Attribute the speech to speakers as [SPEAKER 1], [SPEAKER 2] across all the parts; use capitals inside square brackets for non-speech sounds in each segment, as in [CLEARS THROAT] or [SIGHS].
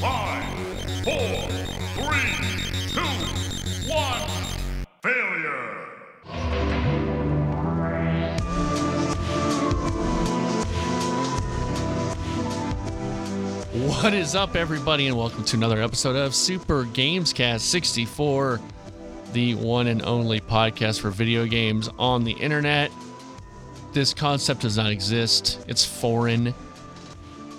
[SPEAKER 1] Five, four, three, two, one. Failure.
[SPEAKER 2] What is up, everybody, and welcome to another episode of Super Gamescast 64, the one and only podcast for video games on the internet. This concept does not exist, it's foreign.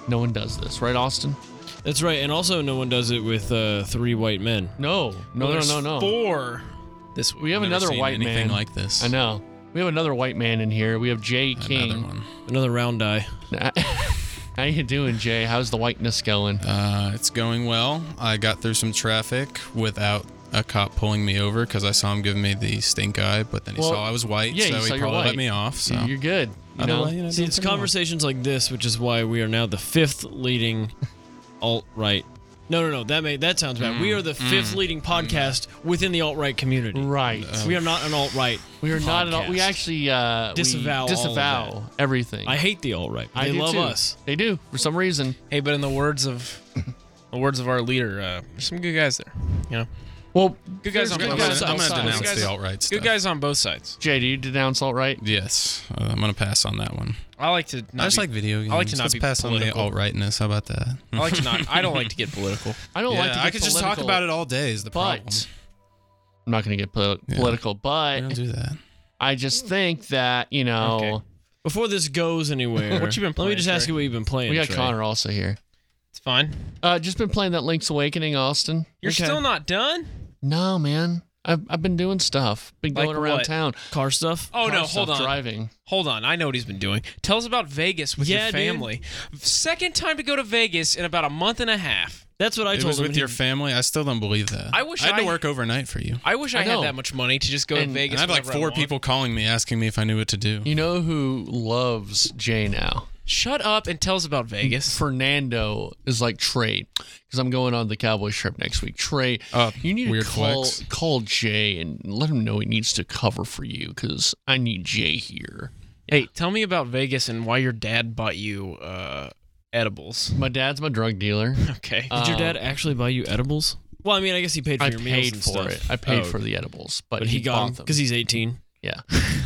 [SPEAKER 2] No one does this, right, Austin?
[SPEAKER 3] That's right, and also no one does it with uh, three white men.
[SPEAKER 2] No, no,
[SPEAKER 4] Well,
[SPEAKER 2] no,
[SPEAKER 4] there's
[SPEAKER 2] no, no.
[SPEAKER 4] Four. This
[SPEAKER 2] We have
[SPEAKER 4] I've never
[SPEAKER 2] another
[SPEAKER 4] seen
[SPEAKER 2] white
[SPEAKER 4] anything
[SPEAKER 2] man.
[SPEAKER 4] like this.
[SPEAKER 2] I know. We have another white man in here. We have Jay
[SPEAKER 4] Another
[SPEAKER 2] King.
[SPEAKER 4] one.
[SPEAKER 3] Another round eye.
[SPEAKER 2] [LAUGHS] How you doing, Jay? How's the whiteness going?
[SPEAKER 4] Uh, it's going well. I got through some traffic without a cop pulling me over because I saw him giving me the stink eye, but then he
[SPEAKER 2] Well,
[SPEAKER 4] saw I was white,
[SPEAKER 2] yeah, you
[SPEAKER 4] so
[SPEAKER 2] saw
[SPEAKER 4] he
[SPEAKER 2] you're
[SPEAKER 4] probably
[SPEAKER 2] white.
[SPEAKER 4] let me off. So
[SPEAKER 2] You're good. You
[SPEAKER 4] Other
[SPEAKER 2] know?
[SPEAKER 4] way, you know,
[SPEAKER 3] See,
[SPEAKER 4] doing
[SPEAKER 3] it's
[SPEAKER 4] pretty well.
[SPEAKER 3] conversations like this, which is why we are now the fifth leading alt right. No, no, no. That may that sounds bad.
[SPEAKER 4] Mm,
[SPEAKER 3] we are the fifth leading podcast within the alt right community.
[SPEAKER 2] Right.
[SPEAKER 4] Uh,
[SPEAKER 3] We are not an alt right.
[SPEAKER 2] We are not at all. We
[SPEAKER 3] podcast.
[SPEAKER 2] actually uh, we
[SPEAKER 3] Disavow all of
[SPEAKER 2] disavow everything.
[SPEAKER 3] I hate the alt right.
[SPEAKER 2] I
[SPEAKER 3] They
[SPEAKER 2] do
[SPEAKER 3] love
[SPEAKER 2] too.
[SPEAKER 3] us.
[SPEAKER 2] They do for some reason.
[SPEAKER 5] Hey, but in the words of [LAUGHS] the words of our leader, uh, there's some good guys there. You know,
[SPEAKER 2] Well,
[SPEAKER 5] good guys on
[SPEAKER 2] There's
[SPEAKER 5] both
[SPEAKER 4] I'm gonna,
[SPEAKER 2] good guys
[SPEAKER 5] sides.
[SPEAKER 4] I'm gonna
[SPEAKER 2] outside.
[SPEAKER 4] denounce
[SPEAKER 5] Good guys-
[SPEAKER 4] the alt right stuff.
[SPEAKER 5] Good guys on both sides.
[SPEAKER 2] Jay, do you denounce alt right?
[SPEAKER 4] Yes, uh, I'm gonna pass on that one.
[SPEAKER 5] I like to.
[SPEAKER 4] I
[SPEAKER 5] Not
[SPEAKER 4] just
[SPEAKER 5] be-
[SPEAKER 4] like video games.
[SPEAKER 5] I like to not
[SPEAKER 4] Let's
[SPEAKER 5] be
[SPEAKER 4] pass on the
[SPEAKER 5] political.
[SPEAKER 4] alt rightness. How about that?
[SPEAKER 5] I
[SPEAKER 4] [LAUGHS]
[SPEAKER 5] like to not. I don't like to
[SPEAKER 2] [LAUGHS]
[SPEAKER 5] get political.
[SPEAKER 2] I don't
[SPEAKER 4] yeah,
[SPEAKER 2] like to get
[SPEAKER 4] I could just talk
[SPEAKER 2] political,
[SPEAKER 4] about it all day. Is the problem?
[SPEAKER 2] but I'm not going to get poli-
[SPEAKER 4] Yeah.
[SPEAKER 2] political.
[SPEAKER 4] I don't
[SPEAKER 2] But
[SPEAKER 4] do that.
[SPEAKER 2] I just think that you know
[SPEAKER 5] Okay.
[SPEAKER 3] Before this goes
[SPEAKER 2] [LAUGHS]
[SPEAKER 3] anywhere,
[SPEAKER 5] What you
[SPEAKER 3] Let
[SPEAKER 5] been
[SPEAKER 3] me
[SPEAKER 5] playing,
[SPEAKER 3] just ask
[SPEAKER 5] Trey?
[SPEAKER 3] you what you've been playing.
[SPEAKER 2] we got
[SPEAKER 3] Trey.
[SPEAKER 2] Connor also here.
[SPEAKER 5] It's fine.
[SPEAKER 2] Uh, just been playing that Link's Awakening, Austin.
[SPEAKER 5] You're
[SPEAKER 3] Okay.
[SPEAKER 5] still not done.
[SPEAKER 2] No, man, I've I've been doing stuff. Been
[SPEAKER 5] Like
[SPEAKER 2] going around
[SPEAKER 5] what?
[SPEAKER 2] town.
[SPEAKER 3] car stuff.
[SPEAKER 5] Oh
[SPEAKER 2] Car
[SPEAKER 5] no!
[SPEAKER 2] stuff,
[SPEAKER 5] Hold on.
[SPEAKER 2] Driving.
[SPEAKER 5] Hold on. I know what he's been doing. Tell us about Vegas with
[SPEAKER 3] Yeah,
[SPEAKER 5] your
[SPEAKER 3] dude.
[SPEAKER 5] family. Second time to go to Vegas in about a month and a half.
[SPEAKER 3] That's what I
[SPEAKER 4] It
[SPEAKER 3] told
[SPEAKER 4] was
[SPEAKER 3] him.
[SPEAKER 4] with
[SPEAKER 3] He-
[SPEAKER 4] your family. I still don't believe that.
[SPEAKER 5] I wish
[SPEAKER 4] I had to
[SPEAKER 5] I-
[SPEAKER 4] work overnight for you.
[SPEAKER 5] I wish I,
[SPEAKER 2] I know.
[SPEAKER 5] had that much money to just go
[SPEAKER 2] And-
[SPEAKER 5] to
[SPEAKER 4] And
[SPEAKER 5] Vegas.
[SPEAKER 4] I had like
[SPEAKER 5] whenever I
[SPEAKER 4] four
[SPEAKER 5] want.
[SPEAKER 4] people calling me asking me if I knew what to do.
[SPEAKER 2] You know who loves Jay now?
[SPEAKER 5] Shut up and tell us about Vegas.
[SPEAKER 2] Fernando is like Trey, because I'm going on the Cowboys trip next week. Trey,
[SPEAKER 4] Uh,
[SPEAKER 2] you need
[SPEAKER 4] weird
[SPEAKER 2] to call
[SPEAKER 4] flex.
[SPEAKER 2] call Jay and let him know he needs to cover for you, because I need Jay here.
[SPEAKER 5] Hey, tell me about Vegas and why your dad bought you uh, edibles.
[SPEAKER 2] My dad's my drug dealer.
[SPEAKER 5] [LAUGHS] Okay.
[SPEAKER 3] Did your
[SPEAKER 2] Uh,
[SPEAKER 3] dad actually buy you edibles? Well, I mean, I guess he paid for
[SPEAKER 2] I
[SPEAKER 3] your meals
[SPEAKER 2] paid
[SPEAKER 3] and
[SPEAKER 2] for
[SPEAKER 3] stuff.
[SPEAKER 2] it. I paid
[SPEAKER 3] Oh,
[SPEAKER 2] for the edibles, but,
[SPEAKER 3] but he got
[SPEAKER 2] bought
[SPEAKER 3] them
[SPEAKER 2] them
[SPEAKER 3] because he's 18.
[SPEAKER 2] Yeah.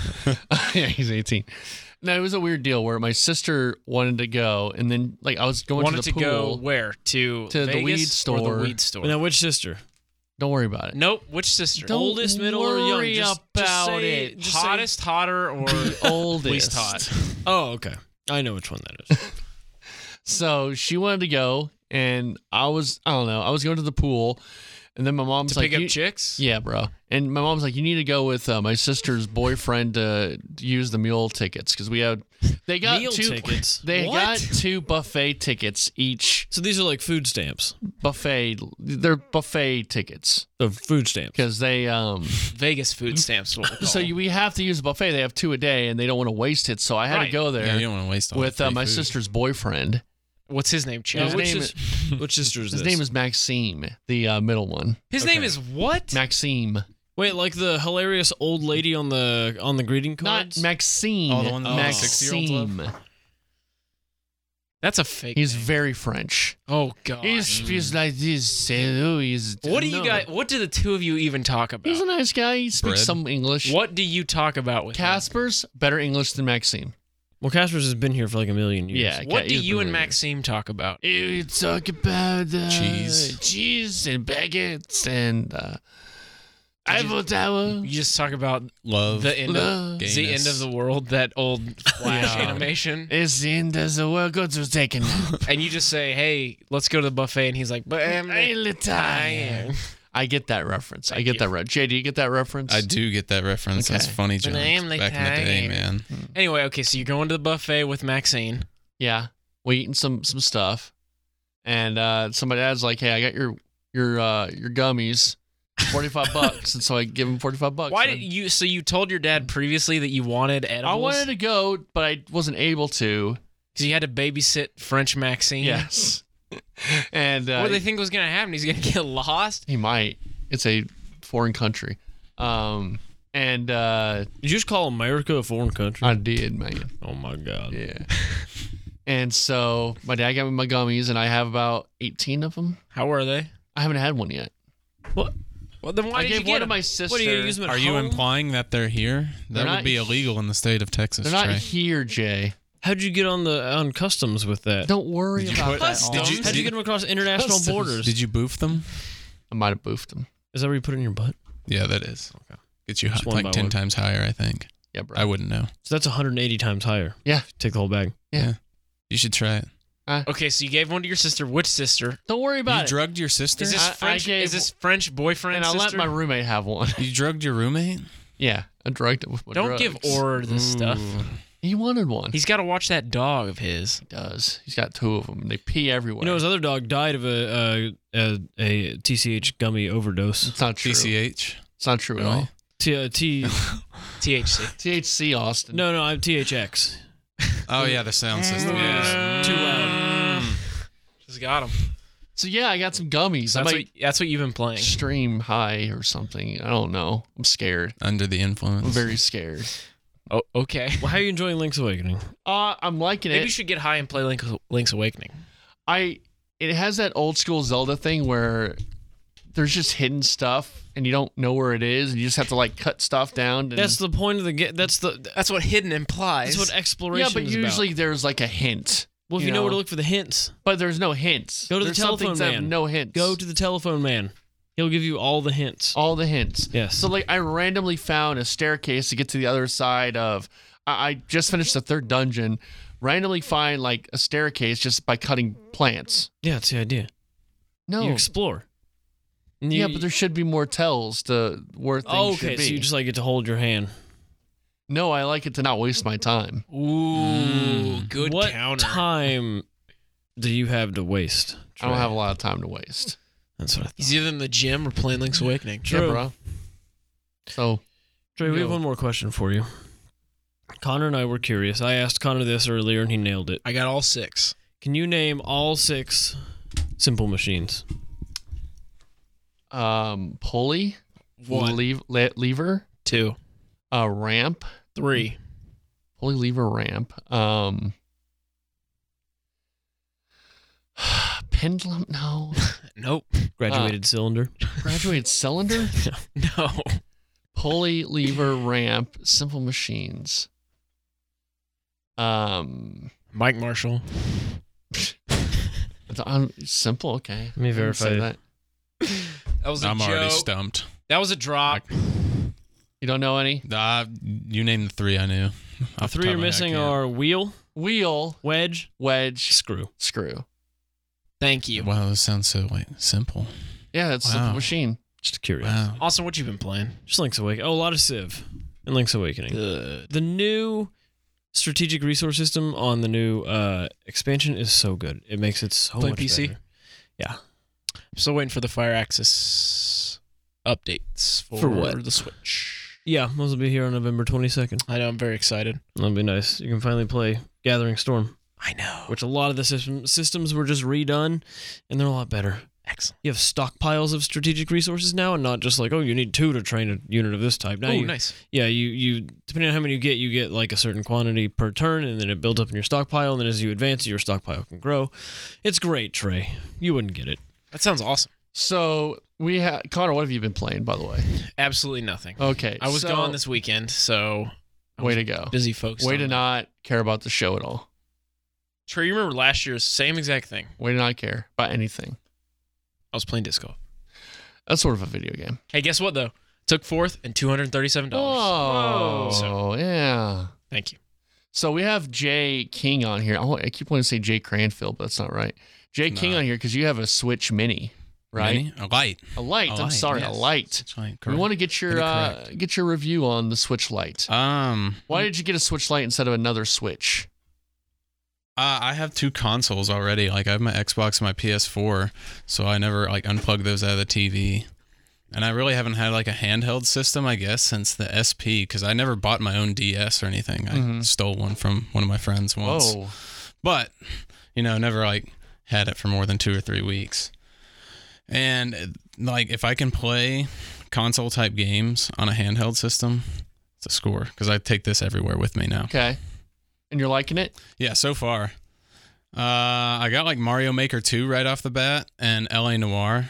[SPEAKER 2] [LAUGHS] yeah, he's 18. No, it was a weird deal where my sister wanted to go, and then like I was going
[SPEAKER 5] wanted
[SPEAKER 2] to
[SPEAKER 5] to,
[SPEAKER 2] the
[SPEAKER 5] go
[SPEAKER 2] pool.
[SPEAKER 5] where to
[SPEAKER 2] To the
[SPEAKER 5] Vegas
[SPEAKER 2] weed
[SPEAKER 5] Or
[SPEAKER 2] store.
[SPEAKER 5] the weed store.
[SPEAKER 3] Now, which sister?
[SPEAKER 2] Don't worry about it.
[SPEAKER 5] nope. Which sister?
[SPEAKER 2] Don't
[SPEAKER 3] Oldest, middle, or young?
[SPEAKER 2] worry
[SPEAKER 3] Just-
[SPEAKER 2] about
[SPEAKER 3] just say-
[SPEAKER 2] it.
[SPEAKER 3] just say-
[SPEAKER 5] hottest, hotter,
[SPEAKER 2] [LAUGHS]
[SPEAKER 5] or
[SPEAKER 2] Oldest.
[SPEAKER 5] least hot?
[SPEAKER 3] Oh, okay. I know which one that is.
[SPEAKER 2] [LAUGHS] So she wanted to go, and I was, I don't know, I was going to the pool, and then my mom's
[SPEAKER 5] To
[SPEAKER 2] like,
[SPEAKER 5] pick up
[SPEAKER 2] "You-
[SPEAKER 5] chicks?
[SPEAKER 2] Yeah, bro. And my mom's like, you need to go with uh, my sister's boyfriend to use the mule tickets because we had they got
[SPEAKER 3] Meal
[SPEAKER 2] two
[SPEAKER 3] tickets?
[SPEAKER 2] They
[SPEAKER 3] What?
[SPEAKER 2] got two buffet tickets each.
[SPEAKER 3] so these are like food stamps.
[SPEAKER 2] Buffet, they're buffet tickets
[SPEAKER 3] The food stamps.
[SPEAKER 2] because they um.
[SPEAKER 5] Vegas food stamps. What we call
[SPEAKER 2] So
[SPEAKER 5] them.
[SPEAKER 2] you, we have to use a buffet. They have two a day, and they don't want to waste it. So I had to
[SPEAKER 5] Right.
[SPEAKER 2] go
[SPEAKER 4] Yeah,
[SPEAKER 2] there
[SPEAKER 4] you don't want to waste all
[SPEAKER 2] with
[SPEAKER 4] that
[SPEAKER 2] uh,
[SPEAKER 4] free
[SPEAKER 2] my
[SPEAKER 4] food.
[SPEAKER 2] sister's boyfriend.
[SPEAKER 5] what's his name?
[SPEAKER 3] Now,
[SPEAKER 5] Chad?
[SPEAKER 2] his
[SPEAKER 3] which,
[SPEAKER 2] name
[SPEAKER 3] sis- which sister is
[SPEAKER 2] His
[SPEAKER 3] this?
[SPEAKER 2] name is Maxime, the uh, middle one.
[SPEAKER 5] his name is what?
[SPEAKER 2] Maxime.
[SPEAKER 3] Wait, like the hilarious old lady on the on the greeting cards.
[SPEAKER 2] Not Maxine.
[SPEAKER 4] Oh, the one that all the
[SPEAKER 2] Maxime.
[SPEAKER 4] 60-year-olds
[SPEAKER 5] That's a fake.
[SPEAKER 2] He's
[SPEAKER 5] name.
[SPEAKER 2] very French.
[SPEAKER 5] oh god.
[SPEAKER 2] He's, he's like this. hello, he's-
[SPEAKER 5] what do you
[SPEAKER 2] no.
[SPEAKER 5] guys? What do the two of you even talk
[SPEAKER 2] He's a
[SPEAKER 5] about?
[SPEAKER 2] nice guy. He speaks
[SPEAKER 4] Bread.
[SPEAKER 2] some English.
[SPEAKER 5] What do you talk about with him?
[SPEAKER 2] Casper's better English than Maxime.
[SPEAKER 3] well, Casper's has been here for like a million years.
[SPEAKER 2] Yeah.
[SPEAKER 5] What
[SPEAKER 2] Ca-
[SPEAKER 5] do
[SPEAKER 2] he's
[SPEAKER 5] you
[SPEAKER 2] been
[SPEAKER 5] and
[SPEAKER 2] really-
[SPEAKER 5] Maxime talk about?
[SPEAKER 2] You talk about uh,
[SPEAKER 4] Cheese.
[SPEAKER 2] cheese and baguettes and uh, Eiffel Tower.
[SPEAKER 5] You just talk about
[SPEAKER 4] love.
[SPEAKER 5] the end
[SPEAKER 2] Love.
[SPEAKER 5] of the end of the world, that
[SPEAKER 4] [LAUGHS]
[SPEAKER 5] old flash animation,
[SPEAKER 2] It's the end of the world. Go to take
[SPEAKER 4] [LAUGHS]
[SPEAKER 2] a nap.
[SPEAKER 5] and you just say, "Hey, let's go to the buffet," and he's like, "But um, I'm
[SPEAKER 2] I'm tired. I get that reference. I get that reference. Jay, do you get that reference?
[SPEAKER 4] I do get that reference. That's
[SPEAKER 2] Okay.
[SPEAKER 4] funny, John.
[SPEAKER 5] But I am like
[SPEAKER 4] Back in the day,
[SPEAKER 5] tired.
[SPEAKER 4] man.
[SPEAKER 5] Anyway, okay, so you're going to the buffet with Maxine.
[SPEAKER 2] Yeah, we eating some some stuff, and uh, somebody adds like, "Hey, I got your your uh, your gummies, forty
[SPEAKER 5] [LAUGHS]
[SPEAKER 2] five bucks," and so I give him forty five bucks.
[SPEAKER 5] Why
[SPEAKER 2] and
[SPEAKER 5] did you? So you told your dad previously that you wanted edibles.
[SPEAKER 2] I wanted to go, but I wasn't able to.
[SPEAKER 5] [LAUGHS] because you had to babysit French Maxine.
[SPEAKER 2] Yes. and uh,
[SPEAKER 5] what do they think was gonna happen? He's gonna get lost.
[SPEAKER 2] he might. It's a foreign country. Um, and uh,
[SPEAKER 3] Did you just call America a foreign country?
[SPEAKER 2] I did, man.
[SPEAKER 3] oh my god.
[SPEAKER 2] Yeah. and so my dad got me my gummies, and I have about 18 of them.
[SPEAKER 5] How are they?
[SPEAKER 2] I haven't had one yet.
[SPEAKER 5] Well, then why
[SPEAKER 2] I
[SPEAKER 5] did
[SPEAKER 2] gave
[SPEAKER 5] you get
[SPEAKER 2] one to
[SPEAKER 5] them?
[SPEAKER 2] my sister.
[SPEAKER 3] What are you gonna use them at
[SPEAKER 4] Are you
[SPEAKER 3] home?
[SPEAKER 4] implying that they're here? That
[SPEAKER 2] They're
[SPEAKER 4] would
[SPEAKER 2] not
[SPEAKER 4] be
[SPEAKER 2] he-
[SPEAKER 4] illegal in the state of Texas,
[SPEAKER 2] They're not
[SPEAKER 4] Trey.
[SPEAKER 2] here, Jay.
[SPEAKER 3] How'd you get on the on customs with that?
[SPEAKER 2] Don't worry
[SPEAKER 4] Did you
[SPEAKER 2] about
[SPEAKER 4] put-
[SPEAKER 2] that.
[SPEAKER 4] did
[SPEAKER 2] all.
[SPEAKER 4] you-
[SPEAKER 3] How'd you get them across international
[SPEAKER 2] Customs.
[SPEAKER 3] borders?
[SPEAKER 4] Did you boof them?
[SPEAKER 2] I might have boofed them.
[SPEAKER 3] Is that where you put it in your butt?
[SPEAKER 4] Yeah, that is. Gets you
[SPEAKER 3] Just
[SPEAKER 4] hi-
[SPEAKER 3] one by
[SPEAKER 4] like 10
[SPEAKER 3] one.
[SPEAKER 4] times higher, I think.
[SPEAKER 2] Yeah, bro.
[SPEAKER 4] I wouldn't know.
[SPEAKER 3] So that's 180 times higher.
[SPEAKER 2] Yeah.
[SPEAKER 3] Take the whole bag.
[SPEAKER 4] You should try it.
[SPEAKER 5] Okay, so you gave one to your sister. Which sister?
[SPEAKER 2] uh, Don't worry
[SPEAKER 4] You
[SPEAKER 2] about it.
[SPEAKER 4] drugged your sister?
[SPEAKER 5] Is this
[SPEAKER 2] I- I
[SPEAKER 5] French?
[SPEAKER 2] gave-
[SPEAKER 5] is this French boyfriend?
[SPEAKER 2] and I let
[SPEAKER 5] sister?
[SPEAKER 2] my roommate have one.
[SPEAKER 4] you drugged your roommate?
[SPEAKER 2] yeah, I drugged him with my
[SPEAKER 5] Don't
[SPEAKER 2] drugs.
[SPEAKER 5] give Orr this stuff.
[SPEAKER 2] He wanted one.
[SPEAKER 5] He's got to watch that dog of his.
[SPEAKER 2] he does. He's got two of them. and They pee everywhere.
[SPEAKER 3] You know, his other dog died of a a, a, a TCH gummy overdose.
[SPEAKER 2] it's not true.
[SPEAKER 4] TCH?
[SPEAKER 2] It's not true at
[SPEAKER 4] No.
[SPEAKER 2] all.
[SPEAKER 3] T, uh,
[SPEAKER 4] [LAUGHS]
[SPEAKER 3] T
[SPEAKER 5] THC.
[SPEAKER 2] THC Austin.
[SPEAKER 3] no no I'm THX.
[SPEAKER 4] Oh, yeah, the sound system. Yeah.
[SPEAKER 2] Mm.
[SPEAKER 3] Too loud.
[SPEAKER 5] Just got him.
[SPEAKER 2] So yeah, I got some gummies. I
[SPEAKER 5] That's, what,
[SPEAKER 2] might
[SPEAKER 5] that's what you've been playing.
[SPEAKER 2] stream high or something. I don't know. I'm scared.
[SPEAKER 4] Under the influence.
[SPEAKER 2] I'm very scared.
[SPEAKER 5] Oh, okay.
[SPEAKER 3] Well, how are you enjoying Link's Awakening?
[SPEAKER 2] Uh, I'm liking
[SPEAKER 5] Maybe
[SPEAKER 2] it.
[SPEAKER 5] you should get high and play Link, Link's Awakening.
[SPEAKER 2] I it has that old school Zelda thing where there's just hidden stuff and you don't know where it is and you just have to like cut stuff down. And,
[SPEAKER 3] That's the point of the game. That's the
[SPEAKER 5] That's what hidden implies.
[SPEAKER 3] that's what
[SPEAKER 2] yeah,
[SPEAKER 3] exploration.
[SPEAKER 2] but
[SPEAKER 3] is about.
[SPEAKER 2] usually there's like a hint,
[SPEAKER 3] well, if
[SPEAKER 2] you
[SPEAKER 3] you know, where
[SPEAKER 2] know.
[SPEAKER 3] to look for the hints,
[SPEAKER 2] but there's no hints.
[SPEAKER 3] Go to the
[SPEAKER 2] There's some
[SPEAKER 3] telephone
[SPEAKER 2] things that have
[SPEAKER 3] man.
[SPEAKER 2] No hints.
[SPEAKER 3] go to the telephone man. He'll give you all the hints.
[SPEAKER 2] all the hints.
[SPEAKER 3] Yes.
[SPEAKER 2] So like I randomly found a staircase to get to the other side of. I, I just finished the third dungeon. Randomly find like a staircase just by cutting plants.
[SPEAKER 3] yeah, that's the idea.
[SPEAKER 2] No.
[SPEAKER 3] You explore. And you-
[SPEAKER 2] yeah, but there should be more tells to where things
[SPEAKER 3] Oh,
[SPEAKER 2] should
[SPEAKER 3] okay,
[SPEAKER 2] be.
[SPEAKER 3] so you just like get to hold your hand.
[SPEAKER 2] no, I like it to not waste my time.
[SPEAKER 5] Ooh, good
[SPEAKER 3] what
[SPEAKER 5] counter.
[SPEAKER 3] time do you have to waste?
[SPEAKER 2] I don't have a lot of time to waste.
[SPEAKER 3] That's what I
[SPEAKER 5] He's either in the gym or playing Link's Awakening.
[SPEAKER 3] True.
[SPEAKER 2] Yeah, bro. So
[SPEAKER 3] Trey, we have
[SPEAKER 2] Yo.
[SPEAKER 3] one more question for you. Connor and I were curious. I asked Connor this earlier and he nailed it.
[SPEAKER 5] I got all six.
[SPEAKER 3] Can you name all six simple machines?
[SPEAKER 2] um pulley, lev- le- lever,
[SPEAKER 5] Two.
[SPEAKER 2] uh ramp,
[SPEAKER 5] Three.
[SPEAKER 2] pulley lever ramp. Um [SIGHS] pendulum no.
[SPEAKER 5] [LAUGHS]
[SPEAKER 2] Uh,
[SPEAKER 5] Nope.
[SPEAKER 3] Graduated cylinder.
[SPEAKER 2] Graduated cylinder?
[SPEAKER 5] [LAUGHS] No.
[SPEAKER 2] Pulley lever ramp. Simple machines. Um
[SPEAKER 5] Mike Marshall.
[SPEAKER 2] [LAUGHS] it's on- simple, okay.
[SPEAKER 3] Let me verify
[SPEAKER 2] Say
[SPEAKER 3] it.
[SPEAKER 2] that.
[SPEAKER 5] That was a
[SPEAKER 4] I'm
[SPEAKER 5] joke.
[SPEAKER 4] already stumped.
[SPEAKER 5] that was a drop.
[SPEAKER 2] You don't know any?
[SPEAKER 4] Uh, you named the three I knew.
[SPEAKER 3] The three you're missing are wheel,
[SPEAKER 2] Wheel,
[SPEAKER 3] wedge,
[SPEAKER 2] wedge,
[SPEAKER 3] screw.
[SPEAKER 2] screw.
[SPEAKER 5] Thank you.
[SPEAKER 4] Wow, this sounds so like, simple.
[SPEAKER 2] Yeah, that's a simple
[SPEAKER 4] Wow.
[SPEAKER 2] machine.
[SPEAKER 3] Just curious.
[SPEAKER 4] Wow.
[SPEAKER 5] Austin, what you been playing?
[SPEAKER 3] Just Link's Awakening. Oh, a lot of Civ and Link's Awakening.
[SPEAKER 5] Good.
[SPEAKER 3] The new strategic resource system on the new uh, expansion is so good. It makes it so
[SPEAKER 5] Play
[SPEAKER 3] Oh, much
[SPEAKER 5] PC?
[SPEAKER 3] better.
[SPEAKER 5] I'm still waiting for the Fire Axis updates for,
[SPEAKER 3] For what?
[SPEAKER 5] the Switch.
[SPEAKER 3] Yeah, those will be here on November 22nd.
[SPEAKER 5] I know. I'm very excited.
[SPEAKER 3] That'll be nice. You can finally play Gathering Storm,
[SPEAKER 5] I know.
[SPEAKER 3] which a lot of the system, systems were just redone, and they're a lot better.
[SPEAKER 5] Excellent.
[SPEAKER 3] You have stockpiles of strategic resources now, and not just like, oh, you need two to train a unit of this type. Now
[SPEAKER 5] Oh,
[SPEAKER 3] you,
[SPEAKER 5] nice.
[SPEAKER 3] yeah, you you depending on how many you get, you get like a certain quantity per turn, and then it builds up in your stockpile, and then as you advance, your stockpile can grow. It's great, Trey. You wouldn't get it.
[SPEAKER 5] That sounds awesome.
[SPEAKER 2] So we ha Connor, what have you been playing, by the way?
[SPEAKER 5] Absolutely nothing.
[SPEAKER 2] Okay,
[SPEAKER 5] I was
[SPEAKER 2] so-
[SPEAKER 5] gone this weekend, so I
[SPEAKER 2] Way
[SPEAKER 5] was
[SPEAKER 2] to go!
[SPEAKER 5] busy folks.
[SPEAKER 2] Way
[SPEAKER 5] on
[SPEAKER 2] to
[SPEAKER 5] that.
[SPEAKER 2] not care about the show at all.
[SPEAKER 5] Trey, you remember last year's same exact thing?
[SPEAKER 2] Way to not care about anything.
[SPEAKER 5] I was playing disc golf.
[SPEAKER 2] That's sort of a video game.
[SPEAKER 5] Hey, guess what though? Took fourth and two hundred thirty-seven dollars.
[SPEAKER 2] Oh,
[SPEAKER 5] So-
[SPEAKER 2] yeah.
[SPEAKER 5] Thank you.
[SPEAKER 2] So we have Jay King on here. I wa- I keep wanting to say Jay Cranfield, but that's not right. Jay King
[SPEAKER 4] No.
[SPEAKER 2] on here because you have a Switch Mini, right?
[SPEAKER 4] Many? A light.
[SPEAKER 2] A light. I'm
[SPEAKER 4] light,
[SPEAKER 2] sorry, a
[SPEAKER 4] yes.
[SPEAKER 2] light.
[SPEAKER 4] It's fine,
[SPEAKER 2] We
[SPEAKER 4] correct.
[SPEAKER 2] want to get your
[SPEAKER 4] You're
[SPEAKER 2] uh,
[SPEAKER 4] correct.
[SPEAKER 2] get your review on the Switch Lite.
[SPEAKER 4] Um,
[SPEAKER 2] Why did you get a Switch Lite instead of another Switch?
[SPEAKER 4] Uh, I have two consoles already. Like I have my Xbox and my PS4, so I never like unplug those out of the TV. And I really haven't had like a handheld system, I guess, since the SP, because I never bought my own DS or
[SPEAKER 3] Mm-hmm.
[SPEAKER 4] anything. I
[SPEAKER 3] [LAUGHS]
[SPEAKER 2] Mhm.
[SPEAKER 4] stole one from one of my friends once,
[SPEAKER 2] Whoa.
[SPEAKER 4] but you know, never like had it for more than two or three weeks. And uh, like, if I can play console type games on a handheld system, it's a score because I take this everywhere with me now.
[SPEAKER 2] Okay. And you're liking it?
[SPEAKER 4] Yeah, so far. Uh, I got like Mario Maker 2 right off the bat and LA Noir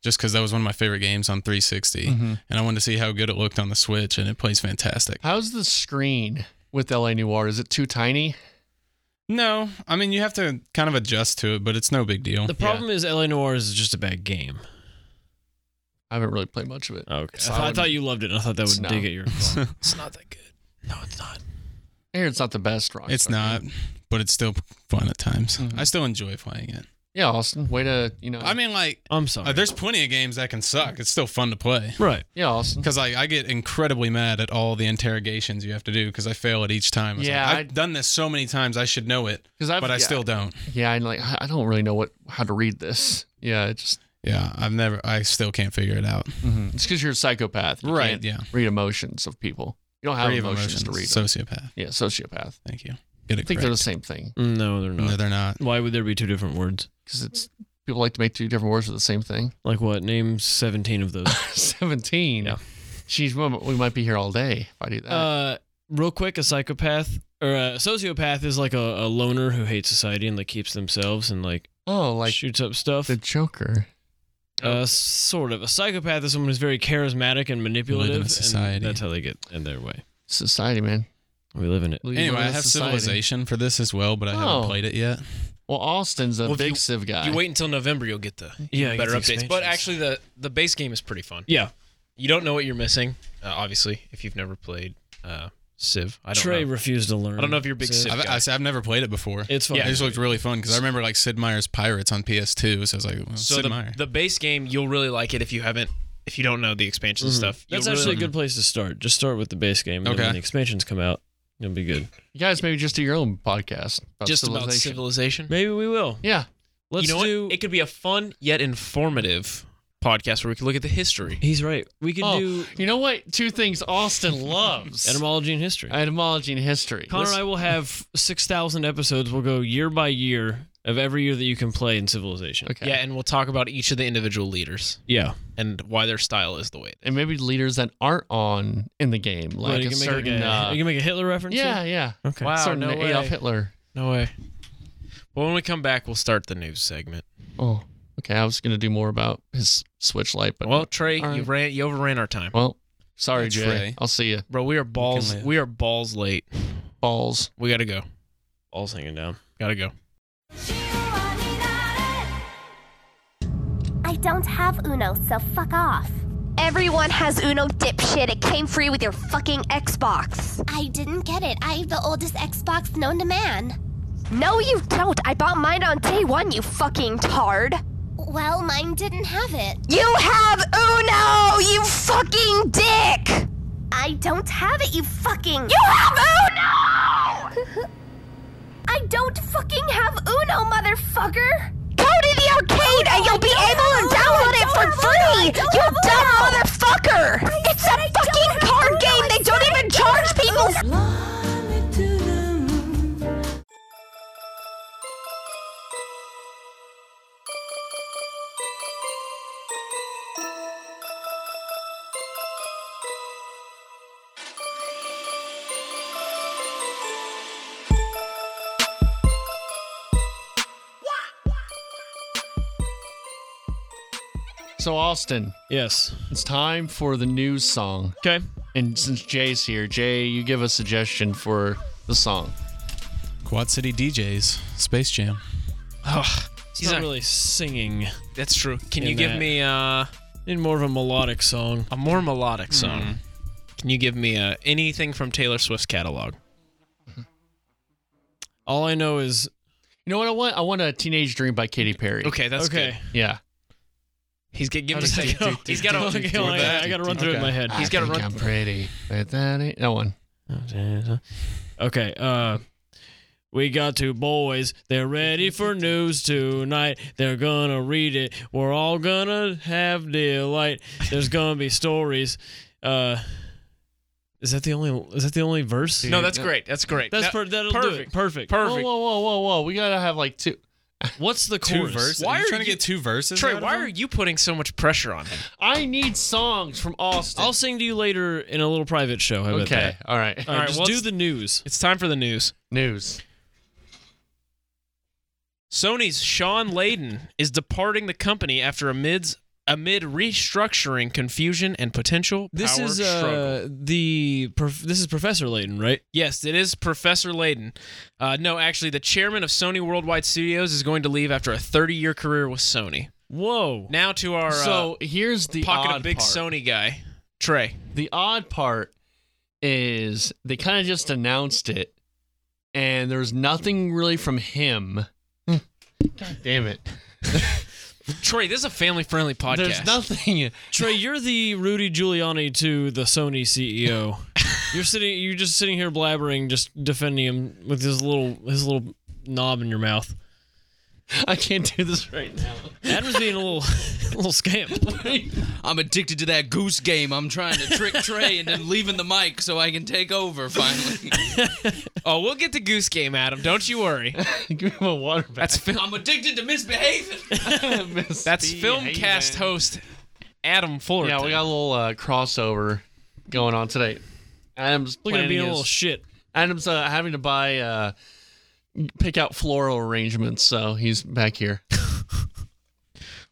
[SPEAKER 4] just because that was one of my favorite games on 360.
[SPEAKER 2] Mm-hmm.
[SPEAKER 4] And I wanted to see how good it looked on the Switch, and it plays fantastic.
[SPEAKER 2] How's the screen with LA Noir? Is it too tiny?
[SPEAKER 4] No, I mean, you have to kind of adjust to it, but it's no big deal.
[SPEAKER 3] The problem is LA Noir is just a bad game.
[SPEAKER 2] I haven't really played much of it.
[SPEAKER 3] Okay. I,
[SPEAKER 2] So I
[SPEAKER 3] thought- I
[SPEAKER 2] would-
[SPEAKER 3] thought you loved it. and I thought that
[SPEAKER 2] It's
[SPEAKER 3] would
[SPEAKER 2] not.
[SPEAKER 3] dig at your.
[SPEAKER 5] It's not that good. No, it's not.
[SPEAKER 2] [LAUGHS] I hear it's not the best rock.
[SPEAKER 4] It's
[SPEAKER 2] star.
[SPEAKER 4] not, but it's still fun at times.
[SPEAKER 2] Mm-hmm.
[SPEAKER 4] I still enjoy playing it.
[SPEAKER 2] Yeah, Austin. Way to you know.
[SPEAKER 4] I mean, like,
[SPEAKER 3] I'm sorry.
[SPEAKER 4] uh, there's plenty of games that can suck. It's still fun to play.
[SPEAKER 3] right.
[SPEAKER 2] yeah, Austin.
[SPEAKER 4] Because I, I get incredibly mad at all the interrogations you have to do because I fail at each time. It's
[SPEAKER 2] Yeah,
[SPEAKER 4] like,
[SPEAKER 2] I-
[SPEAKER 4] I've done this so many times, I should know it,
[SPEAKER 2] 'Cause I've-
[SPEAKER 4] but I
[SPEAKER 2] yeah.
[SPEAKER 4] still don't.
[SPEAKER 2] Yeah, and like I I don't really know what how to read this. Yeah, it just Mm-hmm.
[SPEAKER 4] Yeah, I've never. I still can't figure it out.
[SPEAKER 2] it's because you're a psychopath. You
[SPEAKER 4] Right,
[SPEAKER 2] can't
[SPEAKER 4] yeah.
[SPEAKER 2] Read emotions of people. You don't have
[SPEAKER 4] Three of
[SPEAKER 2] emotions, to read. them.
[SPEAKER 4] Sociopath.
[SPEAKER 2] yeah, sociopath.
[SPEAKER 4] Thank you. Get
[SPEAKER 2] I
[SPEAKER 4] it
[SPEAKER 2] think
[SPEAKER 4] correct.
[SPEAKER 2] they're the same thing
[SPEAKER 3] No, they're not.
[SPEAKER 4] No, they're not.
[SPEAKER 3] Why would there be two different words?
[SPEAKER 2] because it's people like to make two different words for the same thing.
[SPEAKER 3] Like what? Name 17 of those.
[SPEAKER 2] [LAUGHS] Seventeen.
[SPEAKER 3] Yeah.
[SPEAKER 2] Jeez, we might- we might be here all day if I do that.
[SPEAKER 3] uh, real quick, a psychopath or a sociopath is like a, a loner who hates society and like keeps themselves and like,
[SPEAKER 2] oh, like
[SPEAKER 3] shoots up stuff.
[SPEAKER 2] the Joker.
[SPEAKER 4] Oh.
[SPEAKER 3] uh, sort of. A psychopath is someone who's very charismatic and manipulative.
[SPEAKER 4] in a
[SPEAKER 3] and
[SPEAKER 4] society.
[SPEAKER 3] that's how they get in their way.
[SPEAKER 2] Society, man.
[SPEAKER 3] We live in it.
[SPEAKER 2] We
[SPEAKER 4] Anyway,
[SPEAKER 2] live in
[SPEAKER 4] I
[SPEAKER 2] a
[SPEAKER 4] have
[SPEAKER 2] society.
[SPEAKER 4] Civilization for this as well, but I
[SPEAKER 2] Oh.
[SPEAKER 4] haven't played it yet.
[SPEAKER 2] Well, Austin's a
[SPEAKER 5] Well, if
[SPEAKER 2] big
[SPEAKER 5] you-
[SPEAKER 2] Civ guy.
[SPEAKER 5] You wait until November, you'll get the
[SPEAKER 3] Yeah,
[SPEAKER 5] better
[SPEAKER 3] get the
[SPEAKER 5] updates. But
[SPEAKER 3] expansions.
[SPEAKER 5] actually, the the base game is pretty fun.
[SPEAKER 3] Yeah.
[SPEAKER 5] You don't know what you're missing, uh, obviously, if you've never played uh, Civ. I don't
[SPEAKER 3] Trey
[SPEAKER 5] know.
[SPEAKER 3] refused to learn.
[SPEAKER 5] I don't know if you're a big Civ
[SPEAKER 4] I've,
[SPEAKER 5] guy.
[SPEAKER 4] I, have never played it before.
[SPEAKER 3] It's fine.
[SPEAKER 4] It just looked really fun because I remember like Sid Meier's Pirates on PS2. So I was like, well,
[SPEAKER 5] so
[SPEAKER 4] Sid
[SPEAKER 5] the,
[SPEAKER 4] Meier.
[SPEAKER 5] the base game, you'll really like it if you haven't, if you don't know the expansion
[SPEAKER 3] Mhm.
[SPEAKER 5] stuff.
[SPEAKER 3] That's
[SPEAKER 5] You'll really-
[SPEAKER 3] actually a good place to start. Just start with the base game, and then
[SPEAKER 4] Okay.
[SPEAKER 3] when the expansions come out, it'll be good.
[SPEAKER 2] You guys maybe just do your own podcast about
[SPEAKER 5] just about
[SPEAKER 2] civilization.
[SPEAKER 5] civilization.
[SPEAKER 3] Maybe we will.
[SPEAKER 2] yeah.
[SPEAKER 3] Let's
[SPEAKER 5] you know
[SPEAKER 3] do.
[SPEAKER 5] what? It could be a fun yet informative podcast where we could look at the history.
[SPEAKER 3] He's right. We could
[SPEAKER 2] Oh,
[SPEAKER 3] do
[SPEAKER 2] you know what? Two things Austin loves:
[SPEAKER 3] etymology and history.
[SPEAKER 2] etymology and history.
[SPEAKER 3] Connor and I will have six thousand episodes. We'll go year by year of every year that you can play in Civilization.
[SPEAKER 2] okay.
[SPEAKER 5] Yeah, and we'll talk about each of the individual leaders
[SPEAKER 3] Yeah.
[SPEAKER 5] and why their style is the way. It
[SPEAKER 2] and maybe leaders that aren't on in the game, like
[SPEAKER 3] Right, you
[SPEAKER 2] a
[SPEAKER 3] can make
[SPEAKER 2] certain.
[SPEAKER 3] like a,
[SPEAKER 2] uh,
[SPEAKER 3] you can make a Hitler reference.
[SPEAKER 2] yeah,
[SPEAKER 3] here?
[SPEAKER 2] yeah.
[SPEAKER 3] Okay.
[SPEAKER 5] Wow,
[SPEAKER 2] certain
[SPEAKER 5] no
[SPEAKER 2] Adolf
[SPEAKER 5] way.
[SPEAKER 2] Hitler.
[SPEAKER 5] No way. Well, when we come back, we'll start the news segment.
[SPEAKER 2] Oh, okay. I was gonna do more about his switch light, but
[SPEAKER 5] Well, Trey,
[SPEAKER 2] All
[SPEAKER 5] you
[SPEAKER 2] right.
[SPEAKER 5] ran, you overran our time,
[SPEAKER 2] well, sorry,
[SPEAKER 4] That's
[SPEAKER 2] Jay.
[SPEAKER 4] Ray.
[SPEAKER 2] I'll see you.
[SPEAKER 5] bro. We are balls.
[SPEAKER 4] live.
[SPEAKER 5] We are balls late.
[SPEAKER 2] Balls.
[SPEAKER 5] We gotta go.
[SPEAKER 3] All's hanging down.
[SPEAKER 5] Gotta go.
[SPEAKER 6] I don't have Uno, so fuck off.
[SPEAKER 7] Everyone has Uno dipshit. It came free with your fucking Xbox.
[SPEAKER 6] I didn't get it. I have the oldest Xbox known to man.
[SPEAKER 7] No, you don't. I bought mine on day one, you fucking tard.
[SPEAKER 6] Well, mine didn't have it.
[SPEAKER 7] You have Uno, you fucking dick!
[SPEAKER 6] I don't have it, you fucking.
[SPEAKER 7] You have Uno!
[SPEAKER 6] [LAUGHS] I don't fucking have Uno, motherfucker!
[SPEAKER 7] Go to the arcade and you'll be able to download it for free! You dumb motherfucker! It's a fucking card game! They don't even charge people
[SPEAKER 2] So Austin,
[SPEAKER 3] Yes.
[SPEAKER 2] it's time for the news song,
[SPEAKER 3] Okay.
[SPEAKER 2] and since Jay's here, Jay, you give a suggestion for the song.
[SPEAKER 4] Quad City DJs, Space Jam.
[SPEAKER 3] It's
[SPEAKER 5] He's
[SPEAKER 3] not
[SPEAKER 5] not-
[SPEAKER 3] really singing.
[SPEAKER 5] That's true. Can you
[SPEAKER 3] In
[SPEAKER 5] give
[SPEAKER 3] that-
[SPEAKER 5] me uh,
[SPEAKER 3] Need more of a melodic song. Hmm.
[SPEAKER 5] a more melodic song? Can you give me uh, anything from Taylor Swift's catalog?
[SPEAKER 3] All I know is
[SPEAKER 2] You know what I want? I want a Teenage Dream by Katy Perry.
[SPEAKER 5] Okay, that's
[SPEAKER 3] okay.
[SPEAKER 5] good.
[SPEAKER 2] Yeah.
[SPEAKER 5] He's g- give
[SPEAKER 2] How
[SPEAKER 5] me a
[SPEAKER 2] does it
[SPEAKER 5] [LAUGHS] second.
[SPEAKER 2] go?
[SPEAKER 5] He's got to.
[SPEAKER 3] [LAUGHS] Okay, well, I, I gotta run through it in my head.
[SPEAKER 2] He's
[SPEAKER 5] gotta
[SPEAKER 2] think
[SPEAKER 5] run-
[SPEAKER 2] I'm pretty, but that ain't no one.
[SPEAKER 3] Okay, uh we got two boys. They're ready for news tonight. They're gonna read it. We're all gonna have delight. There's gonna be stories. Uh Is that the only is that the only verse?
[SPEAKER 5] No, that's great. That's great.
[SPEAKER 3] That's
[SPEAKER 5] That-
[SPEAKER 3] per- that'll do it.
[SPEAKER 5] perfect.
[SPEAKER 3] Perfect.
[SPEAKER 5] Perfect.
[SPEAKER 2] Whoa, whoa, whoa, whoa, whoa! We gotta have like two.
[SPEAKER 3] What's the
[SPEAKER 4] Two
[SPEAKER 3] chorus?
[SPEAKER 4] verses.
[SPEAKER 5] Why
[SPEAKER 4] Why are you
[SPEAKER 5] are
[SPEAKER 4] trying to
[SPEAKER 5] you-
[SPEAKER 4] get two verses?
[SPEAKER 5] Trey,
[SPEAKER 4] out of
[SPEAKER 5] why
[SPEAKER 4] him?
[SPEAKER 5] are you putting so much pressure on him?
[SPEAKER 2] I need songs from Austin.
[SPEAKER 3] I'll sing to you later in a little private show. How about
[SPEAKER 2] okay.
[SPEAKER 3] that?
[SPEAKER 2] All right.
[SPEAKER 3] All right,
[SPEAKER 5] right,
[SPEAKER 3] just
[SPEAKER 5] what's-
[SPEAKER 3] do the news.
[SPEAKER 5] It's time for the news.
[SPEAKER 2] News.
[SPEAKER 5] Sony's Sean Layden is departing the company after amid amid restructuring, confusion, and potential
[SPEAKER 3] This
[SPEAKER 5] power
[SPEAKER 3] is
[SPEAKER 5] struggle.
[SPEAKER 3] uh, the prof- this is Professor Layton, right?
[SPEAKER 5] Yes, it is Professor Layden. Uh, no, actually, the chairman of Sony Worldwide Studios is going to leave after a 30-year career with Sony.
[SPEAKER 3] Whoa.
[SPEAKER 5] Now to our
[SPEAKER 2] so here's the
[SPEAKER 5] uh, pocket
[SPEAKER 2] odd
[SPEAKER 5] of big
[SPEAKER 2] part.
[SPEAKER 5] Sony guy, Trey.
[SPEAKER 2] The odd part is they kind of just announced it, and there's nothing really from him. God damn it.
[SPEAKER 5] Hmm. [LAUGHS] Trey, this is a family-friendly podcast.
[SPEAKER 2] There's nothing.
[SPEAKER 3] Trey, you're the Rudy Giuliani to the Sony CEO. you're sitting, you're just sitting here blabbering, just defending him with his little his little knob in your mouth.
[SPEAKER 2] I can't do this right now.
[SPEAKER 3] Adam's being a little [LAUGHS] a little scamp.
[SPEAKER 8] I'm addicted to that goose game. I'm trying to trick Trey and then leaving the mic so I can take over finally.
[SPEAKER 5] Oh, we'll get the Goose Game, Adam. Don't you worry.
[SPEAKER 2] Give him a water back.
[SPEAKER 5] That's film.
[SPEAKER 8] I'm addicted to misbehaving.
[SPEAKER 5] [LAUGHS] That's filmcast
[SPEAKER 2] hope.
[SPEAKER 5] host Adam Fullerton.
[SPEAKER 2] Yeah, we got a little uh, crossover going on today. Adam's
[SPEAKER 3] Look at him
[SPEAKER 2] planning
[SPEAKER 3] being a
[SPEAKER 2] his-
[SPEAKER 3] little shit.
[SPEAKER 2] Adam's uh, having to buy uh, pick out floral arrangements, so he's
[SPEAKER 3] [LAUGHS]
[SPEAKER 2] back here.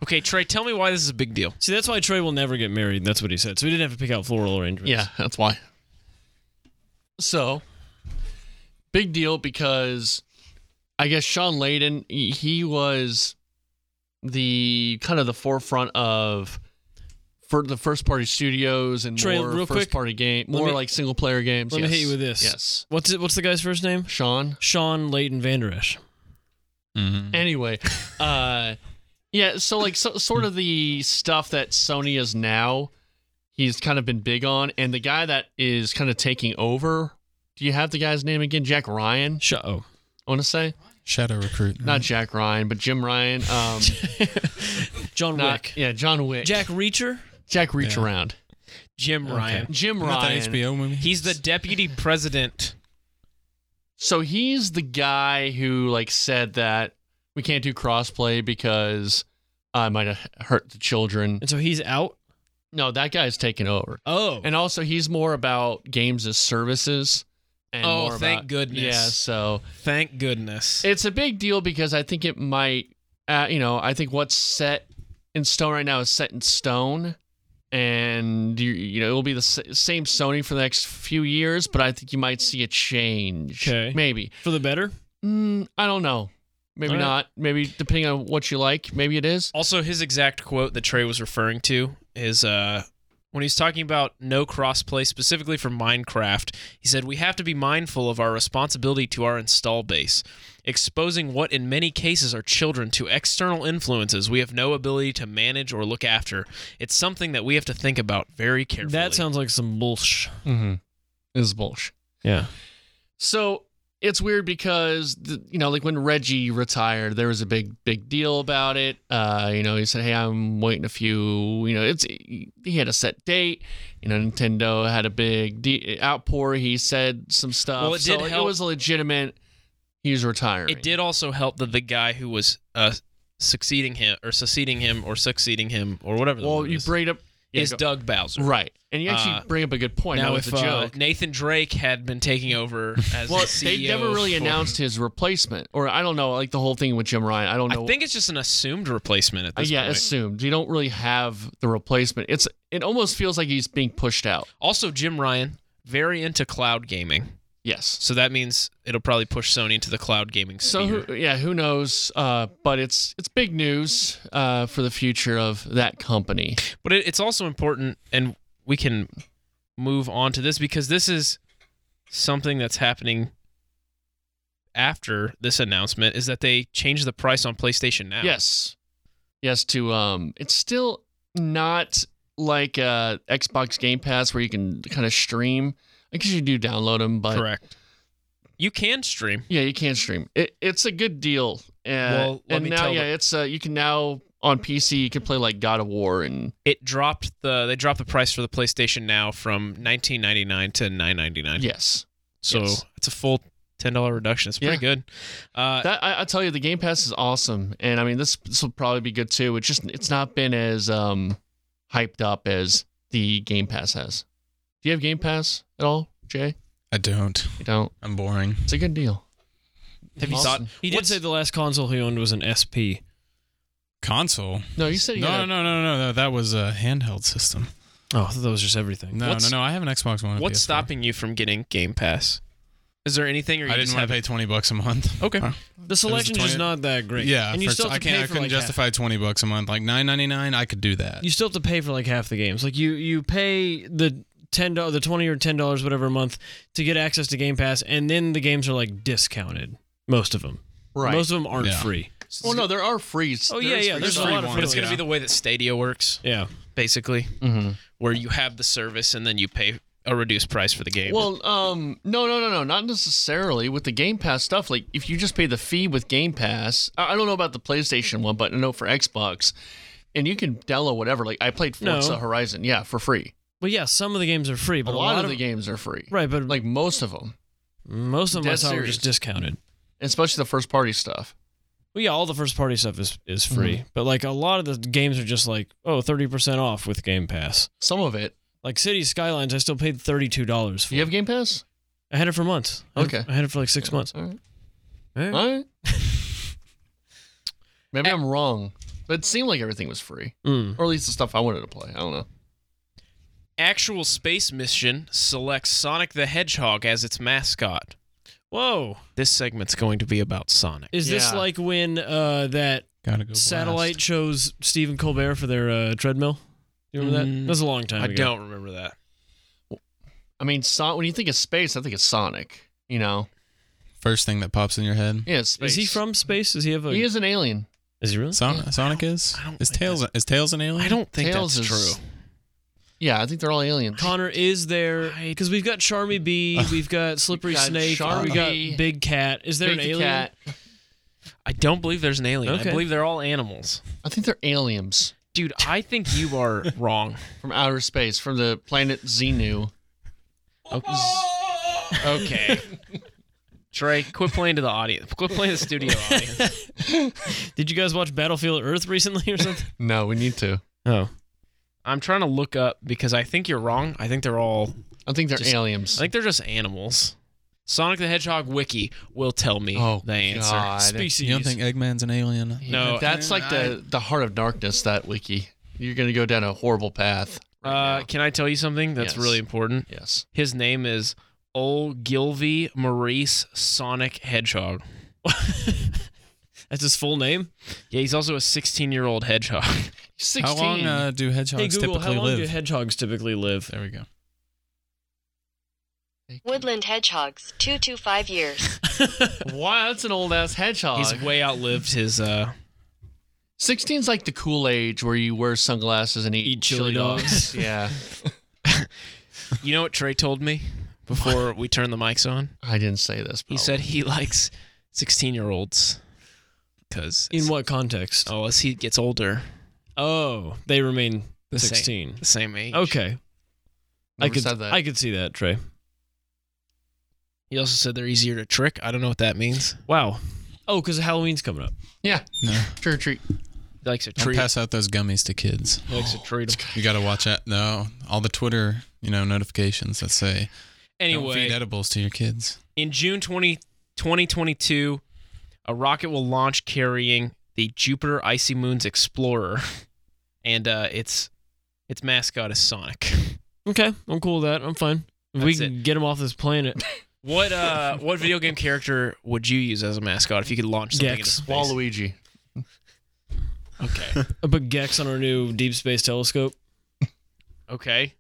[SPEAKER 5] Okay, Trey, tell me why this is a big deal.
[SPEAKER 3] See, that's why Trey will never get married. That's what he said. So he didn't have to pick out floral arrangements.
[SPEAKER 2] Yeah, that's why. So, big deal because I guess Sean Layden, he- he was the kind of the forefront of for the first party studios and
[SPEAKER 3] Trey,
[SPEAKER 2] more
[SPEAKER 3] real
[SPEAKER 2] first
[SPEAKER 3] quick,
[SPEAKER 2] party game, more
[SPEAKER 3] me-
[SPEAKER 2] like single player games.
[SPEAKER 3] Let me
[SPEAKER 2] yes.
[SPEAKER 3] hit you with this.
[SPEAKER 2] Yes,
[SPEAKER 3] What's it, what's the guy's first name?
[SPEAKER 2] Sean.
[SPEAKER 3] Sean Leighton Vander Esch.
[SPEAKER 2] Anyway, uh, yeah. So like, so, sort of the stuff that Sony is now, he's kind of been big on, and the guy that is kind of taking over. Do you have the guy's name again? Jack Ryan.
[SPEAKER 3] Sh- oh.
[SPEAKER 2] I want to say
[SPEAKER 4] Shadow Recruit.
[SPEAKER 2] not Jack Ryan, but Jim Ryan. Um,
[SPEAKER 3] John
[SPEAKER 2] not,
[SPEAKER 3] Wick.
[SPEAKER 2] yeah, John Wick.
[SPEAKER 3] Jack Reacher?
[SPEAKER 2] Jack Reach
[SPEAKER 4] Yeah.
[SPEAKER 2] Around.
[SPEAKER 5] Jim Ryan.
[SPEAKER 2] Jim
[SPEAKER 4] Not that
[SPEAKER 2] Ryan.
[SPEAKER 4] HBO movie.
[SPEAKER 5] He's the deputy president.
[SPEAKER 2] So he's the guy who like said that we can't do crossplay because I might have hurt the children.
[SPEAKER 3] And so he's out?
[SPEAKER 2] No, that guy's taking over.
[SPEAKER 3] Oh.
[SPEAKER 2] And also, he's more about games as services. And
[SPEAKER 5] Oh,
[SPEAKER 2] more
[SPEAKER 5] thank
[SPEAKER 2] about-
[SPEAKER 5] goodness.
[SPEAKER 2] Yeah, so
[SPEAKER 5] Thank goodness.
[SPEAKER 2] it's a big deal because I think it might, uh, you know, I think what's set in stone right now is set in stone, and you, you know it will be the s- same Sony for the next few years. But I think you might see a change.
[SPEAKER 3] Okay.
[SPEAKER 2] Maybe.
[SPEAKER 3] For the better? Hmm.
[SPEAKER 2] Mm, I don't know. Maybe
[SPEAKER 3] All right.
[SPEAKER 2] not. Maybe depending on what you like. Maybe it is.
[SPEAKER 5] also, his exact quote that Trey was referring to is uh, when he's talking about no crossplay, specifically for Minecraft. He said, We have to be mindful of our responsibility to our install base. Exposing what, in many cases, are children to external influences we have no ability to manage or look after. It's something that we have to think about very carefully.
[SPEAKER 3] That sounds like some bullsh.
[SPEAKER 2] Mm-hmm. Is bullshit.
[SPEAKER 3] Yeah.
[SPEAKER 2] So it's weird because the, you know, like when Reggie retired, there was a big, big deal about it. Uh, you know, he said, "Hey, I'm waiting a few." You know, it's he had a set date. You know, Nintendo had a big de- outpour. He said some stuff.
[SPEAKER 5] Well, it did
[SPEAKER 2] So
[SPEAKER 5] help-
[SPEAKER 2] It was legitimate. He's retiring.
[SPEAKER 5] It did also help that the guy who was uh, succeeding him, or succeeding him, or succeeding him, or whatever. The
[SPEAKER 2] Well,
[SPEAKER 5] word
[SPEAKER 2] you
[SPEAKER 5] is,
[SPEAKER 2] bring up yeah,
[SPEAKER 5] is
[SPEAKER 2] go-
[SPEAKER 5] Doug Bowser.
[SPEAKER 2] right, and you actually
[SPEAKER 5] Uh,
[SPEAKER 2] bring up a good point.
[SPEAKER 5] Now,
[SPEAKER 2] that
[SPEAKER 5] if
[SPEAKER 2] was the
[SPEAKER 5] uh,
[SPEAKER 2] joke.
[SPEAKER 5] Nathan Drake had been
[SPEAKER 2] [LAUGHS]
[SPEAKER 5] taking over as E
[SPEAKER 2] well,
[SPEAKER 5] the CEO,
[SPEAKER 2] they never really
[SPEAKER 5] for-
[SPEAKER 2] announced his replacement, or I don't know, like the whole thing with Jim Ryan. I don't know.
[SPEAKER 5] I think it's just an assumed replacement at
[SPEAKER 2] Uh,
[SPEAKER 5] this
[SPEAKER 2] yeah,
[SPEAKER 5] point.
[SPEAKER 2] assumed. You don't really have the replacement. It's it almost feels like he's being pushed out.
[SPEAKER 5] Also, Jim Ryan very into cloud gaming,
[SPEAKER 2] Yes.
[SPEAKER 5] so that means it'll probably push Sony into the cloud gaming
[SPEAKER 2] So
[SPEAKER 5] sphere.
[SPEAKER 2] who, yeah, who knows? Uh, but it's it's big news uh, for the future of that company.
[SPEAKER 5] But it, it's also important, and we can move on to this because this is something that's happening after this announcement is that they changed the price on PlayStation Now.
[SPEAKER 2] Yes, yes. To um, it's still not like uh, Xbox Game Pass where you can kind of stream. I guess you do download them, but
[SPEAKER 5] correct. You can stream.
[SPEAKER 2] yeah, you can stream. It, it's a good deal. Uh,
[SPEAKER 5] Well, let
[SPEAKER 2] and
[SPEAKER 5] me
[SPEAKER 2] now
[SPEAKER 5] tell
[SPEAKER 2] yeah,
[SPEAKER 5] the-
[SPEAKER 2] it's uh, you can now on PC you can play like God of War and
[SPEAKER 5] It dropped the they dropped the price for the PlayStation Now from 19.99 to 9.99.
[SPEAKER 2] yes.
[SPEAKER 5] So
[SPEAKER 2] yes.
[SPEAKER 5] it's a full ten dollar reduction. It's pretty good. Uh,
[SPEAKER 2] That I, I tell you, the Game Pass is awesome, and I mean this this will probably be good too. It's just it's not been as um hyped up as the Game Pass has. Do you have Game Pass at all, Jay?
[SPEAKER 4] I don't.
[SPEAKER 2] You don't.
[SPEAKER 4] I'm boring.
[SPEAKER 2] It's a good deal.
[SPEAKER 5] have you
[SPEAKER 2] Awesome.
[SPEAKER 5] thought?
[SPEAKER 3] He did
[SPEAKER 5] what's-
[SPEAKER 3] say the last console he owned was an SP.
[SPEAKER 4] Console?
[SPEAKER 2] No, you said you
[SPEAKER 4] No,
[SPEAKER 2] had
[SPEAKER 4] no,
[SPEAKER 2] a-
[SPEAKER 4] no, no, no, no. That was a handheld system.
[SPEAKER 3] Oh, I thought that was just everything.
[SPEAKER 4] No,
[SPEAKER 5] What's-
[SPEAKER 4] no, no. I have an Xbox One. and a
[SPEAKER 5] what's
[SPEAKER 4] PS4.
[SPEAKER 5] stopping you from getting Game Pass? Is there anything? Or you
[SPEAKER 4] I didn't
[SPEAKER 5] just
[SPEAKER 4] want
[SPEAKER 5] have
[SPEAKER 4] to pay twenty bucks a month.
[SPEAKER 5] Okay.
[SPEAKER 4] Huh.
[SPEAKER 3] The selection's just
[SPEAKER 4] 20
[SPEAKER 3] not that great.
[SPEAKER 4] Yeah,
[SPEAKER 3] and you
[SPEAKER 4] for-
[SPEAKER 3] still have
[SPEAKER 4] I
[SPEAKER 3] to pay
[SPEAKER 4] can't. I
[SPEAKER 3] for
[SPEAKER 4] couldn't
[SPEAKER 3] like half-
[SPEAKER 4] justify twenty bucks a month. Like nine ninety nine, I could do that.
[SPEAKER 3] You still have to pay for like half the games. Like you, you pay the ten dollars, the twenty or ten dollars, whatever a month to get access to Game Pass, and then the games are like discounted. Most of them,
[SPEAKER 2] right.
[SPEAKER 3] most of them aren't
[SPEAKER 4] Yeah.
[SPEAKER 3] free.
[SPEAKER 2] well, no, there are frees.
[SPEAKER 3] Oh, yeah, yeah, there's a lot of
[SPEAKER 5] But it's going to
[SPEAKER 4] Yeah.
[SPEAKER 5] be the way that Stadia works,
[SPEAKER 3] Yeah,
[SPEAKER 5] basically,
[SPEAKER 2] Mm-hmm.
[SPEAKER 5] where you have the service and then you pay a reduced price for the game.
[SPEAKER 2] Well, um, no, no, no, no, not necessarily with the Game Pass stuff. Like, if you just pay the fee with Game Pass, I I don't know about the PlayStation one, but I know for Xbox, and you can download whatever. Like, I played
[SPEAKER 3] No.
[SPEAKER 2] Forza Horizon, yeah, for free.
[SPEAKER 3] well, yeah, some of the games are free, but
[SPEAKER 2] a lot, of the games are free,
[SPEAKER 3] right, but
[SPEAKER 2] Like most of them,
[SPEAKER 3] most of them I
[SPEAKER 2] Dead
[SPEAKER 3] saw were
[SPEAKER 2] serious.
[SPEAKER 3] just discounted.
[SPEAKER 2] especially the first party stuff.
[SPEAKER 3] Well, yeah, all the first party stuff is is
[SPEAKER 2] Mhm.
[SPEAKER 3] free, but like a lot of the games are just like oh 30 percent off with Game Pass.
[SPEAKER 2] Some of it.
[SPEAKER 3] Like City Skylines, I still paid thirty two dollars for.
[SPEAKER 2] Do you have Game Pass?
[SPEAKER 3] I had it for months. I had-
[SPEAKER 2] Okay.
[SPEAKER 3] I had it for like six months.
[SPEAKER 2] All right.
[SPEAKER 3] Eh.
[SPEAKER 2] All
[SPEAKER 3] [LAUGHS]
[SPEAKER 2] right. Maybe I'm wrong, but it seemed like everything was free,
[SPEAKER 3] Mm.
[SPEAKER 2] or at least the stuff I wanted to play. I don't know.
[SPEAKER 5] actual space mission selects Sonic the Hedgehog as its mascot.
[SPEAKER 3] Whoa.
[SPEAKER 5] This segment's going to be about Sonic.
[SPEAKER 3] Oh, Is this
[SPEAKER 2] Yeah.
[SPEAKER 3] like when uh, that
[SPEAKER 4] Gotta go.
[SPEAKER 3] satellite chose Stephen Colbert for their uh, treadmill? You remember that?
[SPEAKER 5] Mm.
[SPEAKER 3] That was a long time
[SPEAKER 5] I
[SPEAKER 3] ago.
[SPEAKER 5] don't remember that.
[SPEAKER 2] I mean, so- when you think of space, I think of Sonic. You know,
[SPEAKER 4] blast. First thing that pops in your head.
[SPEAKER 2] yeah, it's space.
[SPEAKER 3] Is he from space? Does he have a?
[SPEAKER 2] He is an alien.
[SPEAKER 3] Is he really?
[SPEAKER 4] Son- Sonic is.
[SPEAKER 5] I don't
[SPEAKER 4] Is
[SPEAKER 5] like
[SPEAKER 4] Tails? Is Tails an alien?
[SPEAKER 5] I don't think
[SPEAKER 2] Tails
[SPEAKER 5] that's
[SPEAKER 2] is-
[SPEAKER 5] true.
[SPEAKER 2] Yeah, I think they're all aliens.
[SPEAKER 3] Connor is there because we've got Charmy B, we've got Slippery
[SPEAKER 2] got
[SPEAKER 3] Snake, we
[SPEAKER 2] Charmy,
[SPEAKER 3] got Big Cat. Is there
[SPEAKER 2] Big
[SPEAKER 3] an alien?
[SPEAKER 2] Cat.
[SPEAKER 5] I don't believe there's an alien.
[SPEAKER 3] Okay.
[SPEAKER 5] I believe they're all animals.
[SPEAKER 2] I think they're aliens
[SPEAKER 5] Dude, I think you
[SPEAKER 2] [LAUGHS]
[SPEAKER 5] are wrong.
[SPEAKER 2] from outer space, from the planet Xenu.
[SPEAKER 5] Oh.
[SPEAKER 2] Oh.
[SPEAKER 5] Okay. [LAUGHS] Trey, quit playing to the audience. Quit playing to the
[SPEAKER 3] [LAUGHS]
[SPEAKER 5] studio [LAUGHS] audience.
[SPEAKER 2] [LAUGHS]
[SPEAKER 3] Did you guys watch Battlefield Earth recently or something?
[SPEAKER 2] No, we need to.
[SPEAKER 3] oh,
[SPEAKER 5] I'm trying to look up because I think you're wrong. I think they're all
[SPEAKER 2] I think they're
[SPEAKER 5] Just- I
[SPEAKER 2] aliens.
[SPEAKER 5] think they're just animals. Sonic the Hedgehog wiki will tell me
[SPEAKER 2] oh,
[SPEAKER 5] the answer.
[SPEAKER 2] God.
[SPEAKER 3] species.
[SPEAKER 4] You don't think Eggman's an alien?
[SPEAKER 5] No,
[SPEAKER 2] that's like the the heart of darkness. That wiki. You're gonna go down a horrible
[SPEAKER 5] [LAUGHS]
[SPEAKER 2] path.
[SPEAKER 5] Uh, can I tell you something that's
[SPEAKER 2] Yes.
[SPEAKER 5] really important?
[SPEAKER 2] Yes.
[SPEAKER 5] His name is Ol Gilvy Maurice Sonic Hedgehog. [LAUGHS]
[SPEAKER 3] That's his full name.
[SPEAKER 5] Yeah, he's also a 16 year old hedgehog.
[SPEAKER 4] How
[SPEAKER 2] 16.
[SPEAKER 4] long uh, do hedgehogs
[SPEAKER 3] Hey Google, how
[SPEAKER 4] typically
[SPEAKER 3] long
[SPEAKER 4] live?
[SPEAKER 3] do hedgehogs typically live?
[SPEAKER 4] there we go.
[SPEAKER 9] Woodland hedgehogs, two to five years.
[SPEAKER 2] wow, that's an old ass hedgehog.
[SPEAKER 5] He's way outlived his. uh
[SPEAKER 2] 16's like the cool age where you wear sunglasses and eat,
[SPEAKER 3] Eat chili
[SPEAKER 5] [LAUGHS]
[SPEAKER 3] dogs.
[SPEAKER 2] yeah,
[SPEAKER 5] You know what Trey told me before we turned the mics on?
[SPEAKER 2] I didn't say this.
[SPEAKER 5] He
[SPEAKER 2] probably.
[SPEAKER 5] said he likes 16 year olds because
[SPEAKER 3] In what context?
[SPEAKER 5] oh, as he gets older,
[SPEAKER 3] Oh, they remain
[SPEAKER 5] The same.
[SPEAKER 3] sixteen.
[SPEAKER 5] the same age.
[SPEAKER 3] Okay, I
[SPEAKER 2] Never
[SPEAKER 3] could
[SPEAKER 2] said that.
[SPEAKER 3] I could see that Trey.
[SPEAKER 5] He also said they're easier to trick. I don't know what that means.
[SPEAKER 3] Wow. Oh, because Halloween's coming up.
[SPEAKER 2] yeah.
[SPEAKER 4] No.
[SPEAKER 2] Trick or treat.
[SPEAKER 5] He likes to
[SPEAKER 4] Don't
[SPEAKER 5] treat.
[SPEAKER 4] pass out those gummies to kids.
[SPEAKER 5] he likes to treat 'em.
[SPEAKER 4] You gotta watch out. No, all the Twitter, you know, notifications that say don't feed
[SPEAKER 5] Anyway,
[SPEAKER 4] edibles to your kids.
[SPEAKER 5] in June 20, 2022, a rocket will launch carrying the Jupiter Icy Moons Explorer, [LAUGHS] and uh, its its mascot is Sonic.
[SPEAKER 3] Okay, I'm cool with that. I'm fine. If we
[SPEAKER 5] That's
[SPEAKER 3] can get him off this
[SPEAKER 5] [LAUGHS]
[SPEAKER 3] planet.
[SPEAKER 4] [LAUGHS]
[SPEAKER 5] What uh, what video game character would you use as a mascot if you could launch something
[SPEAKER 3] Gex.
[SPEAKER 5] into space?
[SPEAKER 2] Waluigi.
[SPEAKER 5] Okay.
[SPEAKER 3] I put Gex on our new deep space telescope.
[SPEAKER 5] Okay.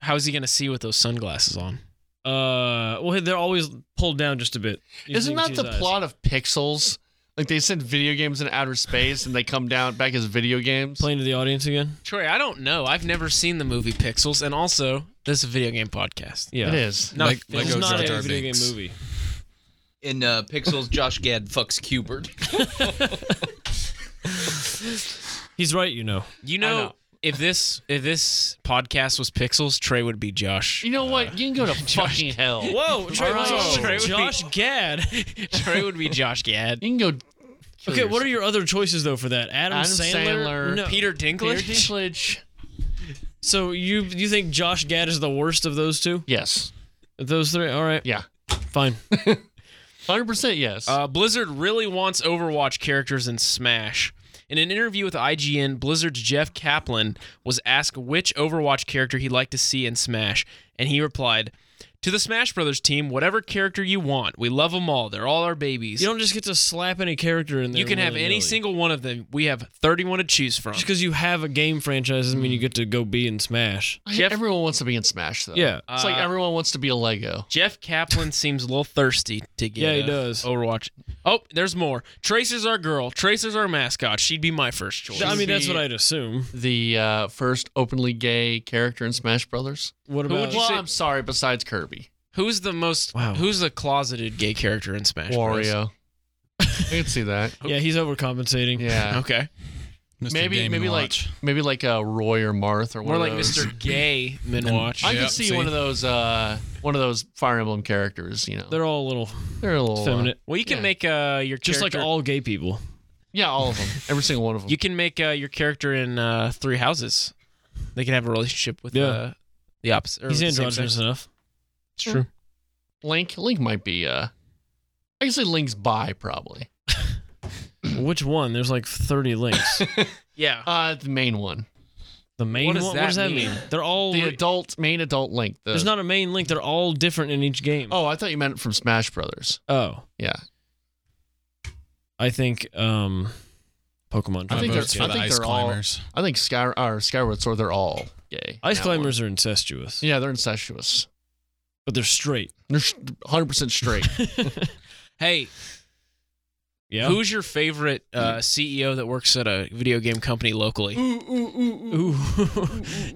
[SPEAKER 5] How is he gonna see with those sunglasses on?
[SPEAKER 3] Uh, well, they're always pulled down just a bit. You can
[SPEAKER 2] Isn't that
[SPEAKER 3] see
[SPEAKER 2] the
[SPEAKER 3] his eyes.
[SPEAKER 2] plot of Pixels? Like they send video games in outer space and they come down back as video games.
[SPEAKER 3] Playing to the audience again.
[SPEAKER 5] Troy, I don't know. I've never seen the movie Pixels, and also this is a video game podcast.
[SPEAKER 3] Yeah,
[SPEAKER 2] It is.
[SPEAKER 5] No,
[SPEAKER 4] like
[SPEAKER 5] Phil-
[SPEAKER 3] It's
[SPEAKER 4] Lego
[SPEAKER 3] not
[SPEAKER 4] Jar Jar
[SPEAKER 3] a video
[SPEAKER 4] Binks.
[SPEAKER 3] game movie.
[SPEAKER 8] In uh, Pixels, Josh Gad fucks Cubert. [LAUGHS]
[SPEAKER 3] He's right, you know.
[SPEAKER 5] You know, if this if this podcast was pixels, Trey would be Josh.
[SPEAKER 2] You know what? You can go to fucking hell.
[SPEAKER 5] Whoa, Trey,
[SPEAKER 2] All right.
[SPEAKER 5] whoa. Trey would
[SPEAKER 3] Oh, Josh Gad.
[SPEAKER 5] be [LAUGHS] Trey would be Josh Gad.
[SPEAKER 2] You can go. kill
[SPEAKER 3] Okay, what
[SPEAKER 2] yourself.
[SPEAKER 3] are your other choices though for that? Adam,
[SPEAKER 2] Adam Sandler,
[SPEAKER 3] No.
[SPEAKER 5] Peter Dinklage.
[SPEAKER 2] Peter Dinklage?
[SPEAKER 3] So you you think Josh Gad is the worst of those two?
[SPEAKER 2] Yes.
[SPEAKER 3] Of Those three? All right,
[SPEAKER 2] Yeah.
[SPEAKER 3] fine.
[SPEAKER 2] [LAUGHS] Hundred percent. Yes.
[SPEAKER 5] Uh, Blizzard really wants Overwatch characters in Smash. In an interview with IGN, Blizzard's Jeff Kaplan was asked which Overwatch character he'd like to see in Smash, and he replied, "To the Smash Brothers team, whatever character you want. We love them all. They're all our babies.
[SPEAKER 3] You don't just get to slap any character in there.
[SPEAKER 5] You can have any
[SPEAKER 3] willy-nilly.
[SPEAKER 5] single one of them. We have 31 to choose from."
[SPEAKER 3] Just because you have a game franchise doesn't mean you get to go be in Smash.
[SPEAKER 2] Mm. I- everyone wants to be in Smash though.
[SPEAKER 3] Yeah.
[SPEAKER 2] It's like
[SPEAKER 5] Uh,
[SPEAKER 2] everyone wants to be a Lego.
[SPEAKER 5] Jeff Kaplan seems a little thirsty to get.
[SPEAKER 3] Yeah, he
[SPEAKER 5] uh,
[SPEAKER 3] does.
[SPEAKER 5] Overwatch. Oh, there's more. Tracer's our girl. Tracer's our mascot. She'd be my first choice.
[SPEAKER 3] I mean, that's
[SPEAKER 2] the-
[SPEAKER 3] what I'd assume.
[SPEAKER 2] The uh, first openly gay character in Smash Brothers.
[SPEAKER 3] What
[SPEAKER 5] Who would
[SPEAKER 3] about
[SPEAKER 5] you
[SPEAKER 2] Well,
[SPEAKER 5] say-
[SPEAKER 2] I'm sorry. Besides Kirby,
[SPEAKER 5] Who's the most?
[SPEAKER 3] Wow.
[SPEAKER 5] Who's the closeted gay character in Smash? Bros? [LAUGHS]
[SPEAKER 2] Wario. I can see that.
[SPEAKER 3] Yeah, he's overcompensating.
[SPEAKER 2] Yeah.
[SPEAKER 5] Okay.
[SPEAKER 4] Mr.
[SPEAKER 2] Maybe
[SPEAKER 4] Game and
[SPEAKER 2] maybe
[SPEAKER 4] Watch.
[SPEAKER 2] like maybe like a Roy or Marth or
[SPEAKER 5] More
[SPEAKER 2] one
[SPEAKER 5] like
[SPEAKER 2] of those. [LAUGHS]
[SPEAKER 5] Mr. Gay Minwatch.
[SPEAKER 2] I
[SPEAKER 4] Yeah,
[SPEAKER 2] can see,
[SPEAKER 4] see?
[SPEAKER 2] one of those uh one of those Fire Emblem characters. You know,
[SPEAKER 3] They're all a little
[SPEAKER 2] They're a little uh,
[SPEAKER 3] feminine.
[SPEAKER 5] well, you can
[SPEAKER 2] yeah.
[SPEAKER 5] make uh, your
[SPEAKER 3] Just like
[SPEAKER 5] character-
[SPEAKER 3] all gay people.
[SPEAKER 2] yeah,
[SPEAKER 3] [LAUGHS]
[SPEAKER 2] all of them. Every single one of them.
[SPEAKER 5] you can make uh, your character in uh, Three Houses. They can have a relationship with
[SPEAKER 3] Yeah.
[SPEAKER 5] uh, the opposite. or
[SPEAKER 3] He's
[SPEAKER 5] the same sex.
[SPEAKER 3] androgynous enough.
[SPEAKER 5] It's true.
[SPEAKER 2] Link. Link might be. uh I can say Link's bi probably.
[SPEAKER 3] [LAUGHS] Which one? There's like 30
[SPEAKER 2] [LAUGHS]
[SPEAKER 3] links.
[SPEAKER 5] Yeah.
[SPEAKER 2] Uh, the main one,
[SPEAKER 3] The main
[SPEAKER 5] What does
[SPEAKER 3] one?
[SPEAKER 5] that
[SPEAKER 3] what does that
[SPEAKER 5] mean?
[SPEAKER 3] mean? They're all.
[SPEAKER 2] the adult main adult Link. The,
[SPEAKER 3] there's not a main link. They're all different in each game.
[SPEAKER 2] Oh, I thought you meant from Smash Brothers.
[SPEAKER 3] Oh.
[SPEAKER 2] Yeah,
[SPEAKER 3] I think um, Pokemon.
[SPEAKER 2] I
[SPEAKER 4] I think
[SPEAKER 2] think they're-
[SPEAKER 4] for
[SPEAKER 2] I
[SPEAKER 4] the
[SPEAKER 2] think
[SPEAKER 4] ice
[SPEAKER 2] they're all-
[SPEAKER 4] climbers.
[SPEAKER 2] I think Sky uh, or Skyward Sword. They're all gay.
[SPEAKER 3] Ice
[SPEAKER 2] Now one.
[SPEAKER 3] climbers are incestuous,
[SPEAKER 2] Yeah, they're incestuous.
[SPEAKER 3] but they're straight.
[SPEAKER 2] They're 100 percent
[SPEAKER 3] [LAUGHS]
[SPEAKER 2] straight.
[SPEAKER 5] [LAUGHS] hey,
[SPEAKER 3] Yeah. Mm-hmm.
[SPEAKER 5] who's your favorite uh, CEO that works at a video game company locally?
[SPEAKER 3] Ooh.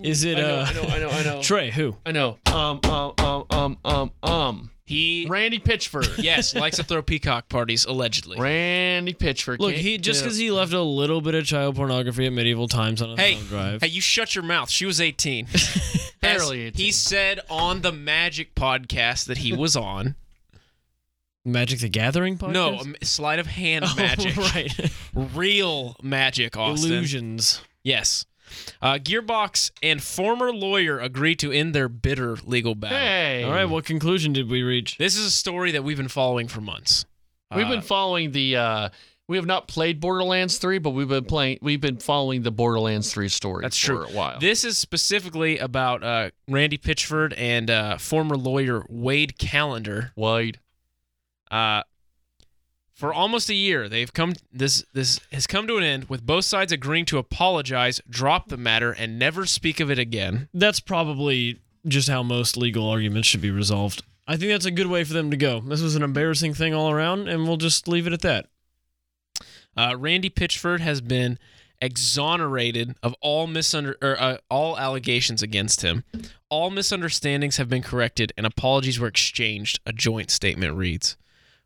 [SPEAKER 3] Is it uh?
[SPEAKER 2] I know. I know.
[SPEAKER 3] Trey, who?
[SPEAKER 2] I know. Um. Um. Um. Um. Um. Um.
[SPEAKER 5] He
[SPEAKER 2] Randy Pitchford.
[SPEAKER 5] [LAUGHS] yes likes to throw peacock parties allegedly.
[SPEAKER 2] Randy Pitchford.
[SPEAKER 3] Look,
[SPEAKER 2] can't
[SPEAKER 3] he just
[SPEAKER 2] get
[SPEAKER 3] because he left a little bit of child pornography at medieval times on a
[SPEAKER 5] Hey,
[SPEAKER 3] thumb drive.
[SPEAKER 5] hey, you shut your mouth. She was
[SPEAKER 3] [LAUGHS]
[SPEAKER 5] 18.
[SPEAKER 2] Barely
[SPEAKER 5] As
[SPEAKER 2] 18.
[SPEAKER 5] He said on the Magic podcast that he was on.
[SPEAKER 3] Magic the Gathering [LAUGHS] podcast.
[SPEAKER 5] no, um, sleight of hand
[SPEAKER 3] Oh, [LAUGHS]
[SPEAKER 5] magic.
[SPEAKER 3] right?
[SPEAKER 5] [LAUGHS] Real magic, Austin.
[SPEAKER 3] Illusions.
[SPEAKER 5] Yes. Uh, Gearbox and former lawyer agree to end their bitter legal battle.
[SPEAKER 2] Hey.
[SPEAKER 3] All right, what conclusion did we reach?
[SPEAKER 5] This is a story that we've been following for months.
[SPEAKER 2] We've
[SPEAKER 5] Uh,
[SPEAKER 2] been following the. uh We have not played Borderlands three, but we've been playing. We've been following the Borderlands three story.
[SPEAKER 5] That's
[SPEAKER 2] for
[SPEAKER 5] true.
[SPEAKER 2] A while.
[SPEAKER 5] This is specifically about uh, Randy Pitchford and uh, former lawyer Wade Callender.
[SPEAKER 2] Wade.
[SPEAKER 5] Uh, for almost a year, they've come. This this has come to an end with both sides agreeing to apologize, drop the matter, and never speak of it again.
[SPEAKER 3] That's probably just how most legal arguments should be resolved. I think that's a good way for them to go. This was an embarrassing thing all around, and we'll just leave it at that.
[SPEAKER 5] Uh, Randy Pitchford has been exonerated of all misunder or, uh, all allegations against him. All misunderstandings have been corrected, and apologies were exchanged. A joint statement reads.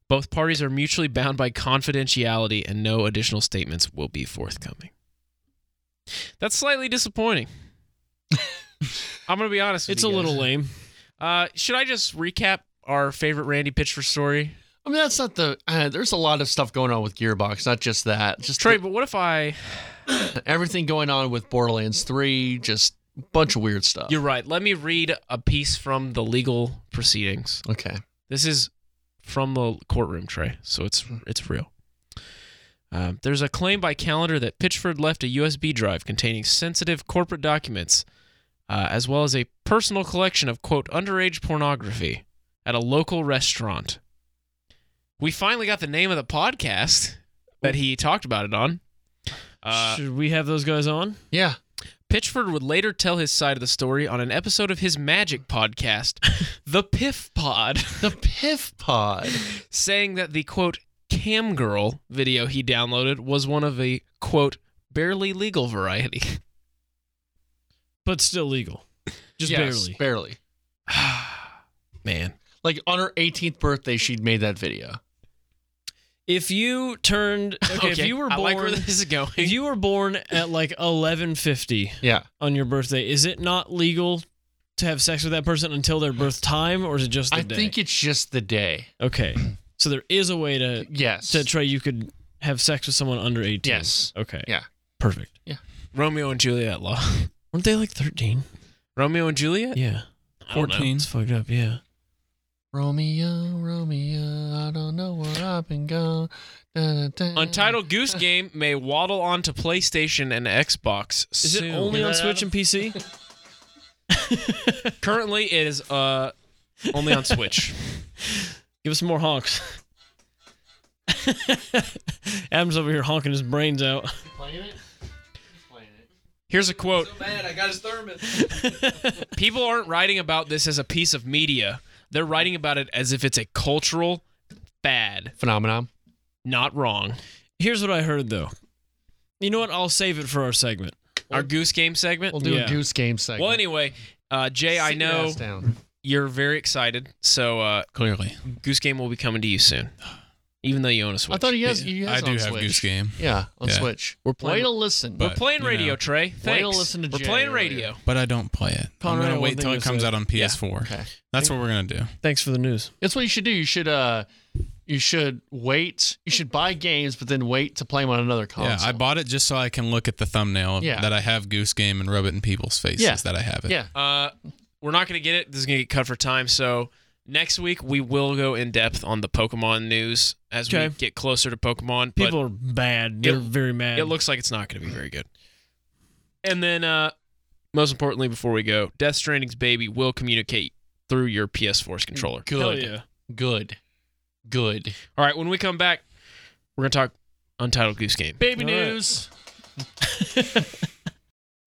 [SPEAKER 5] Both parties are mutually bound by confidentiality, and no additional statements will be forthcoming. That's slightly
[SPEAKER 3] [LAUGHS]
[SPEAKER 5] disappointing. I'm gonna be honest. With
[SPEAKER 3] It's a
[SPEAKER 5] you guys.
[SPEAKER 3] little lame.
[SPEAKER 5] Uh, should I just recap our favorite Randy Pitchford story?
[SPEAKER 2] I mean, that's not the. Uh, there's a lot of stuff going on with Gearbox, not just that. Just
[SPEAKER 5] Trey, but what if I?
[SPEAKER 2] the- [CLEARS THROAT] everything going on with Borderlands three. Just a bunch of weird stuff.
[SPEAKER 5] You're right. Let me read a piece from the legal proceedings.
[SPEAKER 2] okay.
[SPEAKER 5] This is from the courtroom, Trey, so it's it's real. Um, there's a claim by Calendar that Pitchford left a USB drive containing sensitive corporate documents, uh, as well as a personal collection of quote underage pornography, at a local restaurant. We finally got the name of the podcast that he talked about it on. Uh,
[SPEAKER 3] Should we have those guys on?
[SPEAKER 2] Yeah.
[SPEAKER 5] Pitchford would later tell his side of the story on an episode of his
[SPEAKER 3] [LAUGHS]
[SPEAKER 5] magic podcast, The Piff Pod,
[SPEAKER 2] The Piff Pod.
[SPEAKER 5] saying that the quote cam girl video he downloaded was one of a quote barely legal variety.
[SPEAKER 3] [LAUGHS] But still legal. Just
[SPEAKER 2] Yes,
[SPEAKER 3] barely.
[SPEAKER 2] Barely.
[SPEAKER 5] Man.
[SPEAKER 2] Like on her 18th birthday, she'd made that video.
[SPEAKER 3] if you
[SPEAKER 2] [LAUGHS]
[SPEAKER 3] turned okay, if you were
[SPEAKER 5] I like where
[SPEAKER 3] born
[SPEAKER 5] this is going.
[SPEAKER 3] if you were born at like 11:50
[SPEAKER 2] Yeah.
[SPEAKER 3] on your birthday, is it not legal to have sex with that person until their birth time or is it just the
[SPEAKER 2] I
[SPEAKER 3] day?
[SPEAKER 2] think it's just the day.
[SPEAKER 3] okay. So there is a way to
[SPEAKER 2] Yes.
[SPEAKER 3] to try you could have sex with someone under 18.
[SPEAKER 2] Yes.
[SPEAKER 3] Okay.
[SPEAKER 2] Yeah.
[SPEAKER 3] Perfect.
[SPEAKER 5] Romeo and Juliet law.
[SPEAKER 3] Weren't they like 13?
[SPEAKER 5] Romeo and Juliet.
[SPEAKER 3] Yeah.
[SPEAKER 5] I don't know.
[SPEAKER 4] 14.
[SPEAKER 3] It's fucked up, yeah.
[SPEAKER 2] Romeo, Romeo, I don't know where I've been gone. Da, da, da.
[SPEAKER 5] Untitled Goose Game may waddle onto PlayStation and Xbox.
[SPEAKER 3] Is
[SPEAKER 5] soon.
[SPEAKER 3] it only on
[SPEAKER 2] [LAUGHS]
[SPEAKER 3] Switch and PC?
[SPEAKER 5] Currently, it is uh only on Switch.
[SPEAKER 3] Give us some more honks. [LAUGHS] Adam's over here honking his brains out.
[SPEAKER 5] Here's a quote:
[SPEAKER 8] Man, I got his thermos.
[SPEAKER 5] People aren't writing about this as a piece of media. They're writing about it as if it's a cultural fad.
[SPEAKER 2] phenomenon.
[SPEAKER 5] Not wrong.
[SPEAKER 3] Here's what I heard though. You know what? I'll save it for our segment.
[SPEAKER 5] Our Goose Game segment.
[SPEAKER 2] We'll do
[SPEAKER 3] Yeah.
[SPEAKER 2] a goose game segment.
[SPEAKER 5] Well, anyway, uh, Jay, I
[SPEAKER 2] Sit your
[SPEAKER 5] know
[SPEAKER 2] ass down.
[SPEAKER 5] you're very excited, so uh,
[SPEAKER 4] Clearly,
[SPEAKER 5] Goose Game will be coming to you soon. Even though you own a Switch,
[SPEAKER 2] I thought he has. He
[SPEAKER 4] I
[SPEAKER 2] has
[SPEAKER 4] do
[SPEAKER 2] on
[SPEAKER 4] have
[SPEAKER 2] Switch.
[SPEAKER 4] Goose Game.
[SPEAKER 2] Yeah, on
[SPEAKER 4] Yeah.
[SPEAKER 2] Switch. We're
[SPEAKER 5] playing-
[SPEAKER 2] Way to listen.
[SPEAKER 4] But-
[SPEAKER 5] we're playing
[SPEAKER 4] you
[SPEAKER 5] radio,
[SPEAKER 4] know.
[SPEAKER 5] Trey.
[SPEAKER 2] Way
[SPEAKER 5] Thanks.
[SPEAKER 2] to listen to
[SPEAKER 5] we're
[SPEAKER 2] Jay
[SPEAKER 5] playing
[SPEAKER 2] earlier.
[SPEAKER 5] radio.
[SPEAKER 4] But I don't play it.
[SPEAKER 3] Conrad,
[SPEAKER 4] I'm gonna
[SPEAKER 3] one
[SPEAKER 4] wait till
[SPEAKER 3] thing
[SPEAKER 4] it
[SPEAKER 3] to
[SPEAKER 4] comes
[SPEAKER 3] say.
[SPEAKER 4] out on PS4.
[SPEAKER 2] Okay.
[SPEAKER 4] That's what we're gonna do.
[SPEAKER 3] Thanks for the news.
[SPEAKER 2] That's what you should do. You should uh, you should wait. You should buy games, but then wait to play them on another console.
[SPEAKER 4] Yeah, I bought it just so I can look at the thumbnail of-
[SPEAKER 2] Yeah.
[SPEAKER 4] that I have Goose Game and rub it in people's faces
[SPEAKER 2] Yeah.
[SPEAKER 4] that I have it.
[SPEAKER 2] Yeah,
[SPEAKER 5] Uh, we're not going to get it. This is going to get cut for time. So next week we will go in depth on the Pokemon news as
[SPEAKER 3] Okay.
[SPEAKER 5] we get closer to Pokemon. But
[SPEAKER 3] People are bad. They're
[SPEAKER 5] It-
[SPEAKER 3] very mad.
[SPEAKER 5] it looks like it's not going to be very good. And then, uh, most importantly, before we go, Death Stranding's baby will communicate through your PS4's controller.
[SPEAKER 2] good.
[SPEAKER 3] Hell yeah.
[SPEAKER 2] Good. Good.
[SPEAKER 5] All right, when we come back, we're going to talk Untitled Goose Game.
[SPEAKER 2] Baby
[SPEAKER 3] All right.
[SPEAKER 2] news.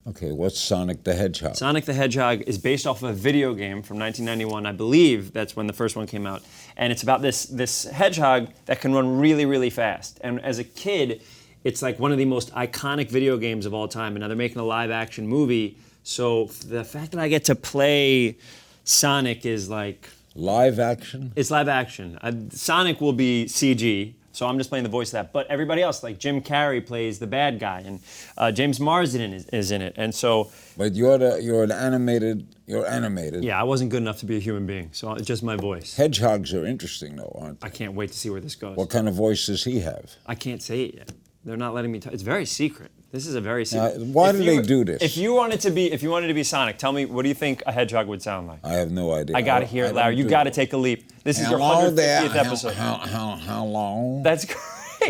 [SPEAKER 1] Okay, what's Sonic the Hedgehog?
[SPEAKER 10] Sonic the Hedgehog is based off of a video game from 1991, I believe. That's when the first one came out, and it's about this this hedgehog that can run really, really fast. And as a kid, it's like one of the most iconic video games of all time. And now they're making a live action movie, so f- the fact that I get to play Sonic is like
[SPEAKER 1] Live action?
[SPEAKER 10] it's live action. Uh, Sonic will be CG, so I'm just playing the voice of that. But everybody else, like Jim Carrey, plays the bad guy, and uh, James Marsden is, is in it, and so.
[SPEAKER 1] But you're the, you're an animated. You're animated.
[SPEAKER 10] Yeah, I wasn't good enough to be a human being, so it's just my voice.
[SPEAKER 1] Hedgehogs are interesting though, aren't they?
[SPEAKER 10] I can't wait to see where this goes.
[SPEAKER 1] What kind of voice does he have?
[SPEAKER 10] I can't say it yet. They're not letting me. T- it's very secret. This is a very secret.
[SPEAKER 1] Now, why
[SPEAKER 10] If
[SPEAKER 1] do
[SPEAKER 10] you
[SPEAKER 1] they
[SPEAKER 10] were-
[SPEAKER 1] do this?
[SPEAKER 10] If you wanted to be, if you wanted to be Sonic, tell me what do you think a hedgehog would sound like?
[SPEAKER 1] I have no idea.
[SPEAKER 10] I gotta hear it, Larry. You gotta take a leap. This is your
[SPEAKER 1] Hello
[SPEAKER 10] 150th
[SPEAKER 1] there.
[SPEAKER 10] episode.
[SPEAKER 1] [LAUGHS] How, how, how, how long?
[SPEAKER 10] That's great.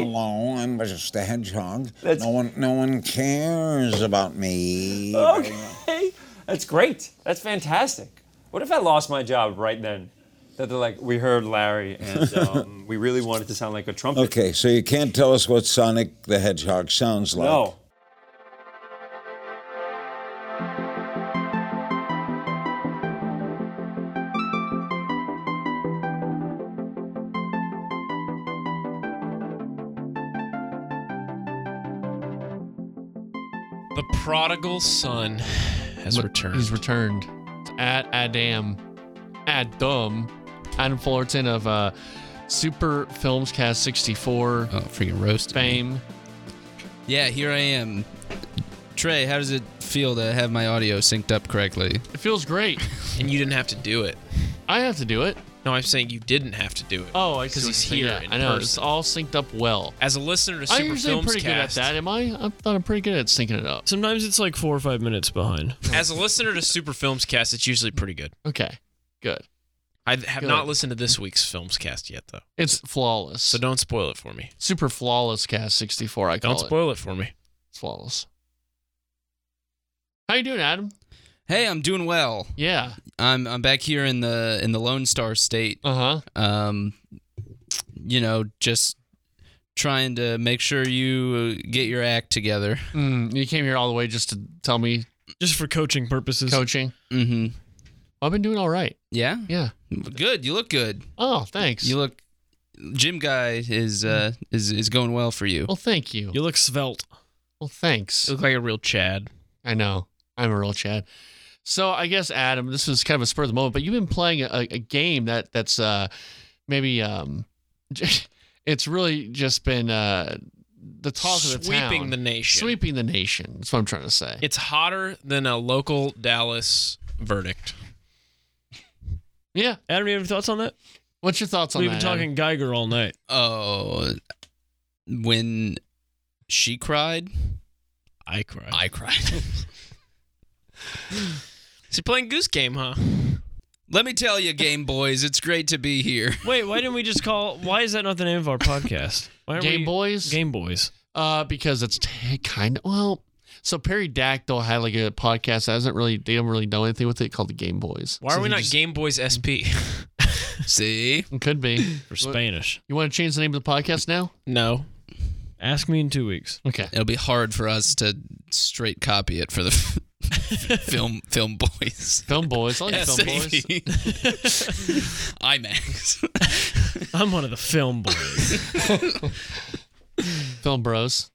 [SPEAKER 1] Hello, I'm just a hedgehog.
[SPEAKER 10] That's-
[SPEAKER 1] No one, no one cares about me.
[SPEAKER 10] Okay, that's great. That's fantastic. What if I lost my job right then? That they're like, we heard Larry, and um, we really wanted to sound like a trumpet.
[SPEAKER 1] Okay, so you can't tell us what Sonic the Hedgehog sounds like.
[SPEAKER 10] No.
[SPEAKER 5] The prodigal son has returned.
[SPEAKER 2] He's returned. It's At Adam. Adam. Adam Fullerton of uh, Super Films Cast 64
[SPEAKER 8] Oh, freaking roast
[SPEAKER 2] fame.
[SPEAKER 8] Yeah, here I am. Trey, how does it feel to have my audio synced up correctly?
[SPEAKER 2] It feels great.
[SPEAKER 5] [LAUGHS] and you didn't have to do it.
[SPEAKER 2] I have to do it.
[SPEAKER 5] No, I'm saying you didn't have to do it.
[SPEAKER 2] Oh, I see
[SPEAKER 5] Because
[SPEAKER 2] what
[SPEAKER 5] he's
[SPEAKER 2] you're
[SPEAKER 5] here
[SPEAKER 2] saying.
[SPEAKER 5] in
[SPEAKER 2] I know. It's
[SPEAKER 5] person.
[SPEAKER 2] all synced up well.
[SPEAKER 5] As a listener to
[SPEAKER 2] I'm
[SPEAKER 5] Super
[SPEAKER 2] usually
[SPEAKER 5] Films
[SPEAKER 2] pretty
[SPEAKER 5] Cast,
[SPEAKER 2] good at that, am I? I thought I'm pretty good at syncing it up.
[SPEAKER 3] Sometimes it's like four or five minutes behind.
[SPEAKER 5] as a listener to Super Films Cast, it's usually pretty good.
[SPEAKER 2] Okay, good.
[SPEAKER 5] I have
[SPEAKER 2] Good.
[SPEAKER 5] not listened to this week's Films Cast yet, though,
[SPEAKER 2] It's flawless.
[SPEAKER 5] so don't spoil it for me.
[SPEAKER 2] Super flawless cast 64. I call
[SPEAKER 5] Don't
[SPEAKER 2] it.
[SPEAKER 5] spoil it for me.
[SPEAKER 2] It's flawless. How you doing, Adam?
[SPEAKER 8] Hey, I'm doing well.
[SPEAKER 2] Yeah.
[SPEAKER 8] I'm I'm back here in the in the Lone Star State.
[SPEAKER 2] Uh huh.
[SPEAKER 8] Um, you know, just trying to make sure you uh, get your act together.
[SPEAKER 2] Mm, you came here all the way just to tell me
[SPEAKER 3] Just for coaching purposes.
[SPEAKER 2] coaching.
[SPEAKER 8] Mm-hmm.
[SPEAKER 2] I've been doing all right.
[SPEAKER 8] Yeah.
[SPEAKER 2] Yeah.
[SPEAKER 8] Good. You look good.
[SPEAKER 2] Oh, thanks. Mm.
[SPEAKER 8] You look. Gym guy is uh is is going well for you.
[SPEAKER 2] well, thank you.
[SPEAKER 3] You look svelte.
[SPEAKER 2] Well, thanks.
[SPEAKER 5] You look like a real Chad.
[SPEAKER 2] I know. I'm a real Chad. So I guess Adam, this was kind of a spur of the moment, but you've been playing a, a game that that's uh maybe um [LAUGHS] it's really just been uh, the talk of the town.
[SPEAKER 5] Sweeping the nation.
[SPEAKER 2] Sweeping the nation. That's what I'm trying to say.
[SPEAKER 5] It's hotter than a local Dallas verdict.
[SPEAKER 2] Yeah.
[SPEAKER 3] Adam, you have any thoughts on that?
[SPEAKER 2] What's your thoughts on
[SPEAKER 3] We've been
[SPEAKER 2] that? Uh,
[SPEAKER 3] talking Geiger all night.
[SPEAKER 8] Oh, when she cried,
[SPEAKER 3] I cried.
[SPEAKER 8] I
[SPEAKER 3] [LAUGHS]
[SPEAKER 8] cried.
[SPEAKER 5] Is he playing Goose Game, huh?
[SPEAKER 8] Let me tell you, Game Boys, it's great to be here.
[SPEAKER 3] Wait, why didn't we just call? Why is that not the name
[SPEAKER 2] [LAUGHS]
[SPEAKER 3] of our podcast? Why aren't
[SPEAKER 2] Adam? Game
[SPEAKER 3] we-
[SPEAKER 2] Boys?
[SPEAKER 3] Game Boys.
[SPEAKER 2] Uh, because it's t- kind of well. So Perry Dactyl had like a podcast that hasn't really they don't really know anything with it called the Game Boys.
[SPEAKER 5] Why
[SPEAKER 2] So
[SPEAKER 5] are we
[SPEAKER 2] they
[SPEAKER 5] not
[SPEAKER 2] just-
[SPEAKER 5] Game Boys [LAUGHS] SP?
[SPEAKER 8] See?
[SPEAKER 2] It Could be.
[SPEAKER 3] For Spanish.
[SPEAKER 2] You want to change the name of the podcast now?
[SPEAKER 5] no.
[SPEAKER 3] Ask me in two weeks.
[SPEAKER 2] Okay.
[SPEAKER 8] It'll be hard for us to straight copy it for the [LAUGHS] film film boys.
[SPEAKER 2] Film Boys. I like Film Boys. [LAUGHS]
[SPEAKER 8] [LAUGHS] IMAX.
[SPEAKER 3] I'm one of the film boys.
[SPEAKER 2] [LAUGHS] Film Bros.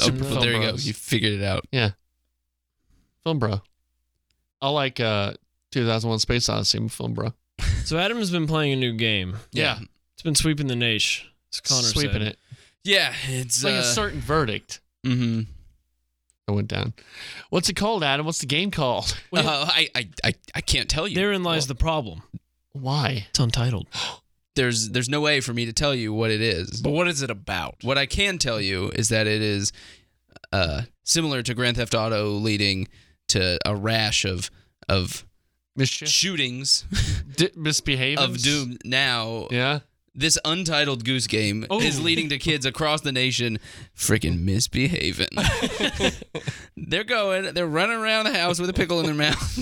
[SPEAKER 8] Oh,
[SPEAKER 2] Film
[SPEAKER 8] well, there you go.
[SPEAKER 2] Bros.
[SPEAKER 8] You figured it out.
[SPEAKER 2] Yeah. Film Bro. I like uh 2001 Space Odyssey Film Bro.
[SPEAKER 3] so Adam's been playing a new game.
[SPEAKER 8] Yeah.
[SPEAKER 3] It's been sweeping the niche. As Connor
[SPEAKER 2] Sweeping
[SPEAKER 3] said.
[SPEAKER 2] it.
[SPEAKER 8] Yeah, it's
[SPEAKER 2] It's like
[SPEAKER 8] uh,
[SPEAKER 2] a certain verdict
[SPEAKER 8] mhm.
[SPEAKER 2] that went down. What's it called, Adam? What's the game called?
[SPEAKER 8] [LAUGHS] Uh,
[SPEAKER 2] [LAUGHS]
[SPEAKER 8] I, I, I, I can't tell you.
[SPEAKER 3] Therein lies the problem.
[SPEAKER 2] Why?
[SPEAKER 8] [GASPS]
[SPEAKER 3] It's untitled.
[SPEAKER 8] there's there's no way for me to tell you what it is.
[SPEAKER 5] But what is it about?
[SPEAKER 8] What I can tell you is that it is uh, similar to Grand Theft Auto, leading to a rash of of
[SPEAKER 2] Mischief?
[SPEAKER 8] shootings
[SPEAKER 2] D- misbehaving?
[SPEAKER 8] of Doom. Now,
[SPEAKER 2] Yeah.
[SPEAKER 8] this untitled Goose Game
[SPEAKER 2] Oh.
[SPEAKER 8] is leading to kids across the nation freaking
[SPEAKER 5] [LAUGHS]
[SPEAKER 8] misbehaving. they're going, they're running around the house with a pickle in their mouth,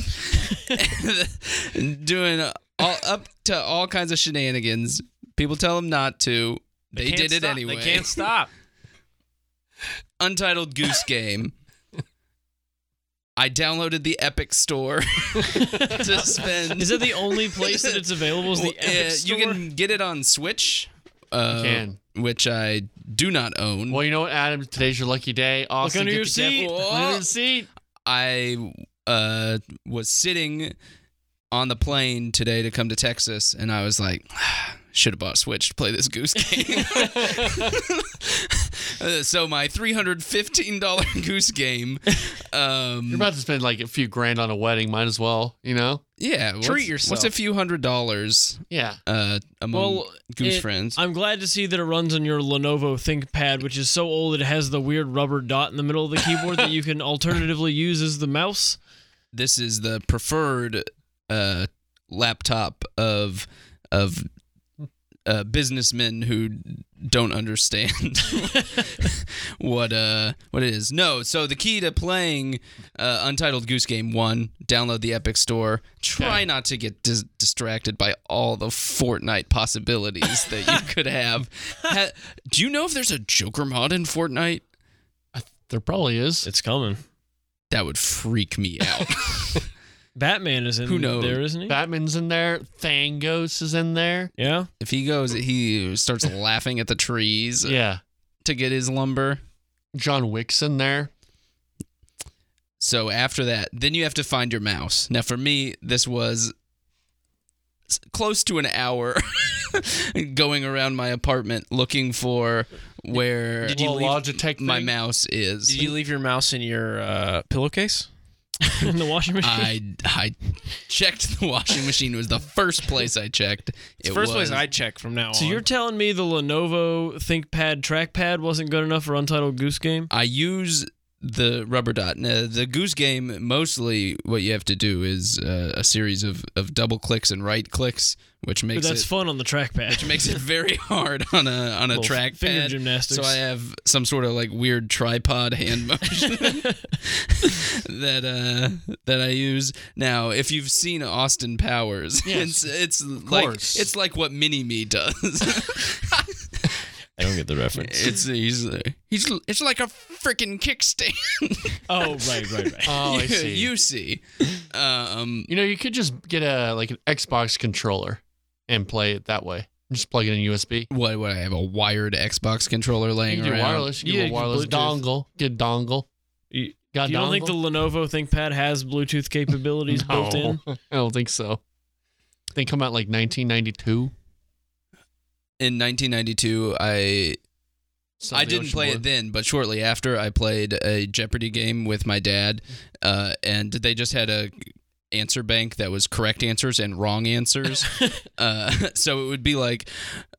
[SPEAKER 8] doing all up to all kinds of shenanigans. People tell them not to. They,
[SPEAKER 5] Can't
[SPEAKER 8] did it
[SPEAKER 5] stop-
[SPEAKER 8] anyway.
[SPEAKER 5] They can't stop.
[SPEAKER 8] Untitled Goose Game. I downloaded the Epic Store [LAUGHS] to spend.
[SPEAKER 3] Is it the only place that it's available? Is the
[SPEAKER 8] Well,
[SPEAKER 3] Epic
[SPEAKER 8] uh,
[SPEAKER 3] Store?
[SPEAKER 8] You can get it on Switch. Uh,
[SPEAKER 2] can.
[SPEAKER 8] Which I do not own.
[SPEAKER 2] Well, you know what, Adam? Today's your lucky day. Austin,
[SPEAKER 3] under
[SPEAKER 2] get
[SPEAKER 3] your
[SPEAKER 2] the
[SPEAKER 3] seat.
[SPEAKER 2] devil-
[SPEAKER 8] Whoa.
[SPEAKER 2] Under the seat.
[SPEAKER 8] I uh, was sitting on the plane today to come to Texas, and I was like, [SIGHS] should have bought a Switch to play this Goose [LAUGHS] game. Uh, [LAUGHS] so my $315 [LAUGHS] Goose game. Um,
[SPEAKER 2] You're about to spend like a few grand on a wedding. Might as well, you know?
[SPEAKER 8] yeah. What's,
[SPEAKER 5] Treat yourself.
[SPEAKER 8] What's a few hundred dollars
[SPEAKER 2] Yeah.
[SPEAKER 8] uh, [LAUGHS] among
[SPEAKER 3] Well,
[SPEAKER 8] Goose
[SPEAKER 3] it-
[SPEAKER 8] friends?
[SPEAKER 3] I'm glad to see that it runs on your Lenovo ThinkPad, which is so old it has the weird rubber dot in the middle of the keyboard that
[SPEAKER 8] [LAUGHS]
[SPEAKER 3] you can alternatively use as the mouse.
[SPEAKER 8] this is the preferred uh, laptop of of uh, businessmen who don't understand [LAUGHS] what uh what it is. No, so the key to playing uh, Untitled Goose Game one, download the Epic Store. Try not to get dis- distracted by all the Fortnite possibilities that you could have. Ha- Do you know if there's a Joker mod in Fortnite?
[SPEAKER 2] There probably is.
[SPEAKER 3] It's coming.
[SPEAKER 8] That would freak me out.
[SPEAKER 3] Batman is in
[SPEAKER 8] Who knows?
[SPEAKER 3] there, isn't he?
[SPEAKER 2] Batman's in there. Thangos is in there.
[SPEAKER 3] yeah.
[SPEAKER 8] if he goes, he starts
[SPEAKER 5] [LAUGHS]
[SPEAKER 8] laughing at the trees.
[SPEAKER 2] Yeah.
[SPEAKER 8] to get his lumber.
[SPEAKER 2] John Wick's in there.
[SPEAKER 8] So after that, then you have to find your mouse. Now for me, this was s- close to an hour [LAUGHS] going around my apartment looking for where
[SPEAKER 5] Did you
[SPEAKER 2] Well,
[SPEAKER 5] leave-
[SPEAKER 2] Logitech
[SPEAKER 8] my
[SPEAKER 2] thing.
[SPEAKER 8] mouse is.
[SPEAKER 5] Did you leave your mouse in your uh,
[SPEAKER 8] [LAUGHS]
[SPEAKER 5] pillowcase?
[SPEAKER 3] in the washing machine.
[SPEAKER 8] I I checked the washing machine was the first place I checked. It
[SPEAKER 5] It's first
[SPEAKER 8] was,
[SPEAKER 5] place I check from now
[SPEAKER 3] so
[SPEAKER 5] on.
[SPEAKER 3] you're telling me the Lenovo ThinkPad trackpad wasn't good enough for Untitled Goose Game?
[SPEAKER 8] I use the rubber dot. Now, the goose game mostly what you have to do is uh, a series of, of double clicks and right clicks, which
[SPEAKER 3] Dude,
[SPEAKER 8] makes
[SPEAKER 3] that's
[SPEAKER 8] it
[SPEAKER 3] fun on the trackpad.
[SPEAKER 8] makes it
[SPEAKER 3] [LAUGHS]
[SPEAKER 8] very hard on a on a
[SPEAKER 3] Little
[SPEAKER 8] track
[SPEAKER 3] finger
[SPEAKER 8] pad.
[SPEAKER 3] gymnastics.
[SPEAKER 8] So I have some sort of like weird tripod hand motion [LAUGHS] that uh that I use. Now, if you've seen Austin Powers,
[SPEAKER 2] Yes,
[SPEAKER 8] it's it's like
[SPEAKER 2] course.
[SPEAKER 8] it's like what Mini Me does. [LAUGHS]
[SPEAKER 3] I don't get the reference.
[SPEAKER 8] it's he's he's it's like a freaking kickstand.
[SPEAKER 3] oh, right, right, right.
[SPEAKER 2] [LAUGHS] Oh,
[SPEAKER 8] [LAUGHS]
[SPEAKER 2] I
[SPEAKER 8] you,
[SPEAKER 2] see. You,
[SPEAKER 8] you see. Um
[SPEAKER 2] know, you could just get a like an Xbox controller and play it that way. Just plug it in USB.
[SPEAKER 8] what would I have a wired Xbox controller
[SPEAKER 2] You
[SPEAKER 8] laying
[SPEAKER 2] can do
[SPEAKER 8] around?
[SPEAKER 2] wireless.
[SPEAKER 3] Yeah,
[SPEAKER 2] You can
[SPEAKER 3] you
[SPEAKER 2] do
[SPEAKER 3] can
[SPEAKER 2] wireless
[SPEAKER 3] Bluetooth.
[SPEAKER 2] dongle. Get a dongle.
[SPEAKER 3] You-
[SPEAKER 2] Got
[SPEAKER 3] Do you don't think the Lenovo ThinkPad has Bluetooth [LAUGHS] capabilities built
[SPEAKER 2] [LAUGHS]
[SPEAKER 3] in?
[SPEAKER 2] I don't think so. They come out like 1992.
[SPEAKER 8] in 1992, I
[SPEAKER 2] Son
[SPEAKER 8] I
[SPEAKER 2] of the
[SPEAKER 8] didn't
[SPEAKER 2] Ocean
[SPEAKER 8] play
[SPEAKER 2] Blue.
[SPEAKER 8] it then, but shortly after, I played a Jeopardy game with my dad, uh, and they just had a answer bank that was correct answers and wrong answers. uh, so it would be like,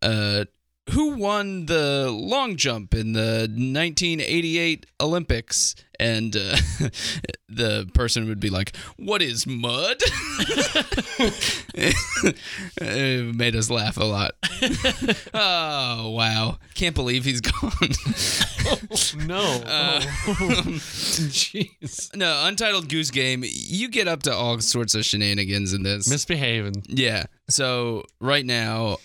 [SPEAKER 8] uh, who won the long jump in the 1988 Olympics? And uh, [LAUGHS] the person would be like, "What is mud?" [LAUGHS] it made us laugh a
[SPEAKER 2] [LAUGHS]
[SPEAKER 8] lot. oh wow! Can't believe he's gone.
[SPEAKER 2] [LAUGHS] No.
[SPEAKER 8] Uh,
[SPEAKER 2] [LAUGHS] Jeez.
[SPEAKER 8] no, Untitled Goose Game. You get up to all sorts of shenanigans in this.
[SPEAKER 2] Misbehaving.
[SPEAKER 8] Yeah. So right now,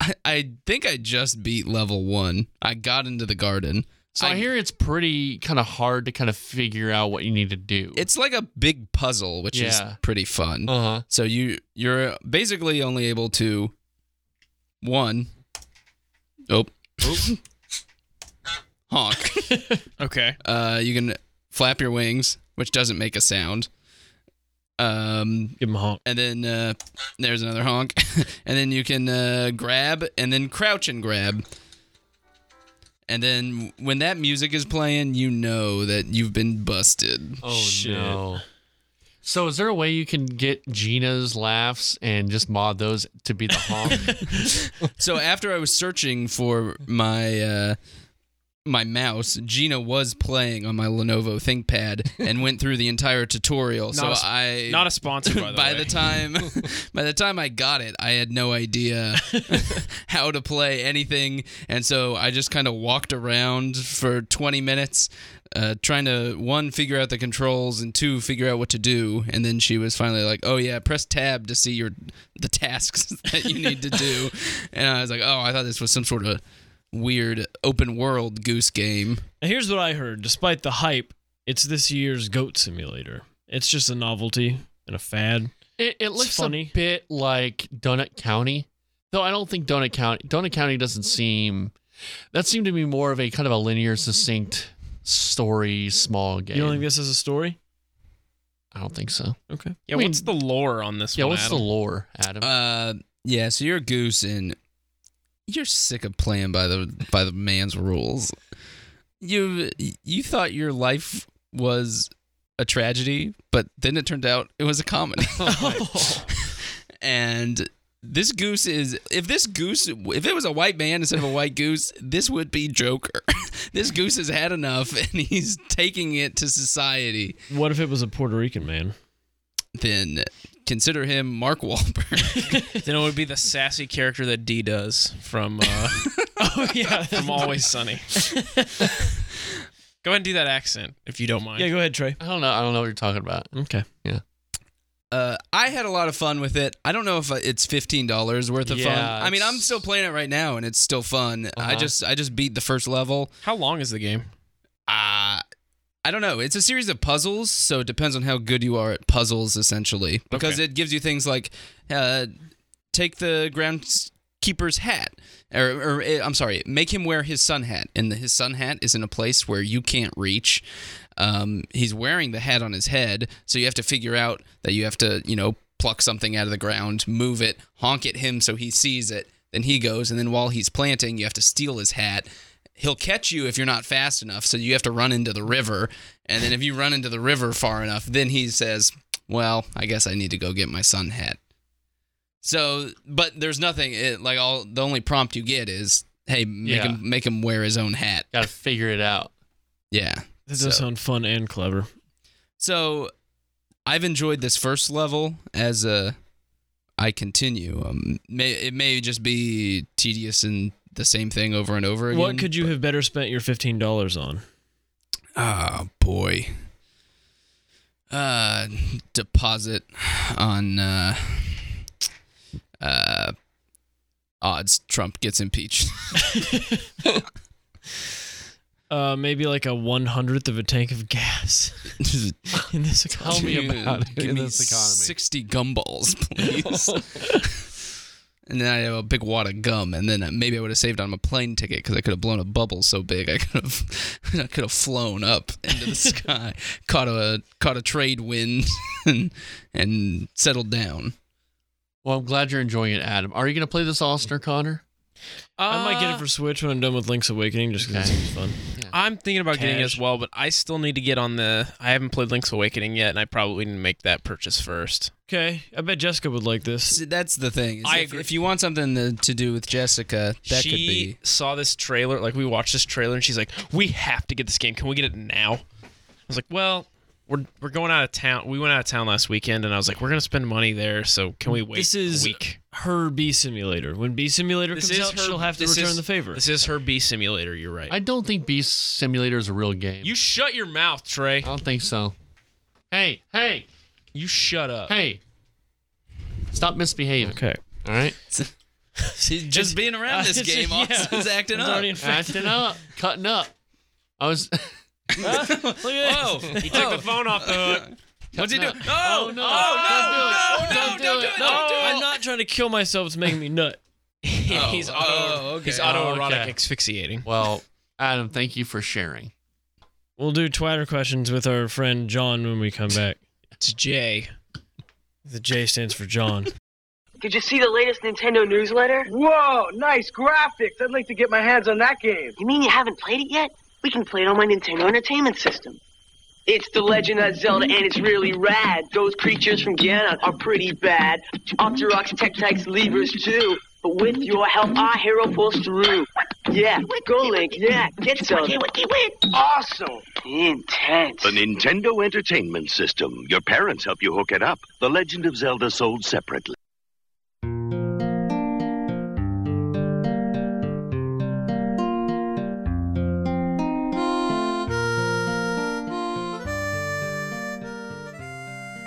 [SPEAKER 8] I, I think I just beat level one. I got into the garden.
[SPEAKER 2] So I, hear it's pretty kind of hard to kind of figure out what you need to do.
[SPEAKER 8] It's like a big puzzle, which
[SPEAKER 2] Yeah.
[SPEAKER 8] is pretty fun.
[SPEAKER 2] Uh-huh.
[SPEAKER 8] So you you're basically only able to one. Oh. [LAUGHS] honk.
[SPEAKER 5] [LAUGHS] Okay.
[SPEAKER 8] Uh, you can flap your wings, which doesn't make a sound. Um,
[SPEAKER 5] Give him a honk.
[SPEAKER 8] and then uh, there's another honk, [LAUGHS] and then you can uh, grab and then crouch and grab. And then when that music is playing, you know that you've been busted.
[SPEAKER 2] Oh no. So is there a way you can get Gina's laughs and just mod those to be the honk?
[SPEAKER 3] [LAUGHS]
[SPEAKER 8] so after I was searching for my uh, my mouse, Gina was playing on my Lenovo ThinkPad and went through the entire tutorial. so
[SPEAKER 5] a s-
[SPEAKER 8] I
[SPEAKER 5] Not a sponsor, by the
[SPEAKER 8] by
[SPEAKER 5] way.
[SPEAKER 8] the time [LAUGHS] by the time I got it, I had no idea how to play anything, and so I just kind of walked around for 20 minutes, uh, trying to one figure out the controls and two figure out what to do, and then she was finally like, "Oh yeah, press tab to see your the tasks [LAUGHS] that you need to do," and I was like, "Oh, I thought this was some sort of weird open world goose game."
[SPEAKER 3] Now, here's what I heard. Despite the hype, it's this year's Goat Simulator. It's just a novelty and a fad.
[SPEAKER 2] It, it looks
[SPEAKER 3] funny.
[SPEAKER 2] a bit like Donut County, though I don't think Donut County Donut County doesn't seem. That seemed to be more of a kind of a linear, succinct story, small game.
[SPEAKER 3] You don't think this is a story?
[SPEAKER 2] I don't think so.
[SPEAKER 3] Okay.
[SPEAKER 5] [LAUGHS] Yeah,
[SPEAKER 2] I mean-
[SPEAKER 5] what's the lore on this
[SPEAKER 2] Yeah,
[SPEAKER 5] one?
[SPEAKER 2] what's
[SPEAKER 5] Adam?
[SPEAKER 2] the
[SPEAKER 5] [LAUGHS]
[SPEAKER 2] lore, Adam?
[SPEAKER 8] Uh, yeah, so you're a goose and you're sick of playing by the by the man's rules. You you thought your life was a tragedy, but then it turned out it was a
[SPEAKER 2] [LAUGHS]
[SPEAKER 8] comedy.
[SPEAKER 2] Oh
[SPEAKER 8] [LAUGHS] and this goose is if this goose if it was a white man instead of a white goose, this would be Joker. [LAUGHS] this goose has had enough and he's taking it to society.
[SPEAKER 3] What if it was a Puerto Rican man?
[SPEAKER 8] Then consider him Mark Wahlberg.
[SPEAKER 5] [LAUGHS] Then it would be the sassy character that D does from uh,
[SPEAKER 8] [LAUGHS]
[SPEAKER 3] oh yeah.
[SPEAKER 5] from
[SPEAKER 2] [LAUGHS]
[SPEAKER 5] Always Sunny. Go ahead and do that accent if you don't mind.
[SPEAKER 3] Yeah, go ahead, Trey.
[SPEAKER 2] I don't know. I don't know what you're talking about.
[SPEAKER 3] Okay.
[SPEAKER 8] Uh, I had a lot of fun with it. I don't know if uh, it's fifteen dollars worth of fun.
[SPEAKER 2] Yeah,
[SPEAKER 8] I mean, I'm
[SPEAKER 2] it's-
[SPEAKER 8] still playing it right now, and it's still fun. I
[SPEAKER 2] Uh-huh.
[SPEAKER 8] just I just beat the first level.
[SPEAKER 5] How long is the game?
[SPEAKER 8] Uh, I don't know. It's a series of puzzles, so it depends on how good you are at puzzles, essentially, because
[SPEAKER 5] Okay.
[SPEAKER 8] it gives you things like uh, take the groundskeeper's hat, or, or uh, I'm sorry, make him wear his sun hat, and the, his sun hat is in a place where you can't reach. Um, he's wearing the hat on his head, so you have to figure out that you have to, you know, pluck something out of the ground, move it, honk at him so he sees it. Then he goes, and then while he's planting, you have to steal his hat. He'll catch you if you're not fast enough, so you have to run into the river. And then if you run into the river far enough, then he says, "Well, I guess I need to go get my sun hat." So, but there's nothing it, like all the only prompt you get is, "Hey, make
[SPEAKER 2] Yeah.
[SPEAKER 8] him make him wear his own hat."
[SPEAKER 2] Got to figure it out.
[SPEAKER 8] Yeah.
[SPEAKER 3] This does
[SPEAKER 8] So-
[SPEAKER 3] sound fun and clever.
[SPEAKER 8] So I've enjoyed this first level as uh, I continue. Um, may, it may just be tedious and the same thing over and over again.
[SPEAKER 3] [LAUGHS] What could you have better spent your fifteen dollars on?
[SPEAKER 8] Oh boy. Uh, deposit on uh, uh, odds Trump gets impeached. [LAUGHS]
[SPEAKER 3] Uh, maybe like a one hundredth of a tank
[SPEAKER 8] [LAUGHS]
[SPEAKER 3] of gas in this
[SPEAKER 2] Tell
[SPEAKER 3] economy.
[SPEAKER 2] me about it
[SPEAKER 8] Give
[SPEAKER 2] in
[SPEAKER 8] me
[SPEAKER 2] this economy.
[SPEAKER 8] sixty gumballs, please.
[SPEAKER 2] [LAUGHS]
[SPEAKER 8] and then I have a big wad of gum, and then uh, maybe I would have saved on my plane ticket because I could have blown a bubble so big I could have [LAUGHS] I could have flown up into the sky, [LAUGHS] caught a caught a trade wind, [LAUGHS] and, and settled down.
[SPEAKER 2] Well, I'm glad you're enjoying it, Adam. Are you going to play this Austin or Connor?
[SPEAKER 3] I might get it for Switch when I'm [LAUGHS] done with Link's Awakening, just because it seems fun.
[SPEAKER 5] I'm thinking about getting it as
[SPEAKER 3] Cash.
[SPEAKER 5] well, but I still need to get on the. I haven't played Link's Awakening yet, and I probably need to make that purchase first.
[SPEAKER 3] Okay, I bet Jessica would like this.
[SPEAKER 8] See, that's the thing. is
[SPEAKER 5] I
[SPEAKER 8] if,
[SPEAKER 5] agree.
[SPEAKER 8] if you want something to, to do with Jessica, that
[SPEAKER 5] she
[SPEAKER 8] could be.
[SPEAKER 5] saw this trailer, like we watched this trailer, and she's like, "We have to get this game. Can we get it now?" I was like, "Well, we're we're going out of town. We went out of town last weekend, and I was like, we're gonna spend money there, so can we wait?"
[SPEAKER 3] This
[SPEAKER 5] a
[SPEAKER 3] is
[SPEAKER 5] week?
[SPEAKER 3] her B Simulator. When B Simulator comes out, she'll have to
[SPEAKER 5] this
[SPEAKER 3] return
[SPEAKER 5] is-
[SPEAKER 3] the favor.
[SPEAKER 5] This is her B simulator. You're right.
[SPEAKER 2] I don't think Beast Simulator is a real game.
[SPEAKER 5] you shut your mouth, Trey.
[SPEAKER 2] I don't think so. Hey, hey,
[SPEAKER 5] You shut up.
[SPEAKER 2] hey. Stop misbehaving.
[SPEAKER 3] Okay.
[SPEAKER 8] [LAUGHS]
[SPEAKER 2] All right.
[SPEAKER 8] She's just being
[SPEAKER 3] [LAUGHS]
[SPEAKER 8] around this game. Austin's acting up.
[SPEAKER 2] Acting up, cutting up. I was. [LAUGHS]
[SPEAKER 5] Whoa! He took the phone off
[SPEAKER 3] [LAUGHS]
[SPEAKER 5] the hook.
[SPEAKER 2] What's
[SPEAKER 8] he doing?
[SPEAKER 2] Oh, no. Oh, no. Don't do it. Don't do it.
[SPEAKER 3] No, I'm not trying to kill myself. It's making me nut.
[SPEAKER 5] he's auto.
[SPEAKER 8] oh,
[SPEAKER 5] He's
[SPEAKER 8] okay.
[SPEAKER 5] autoerotic
[SPEAKER 2] Okay.
[SPEAKER 5] asphyxiating.
[SPEAKER 2] Well, Adam, thank you for sharing.
[SPEAKER 3] We'll do Twitter questions with our friend John when we come back.
[SPEAKER 5] It's Jay.
[SPEAKER 3] The J stands for John.
[SPEAKER 11] Did you see the latest Nintendo newsletter? Whoa, nice graphics. I'd like to get my hands on that game. You mean you haven't played it yet? We can play it on my Nintendo Entertainment System. It's The Legend of Zelda, and it's really rad. Those creatures from Ganon are pretty bad. Octoroks, Tektites, Levers, too. But with your help, our hero pulls through. Yeah, go Link, yeah, get Zelda. Awesome. Intense.
[SPEAKER 12] The Nintendo Entertainment System. Your parents help you hook it up. The Legend of Zelda sold separately.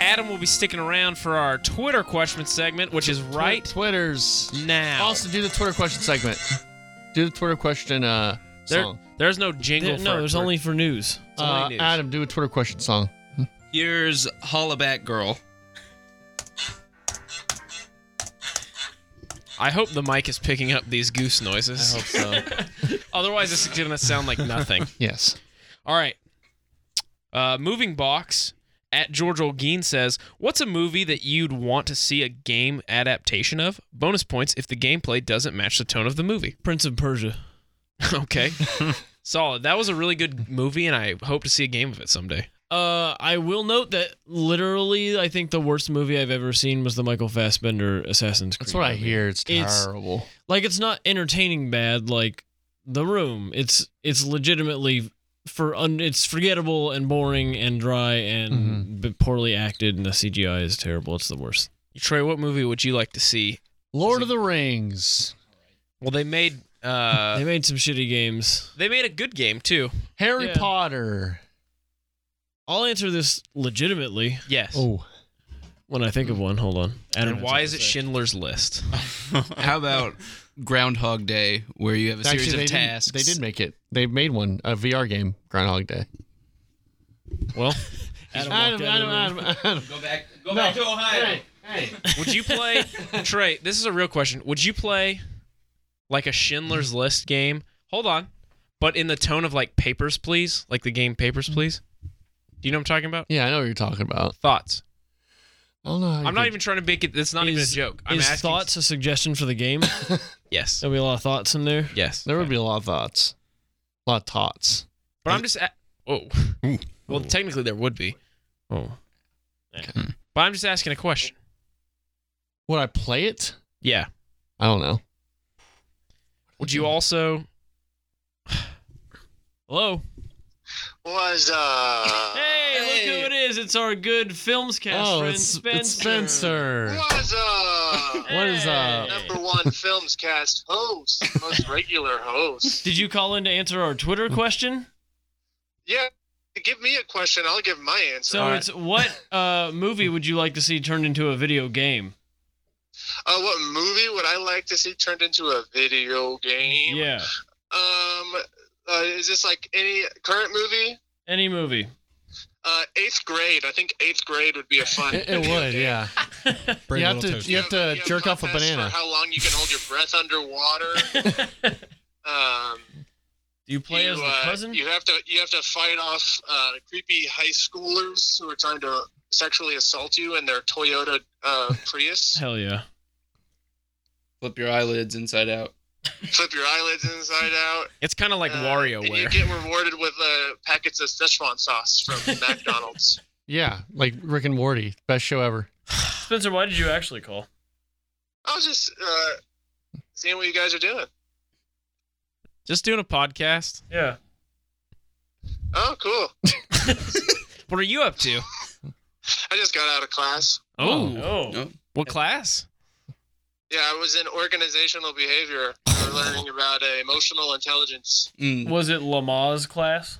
[SPEAKER 5] Adam will be sticking around for our Twitter question segment, which is right
[SPEAKER 2] Twitter's.
[SPEAKER 5] now.
[SPEAKER 2] Also, do the Twitter question segment. Do the Twitter question uh,
[SPEAKER 5] There-
[SPEAKER 2] song.
[SPEAKER 5] there's no jingle.
[SPEAKER 3] There-
[SPEAKER 5] for
[SPEAKER 3] no,
[SPEAKER 5] it,
[SPEAKER 3] there's
[SPEAKER 5] for-
[SPEAKER 3] only for news.
[SPEAKER 5] it's only
[SPEAKER 2] Uh,
[SPEAKER 5] news.
[SPEAKER 2] Adam, do a Twitter question song.
[SPEAKER 8] Here's Hollaback Girl.
[SPEAKER 5] I hope the mic is picking up these goose noises. I hope so. [LAUGHS] Otherwise, this is gonna sound like nothing.
[SPEAKER 2] Yes.
[SPEAKER 5] All right. Uh, moving box at George Olguin says, "What's a movie that you'd want to see a game adaptation of? Bonus points if the gameplay doesn't match the tone of the movie." [LAUGHS]
[SPEAKER 3] Prince of Persia.
[SPEAKER 5] okay, solid. That was a really good movie, and I hope to see a game of it someday.
[SPEAKER 3] Uh, I will note that literally, I think the worst movie I've ever seen was the Michael Fassbender Assassin's Creed.
[SPEAKER 2] That's what I
[SPEAKER 3] movie.
[SPEAKER 2] hear. It's
[SPEAKER 3] It's-
[SPEAKER 2] terrible.
[SPEAKER 3] Like, it's not entertaining bad, like The Room. It's it's legitimately for un- it's forgettable and boring and dry and
[SPEAKER 5] Mm-hmm.
[SPEAKER 3] b- poorly acted, and the CGI is terrible. It's the worst.
[SPEAKER 5] Trey, what movie would you like to see?
[SPEAKER 2] Lord of the Rings.
[SPEAKER 5] Well, they made uh,
[SPEAKER 3] [LAUGHS] they made some shitty games.
[SPEAKER 5] they made a good game too.
[SPEAKER 2] Harry
[SPEAKER 3] Yeah.
[SPEAKER 2] Potter.
[SPEAKER 3] I'll answer this legitimately
[SPEAKER 5] Yes.
[SPEAKER 2] Oh.
[SPEAKER 3] when I think of one. Hold on. Adam
[SPEAKER 5] and
[SPEAKER 3] has something
[SPEAKER 5] why is
[SPEAKER 3] to
[SPEAKER 5] it
[SPEAKER 3] say. [LAUGHS]
[SPEAKER 5] Schindler's List?
[SPEAKER 8] How about Groundhog Day, where you have a series
[SPEAKER 2] they
[SPEAKER 8] of
[SPEAKER 2] did,
[SPEAKER 8] tasks?
[SPEAKER 2] they did make it. They made one, a VR game, Groundhog Day.
[SPEAKER 8] [LAUGHS]
[SPEAKER 5] Well,
[SPEAKER 3] Adam, walked out of the room. [LAUGHS]
[SPEAKER 8] Go back, go back to Ohio.
[SPEAKER 5] would
[SPEAKER 2] [LAUGHS]
[SPEAKER 5] you play Trey? This is a real question. Would you play like a Schindler's List game? Hold on, but in the tone of like Papers Please, like the game Papers Please. Do you know what I'm talking about?
[SPEAKER 2] Mm-hmm. Yeah, I know what you're talking about.
[SPEAKER 5] Thoughts.
[SPEAKER 2] I don't know. how you
[SPEAKER 5] I'm not
[SPEAKER 2] could-
[SPEAKER 5] even trying to make it. It's not even a
[SPEAKER 3] Is-
[SPEAKER 5] joke. I'm
[SPEAKER 3] is
[SPEAKER 5] asking.
[SPEAKER 3] thoughts a suggestion for the game?
[SPEAKER 5] [LAUGHS] Yes.
[SPEAKER 3] There'll be a lot of thoughts in there.
[SPEAKER 5] Yes.
[SPEAKER 2] There would be a lot of thoughts, a lot of tots.
[SPEAKER 5] But I'm just. A- oh. Well, technically there would be.
[SPEAKER 3] Oh.
[SPEAKER 5] But I'm just asking a question.
[SPEAKER 2] Would I play it?
[SPEAKER 5] Yeah.
[SPEAKER 2] I don't know.
[SPEAKER 5] Would you also?
[SPEAKER 3] Hello.
[SPEAKER 12] Was, uh.
[SPEAKER 3] Hey, look who it is. It's our good films cast
[SPEAKER 2] oh,
[SPEAKER 3] friend,
[SPEAKER 2] it's
[SPEAKER 3] Spencer.
[SPEAKER 2] Spencer. It's Spencer.
[SPEAKER 12] Was, uh.
[SPEAKER 2] What is up?
[SPEAKER 12] Number one films cast host,
[SPEAKER 3] [LAUGHS]
[SPEAKER 12] most regular host.
[SPEAKER 3] Did you call in to answer our Twitter question?
[SPEAKER 12] Yeah, give me a question, I'll give my answer.
[SPEAKER 3] So it's what uh, movie would you like to see turned into a video game?
[SPEAKER 12] Uh, what movie would I like to see turned into a video game?
[SPEAKER 3] Yeah.
[SPEAKER 12] Um, uh, is this like any current movie?
[SPEAKER 3] Any movie.
[SPEAKER 12] Uh, eighth grade. I think eighth grade would be a fun.
[SPEAKER 2] It, it would, [LAUGHS] yeah.
[SPEAKER 4] Brave
[SPEAKER 2] you have
[SPEAKER 4] Little
[SPEAKER 2] to,
[SPEAKER 4] Toaster.
[SPEAKER 2] you have to
[SPEAKER 12] Yeah,
[SPEAKER 2] jerk off a
[SPEAKER 12] contest
[SPEAKER 2] banana.
[SPEAKER 12] For how long you can hold your breath underwater? um,
[SPEAKER 3] Do you play
[SPEAKER 12] you,
[SPEAKER 3] as the
[SPEAKER 12] uh,
[SPEAKER 3] cousin?
[SPEAKER 12] you have to you have to fight off uh, creepy high schoolers who are trying to sexually assault you in
[SPEAKER 3] [LAUGHS]
[SPEAKER 12] their Toyota uh, Prius.
[SPEAKER 3] Hell yeah.
[SPEAKER 8] Flip your eyelids inside out. Uh,
[SPEAKER 12] flip your eyelids inside out. Uh,
[SPEAKER 5] It's kind of like
[SPEAKER 12] and you
[SPEAKER 5] WarioWare.
[SPEAKER 12] get rewarded with uh, packets of Szechuan
[SPEAKER 3] [LAUGHS]
[SPEAKER 12] sauce from McDonald's.
[SPEAKER 2] Yeah, like Rick and Morty, best show ever.
[SPEAKER 3] Spencer, why did you actually call?
[SPEAKER 12] I was just uh, seeing what you guys are doing.
[SPEAKER 5] Just doing a podcast.
[SPEAKER 3] Yeah.
[SPEAKER 12] Oh,
[SPEAKER 3] [LAUGHS]
[SPEAKER 12] cool.
[SPEAKER 5] What are you up to?
[SPEAKER 12] I just got out of class.
[SPEAKER 5] Oh.
[SPEAKER 3] Oh.
[SPEAKER 5] What class?
[SPEAKER 12] Yeah, I was in organizational behavior. We were learning about uh, emotional intelligence.
[SPEAKER 2] Mm.
[SPEAKER 3] Was it Lamaze class?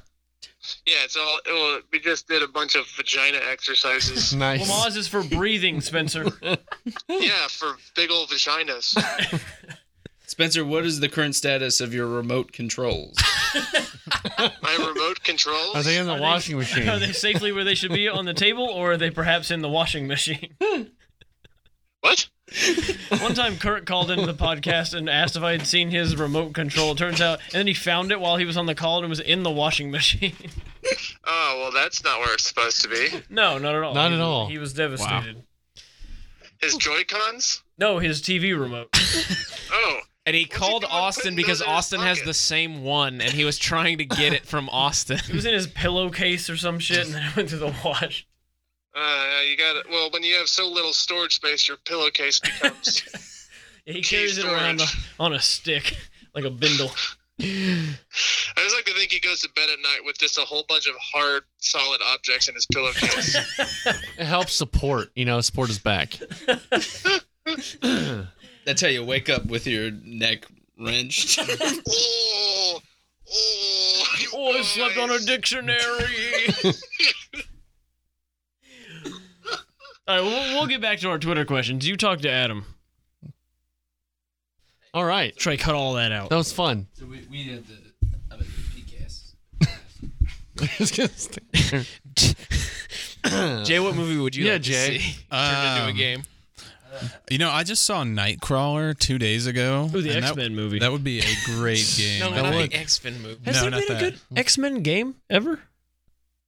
[SPEAKER 12] Yeah, it's all. It will, we just did a bunch of vagina
[SPEAKER 2] [LAUGHS]
[SPEAKER 12] exercises.
[SPEAKER 3] Lamaze is for breathing, Spencer.
[SPEAKER 12] yeah, for big old vaginas.
[SPEAKER 8] Spencer, what is the current status of your remote controls?
[SPEAKER 12] My
[SPEAKER 3] [LAUGHS]
[SPEAKER 12] remote controls.
[SPEAKER 2] Are they in the washing machine?
[SPEAKER 3] are they safely where they should be on the table, or are they perhaps in the washing
[SPEAKER 2] [LAUGHS]
[SPEAKER 3] machine?
[SPEAKER 12] What?
[SPEAKER 3] One time, Kurt called into the podcast and asked if I had seen his remote control. It turns out, and then he found it while he was on the call and it was in the washing machine. [LAUGHS]
[SPEAKER 12] Oh well, that's not where it's supposed to be.
[SPEAKER 3] no, not at all.
[SPEAKER 2] Not
[SPEAKER 3] He-
[SPEAKER 2] at all.
[SPEAKER 3] He was devastated.
[SPEAKER 12] His Joy Cons.
[SPEAKER 3] No, his TV
[SPEAKER 5] [LAUGHS]
[SPEAKER 3] remote.
[SPEAKER 12] Oh,
[SPEAKER 5] And he called Austin because Austin has the same one, and he was trying to get it from Austin. [GASPS]
[SPEAKER 3] It was in his pillowcase or some shit, and then it went to the wash.
[SPEAKER 12] uh, you got it. Well, when you have so little storage space, your pillowcase becomes.
[SPEAKER 3] Yeah, he [LAUGHS] carries it around on a, on a stick, like a bindle.
[SPEAKER 12] I just like to think he goes to bed at night with just a whole bunch of hard, solid objects in his pillowcase.
[SPEAKER 2] It helps support, you know, support his back.
[SPEAKER 8] [LAUGHS] That's how you wake up with your neck wrenched.
[SPEAKER 12] oh,
[SPEAKER 3] Oh, I slept on a dictionary. All right, we'll, we'll get back to our Twitter questions. You talked to Adam.
[SPEAKER 2] All right.
[SPEAKER 3] Trey, cut all that out.
[SPEAKER 2] That
[SPEAKER 8] [LAUGHS]
[SPEAKER 2] was fun.
[SPEAKER 8] so we, we did the, I mean, the PCAS.
[SPEAKER 5] [COUGHS] Jay, what movie would you
[SPEAKER 2] Yeah,
[SPEAKER 5] like
[SPEAKER 2] Jay.
[SPEAKER 5] to
[SPEAKER 4] [LAUGHS]
[SPEAKER 5] see turned into a
[SPEAKER 4] Um,
[SPEAKER 5] game?
[SPEAKER 4] You know, I just saw Nightcrawler two days ago.
[SPEAKER 3] Ooh, the
[SPEAKER 4] and that-
[SPEAKER 3] X-Men movie.
[SPEAKER 4] That would be a great game.
[SPEAKER 5] No,
[SPEAKER 4] That
[SPEAKER 5] not
[SPEAKER 4] would-
[SPEAKER 5] the X Men movie.
[SPEAKER 4] Has No, there not been a that.
[SPEAKER 3] X Men game ever? I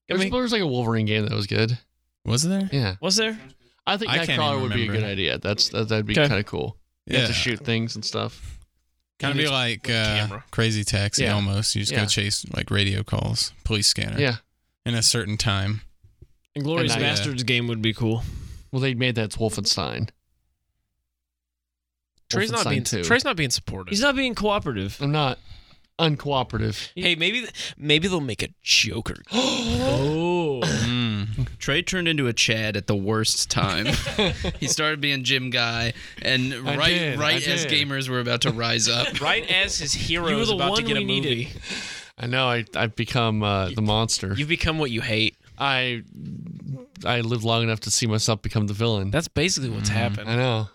[SPEAKER 2] There's-
[SPEAKER 3] mean-
[SPEAKER 2] there was like a Wolverine game that was good.
[SPEAKER 4] was there?
[SPEAKER 2] Yeah.
[SPEAKER 3] Was there?
[SPEAKER 2] I think
[SPEAKER 4] I can't
[SPEAKER 2] Nightcrawler
[SPEAKER 4] even
[SPEAKER 2] would be a good
[SPEAKER 4] remember.
[SPEAKER 2] idea. That's that, That'd be
[SPEAKER 3] Okay.
[SPEAKER 2] kind of cool. You have to
[SPEAKER 4] Yeah.
[SPEAKER 2] shoot things and stuff.
[SPEAKER 4] Kind of be like uh, Crazy Taxi
[SPEAKER 2] Yeah.
[SPEAKER 4] almost. You just
[SPEAKER 2] Yeah.
[SPEAKER 4] go chase like radio calls, police scanner.
[SPEAKER 2] Yeah.
[SPEAKER 4] In a certain time.
[SPEAKER 3] Glorious
[SPEAKER 2] And I, uh,
[SPEAKER 3] Bastards game would be cool.
[SPEAKER 2] Well, they made that Wolfenstein.
[SPEAKER 5] Trey's not
[SPEAKER 2] Wolfenstein
[SPEAKER 5] being
[SPEAKER 2] 2.
[SPEAKER 5] Trey's not being supportive.
[SPEAKER 3] He's not being cooperative.
[SPEAKER 2] I'm not uncooperative.
[SPEAKER 5] hey, maybe maybe they'll make a Joker. [GASPS]
[SPEAKER 3] Oh,
[SPEAKER 8] Mm. Trey turned into a Chad at the worst time. he started being gym guy, and
[SPEAKER 2] I
[SPEAKER 8] right
[SPEAKER 2] did,
[SPEAKER 8] right
[SPEAKER 2] I
[SPEAKER 8] as
[SPEAKER 2] did.
[SPEAKER 8] gamers were about to rise
[SPEAKER 5] [LAUGHS]
[SPEAKER 8] up,
[SPEAKER 5] [LAUGHS] right as his hero
[SPEAKER 3] You were
[SPEAKER 5] is
[SPEAKER 3] the
[SPEAKER 5] about to
[SPEAKER 3] one
[SPEAKER 5] get a
[SPEAKER 3] we
[SPEAKER 5] movie.
[SPEAKER 3] needed.
[SPEAKER 2] I know. I I've become uh, the monster.
[SPEAKER 5] You've become what you hate.
[SPEAKER 2] I I lived long enough to see myself become the villain. Mm-hmm.
[SPEAKER 5] That's basically what's
[SPEAKER 2] I
[SPEAKER 5] happened.
[SPEAKER 2] know.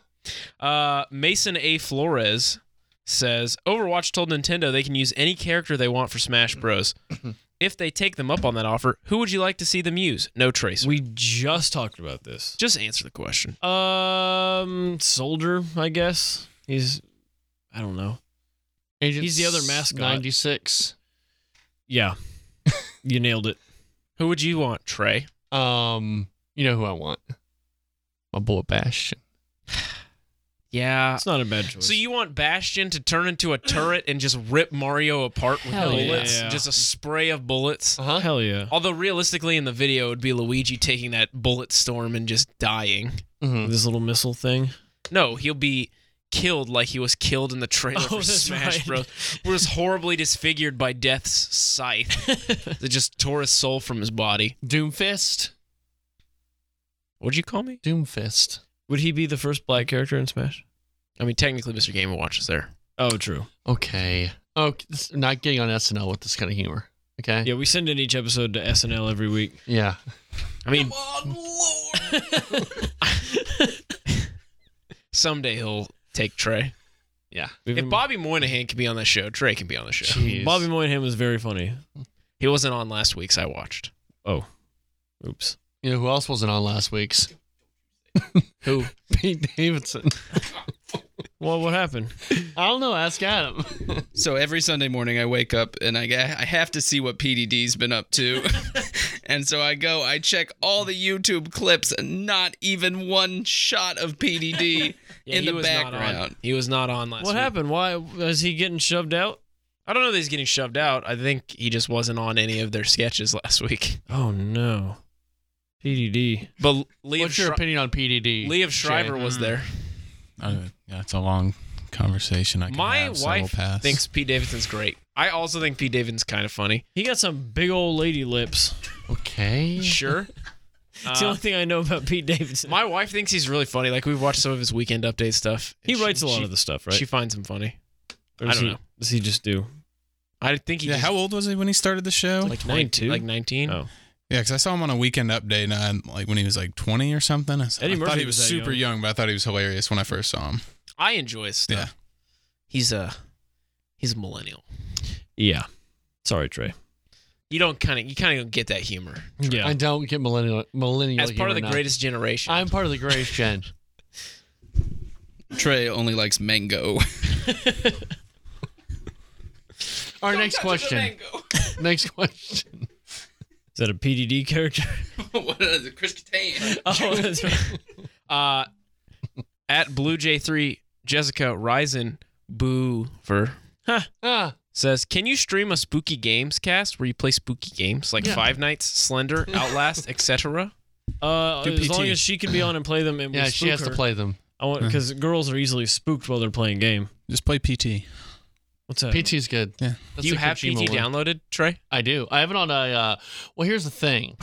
[SPEAKER 5] Uh, Mason A. Flores says Overwatch told Nintendo they can use any character they want for Smash Bros. if they take them up on that offer, who would you like to see them use? No trace.
[SPEAKER 3] we just talked about this.
[SPEAKER 5] just answer the question.
[SPEAKER 3] Um, soldier, I guess he's. I don't know.
[SPEAKER 2] Agent
[SPEAKER 3] He's the other mascot.
[SPEAKER 2] Ninety six.
[SPEAKER 5] [LAUGHS]
[SPEAKER 3] Yeah, you nailed it.
[SPEAKER 5] Who would you want, Trey?
[SPEAKER 2] Um, you know who I want? My boy Bastion.
[SPEAKER 5] Yeah.
[SPEAKER 3] It's not a bad choice.
[SPEAKER 5] Uh, So you want Bastion to turn into a turret and just rip Mario apart with
[SPEAKER 2] Hell
[SPEAKER 5] bullets?
[SPEAKER 3] yeah.
[SPEAKER 5] Just a spray of bullets.
[SPEAKER 2] Uh huh.
[SPEAKER 3] Hell yeah.
[SPEAKER 5] Although realistically in the video it would be Luigi taking that bullet storm and just dying.
[SPEAKER 2] hmm
[SPEAKER 3] This little missile thing.
[SPEAKER 5] No, he'll be killed like he was killed in
[SPEAKER 2] [LAUGHS]
[SPEAKER 5] the trailer
[SPEAKER 3] Oh,
[SPEAKER 5] for
[SPEAKER 3] that's
[SPEAKER 5] Smash
[SPEAKER 3] right.
[SPEAKER 5] Bros. Where was horribly disfigured by
[SPEAKER 2] [LAUGHS]
[SPEAKER 5] Death's scythe that just tore his soul from his body.
[SPEAKER 2] Doomfist.
[SPEAKER 5] What'd you call me?
[SPEAKER 2] Doomfist.
[SPEAKER 3] Would he be the first black character in Smash?
[SPEAKER 5] I mean, technically, Mr. Game and Watch is there.
[SPEAKER 3] Oh, true.
[SPEAKER 2] Okay. Oh, this- not getting on SNL with this kind of humor. Okay.
[SPEAKER 3] Yeah, we send in each episode to SNL every week. [LAUGHS]
[SPEAKER 2] Yeah.
[SPEAKER 5] I mean, [LAUGHS] someday he'll take Trey.
[SPEAKER 2] Yeah.
[SPEAKER 5] If Bobby Moynihan can be on the show, Trey can be on the show.
[SPEAKER 2] Jeez.
[SPEAKER 3] Bobby Moynihan was very funny. Oh.
[SPEAKER 5] He wasn't on last week's. I watched.
[SPEAKER 3] Oops.
[SPEAKER 2] You know who else wasn't on last week's?
[SPEAKER 5] [LAUGHS] Who?
[SPEAKER 2] [LAUGHS] Pete Davidson.
[SPEAKER 3] Well, what happened?
[SPEAKER 2] I don't know. Ask Adam. [LAUGHS] [LAUGHS]
[SPEAKER 8] So every Sunday morning, I wake up and I, I have to see what PDD's been up to. And so I go, I check all the YouTube clips, and not even one shot of
[SPEAKER 2] [LAUGHS]
[SPEAKER 8] PDD in
[SPEAKER 5] he
[SPEAKER 8] the
[SPEAKER 5] was not on.
[SPEAKER 8] background.
[SPEAKER 5] He was not on last.
[SPEAKER 8] What
[SPEAKER 5] happened? Why is he getting shoved out? I don't know that he's getting shoved out. I think he just wasn't on any of their sketches last week.
[SPEAKER 3] Oh no. PDD.
[SPEAKER 5] But Lee
[SPEAKER 2] What's your opinion on PDD?
[SPEAKER 5] Lee of Shriver
[SPEAKER 2] Shay?
[SPEAKER 5] was there.
[SPEAKER 4] Uh, yeah, it's a long conversation. I can
[SPEAKER 5] My
[SPEAKER 4] have, so we'll
[SPEAKER 5] wife
[SPEAKER 4] pass.
[SPEAKER 5] thinks Pete Davidson's great. I also think Pete Davidson's kind of funny.
[SPEAKER 3] He got some big old lady lips.
[SPEAKER 2] Okay.
[SPEAKER 5] Sure.
[SPEAKER 3] [LAUGHS] It's the only thing I know about Pete Davidson.
[SPEAKER 5] Uh, My wife thinks he's really funny. Like we've watched some of his weekend update stuff.
[SPEAKER 3] He
[SPEAKER 5] And
[SPEAKER 3] writes a lot of the stuff, right?
[SPEAKER 5] She finds him funny.
[SPEAKER 3] Or
[SPEAKER 5] I
[SPEAKER 3] does
[SPEAKER 5] don't
[SPEAKER 3] he-
[SPEAKER 5] know.
[SPEAKER 3] Does he just do?
[SPEAKER 5] I think he.
[SPEAKER 4] Yeah,
[SPEAKER 5] just-
[SPEAKER 4] how old was he when he started the show?
[SPEAKER 5] Like 19. Like 19.
[SPEAKER 3] Oh.
[SPEAKER 4] Yeah, because I saw him on a weekend update, and I, like when he was like 20 or something. I, s-
[SPEAKER 5] Eddie
[SPEAKER 4] I thought
[SPEAKER 5] Murphy
[SPEAKER 4] he was,
[SPEAKER 5] was that
[SPEAKER 4] super young. but I thought he was hilarious when I first saw him.
[SPEAKER 5] I enjoy his stuff.
[SPEAKER 4] Yeah.
[SPEAKER 5] He's a he's a millennial.
[SPEAKER 3] Yeah. Sorry, Trey.
[SPEAKER 5] You don't kind of you kind of don't get that humor.
[SPEAKER 2] I don't get millennial millennial
[SPEAKER 5] As part
[SPEAKER 2] humor
[SPEAKER 5] of the
[SPEAKER 2] now.
[SPEAKER 5] greatest generation.
[SPEAKER 2] I'm part of the greatest gen.
[SPEAKER 8] Trey only likes
[SPEAKER 2] [LAUGHS]
[SPEAKER 8] mango.
[SPEAKER 2] Our
[SPEAKER 8] Don't
[SPEAKER 2] next
[SPEAKER 8] touch the
[SPEAKER 2] question.
[SPEAKER 8] mango.
[SPEAKER 2] next question.
[SPEAKER 3] Is that a PDD character?
[SPEAKER 8] [LAUGHS]
[SPEAKER 3] [LAUGHS]
[SPEAKER 8] what is it, Chris Kattan?
[SPEAKER 3] oh,
[SPEAKER 8] [LAUGHS]
[SPEAKER 3] that's right.
[SPEAKER 5] [LAUGHS] Uh, at Blue J three, Jessica Risen Boo for
[SPEAKER 2] [LAUGHS] Ah,
[SPEAKER 5] says, "Can you stream a spooky games cast where you play spooky games like
[SPEAKER 2] Yeah.
[SPEAKER 5] Five Nights,
[SPEAKER 3] [LAUGHS]
[SPEAKER 5] Slender, Outlast, etc.?"
[SPEAKER 3] Uh,
[SPEAKER 5] Do
[SPEAKER 3] as
[SPEAKER 5] PT.
[SPEAKER 3] long as she can be on and play them, and we
[SPEAKER 2] yeah, she
[SPEAKER 3] spook
[SPEAKER 2] has to
[SPEAKER 3] her.
[SPEAKER 2] play them.
[SPEAKER 3] I want because girls are easily spooked while they're playing game.
[SPEAKER 4] Just play PT.
[SPEAKER 3] What's that?
[SPEAKER 2] PT's good.
[SPEAKER 4] Yeah.
[SPEAKER 2] That's
[SPEAKER 5] Do you
[SPEAKER 2] the
[SPEAKER 5] have
[SPEAKER 2] Kojima
[SPEAKER 5] PT
[SPEAKER 2] one.
[SPEAKER 5] downloaded, Trey?
[SPEAKER 2] I do. I have it on a. Uh, well, here's the
[SPEAKER 5] [LAUGHS]
[SPEAKER 2] thing.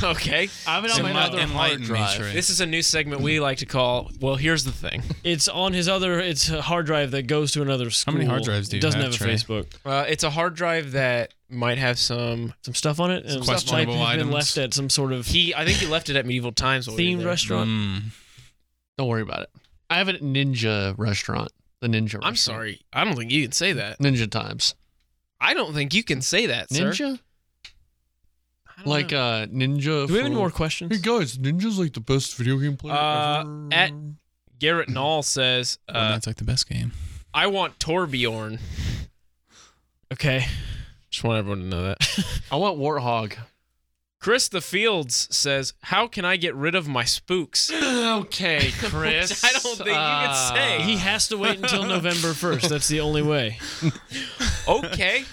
[SPEAKER 5] okay,
[SPEAKER 2] I have it on my
[SPEAKER 4] Enlighten-
[SPEAKER 2] other hard
[SPEAKER 4] enlighten me,
[SPEAKER 2] drive.
[SPEAKER 4] Trey.
[SPEAKER 5] this is a new segment we like to call. Well, here's the thing.
[SPEAKER 3] It's on his other. It's a hard drive that goes to another school.
[SPEAKER 4] many hard drives do you
[SPEAKER 3] It doesn't
[SPEAKER 4] have,
[SPEAKER 3] have, a
[SPEAKER 4] Trey?
[SPEAKER 3] Facebook.
[SPEAKER 5] Uh, it's a hard drive that might have some.
[SPEAKER 3] Some stuff on it. And it
[SPEAKER 4] questionable
[SPEAKER 3] might have been
[SPEAKER 4] items.
[SPEAKER 3] left at some sort of
[SPEAKER 5] He, I think he left it at medieval times. while we were
[SPEAKER 3] themed
[SPEAKER 5] there.
[SPEAKER 3] restaurant.
[SPEAKER 4] Mm.
[SPEAKER 2] Don't worry about it. I have it at Ninja Restaurant. The Ninja.
[SPEAKER 5] I'm
[SPEAKER 2] restaurant.
[SPEAKER 5] sorry. I don't think you can say that.
[SPEAKER 2] Ninja Times.
[SPEAKER 5] I don't think you can say that, sir.
[SPEAKER 2] Ninja.
[SPEAKER 5] I don't
[SPEAKER 2] Like
[SPEAKER 5] know.
[SPEAKER 2] uh,
[SPEAKER 3] Do
[SPEAKER 2] Ninja.
[SPEAKER 3] we have any
[SPEAKER 2] for-
[SPEAKER 3] more questions?
[SPEAKER 2] guys, Ninja's like the best video game player
[SPEAKER 5] Uh, at- Garrett Knoll says,
[SPEAKER 4] And
[SPEAKER 5] uh,
[SPEAKER 4] that's like the best game.
[SPEAKER 5] "I want Torbjorn."
[SPEAKER 3] Okay.
[SPEAKER 5] Just want everyone to know that.
[SPEAKER 2] I want Warthog.
[SPEAKER 5] Chris the Fields says, "How can I get rid of my spooks?" [LAUGHS]
[SPEAKER 2] okay, Chris.
[SPEAKER 5] I don't think you can say.
[SPEAKER 3] He [LAUGHS] has to wait
[SPEAKER 5] [LAUGHS]
[SPEAKER 3] until November first. That's the only way.
[SPEAKER 5] Okay,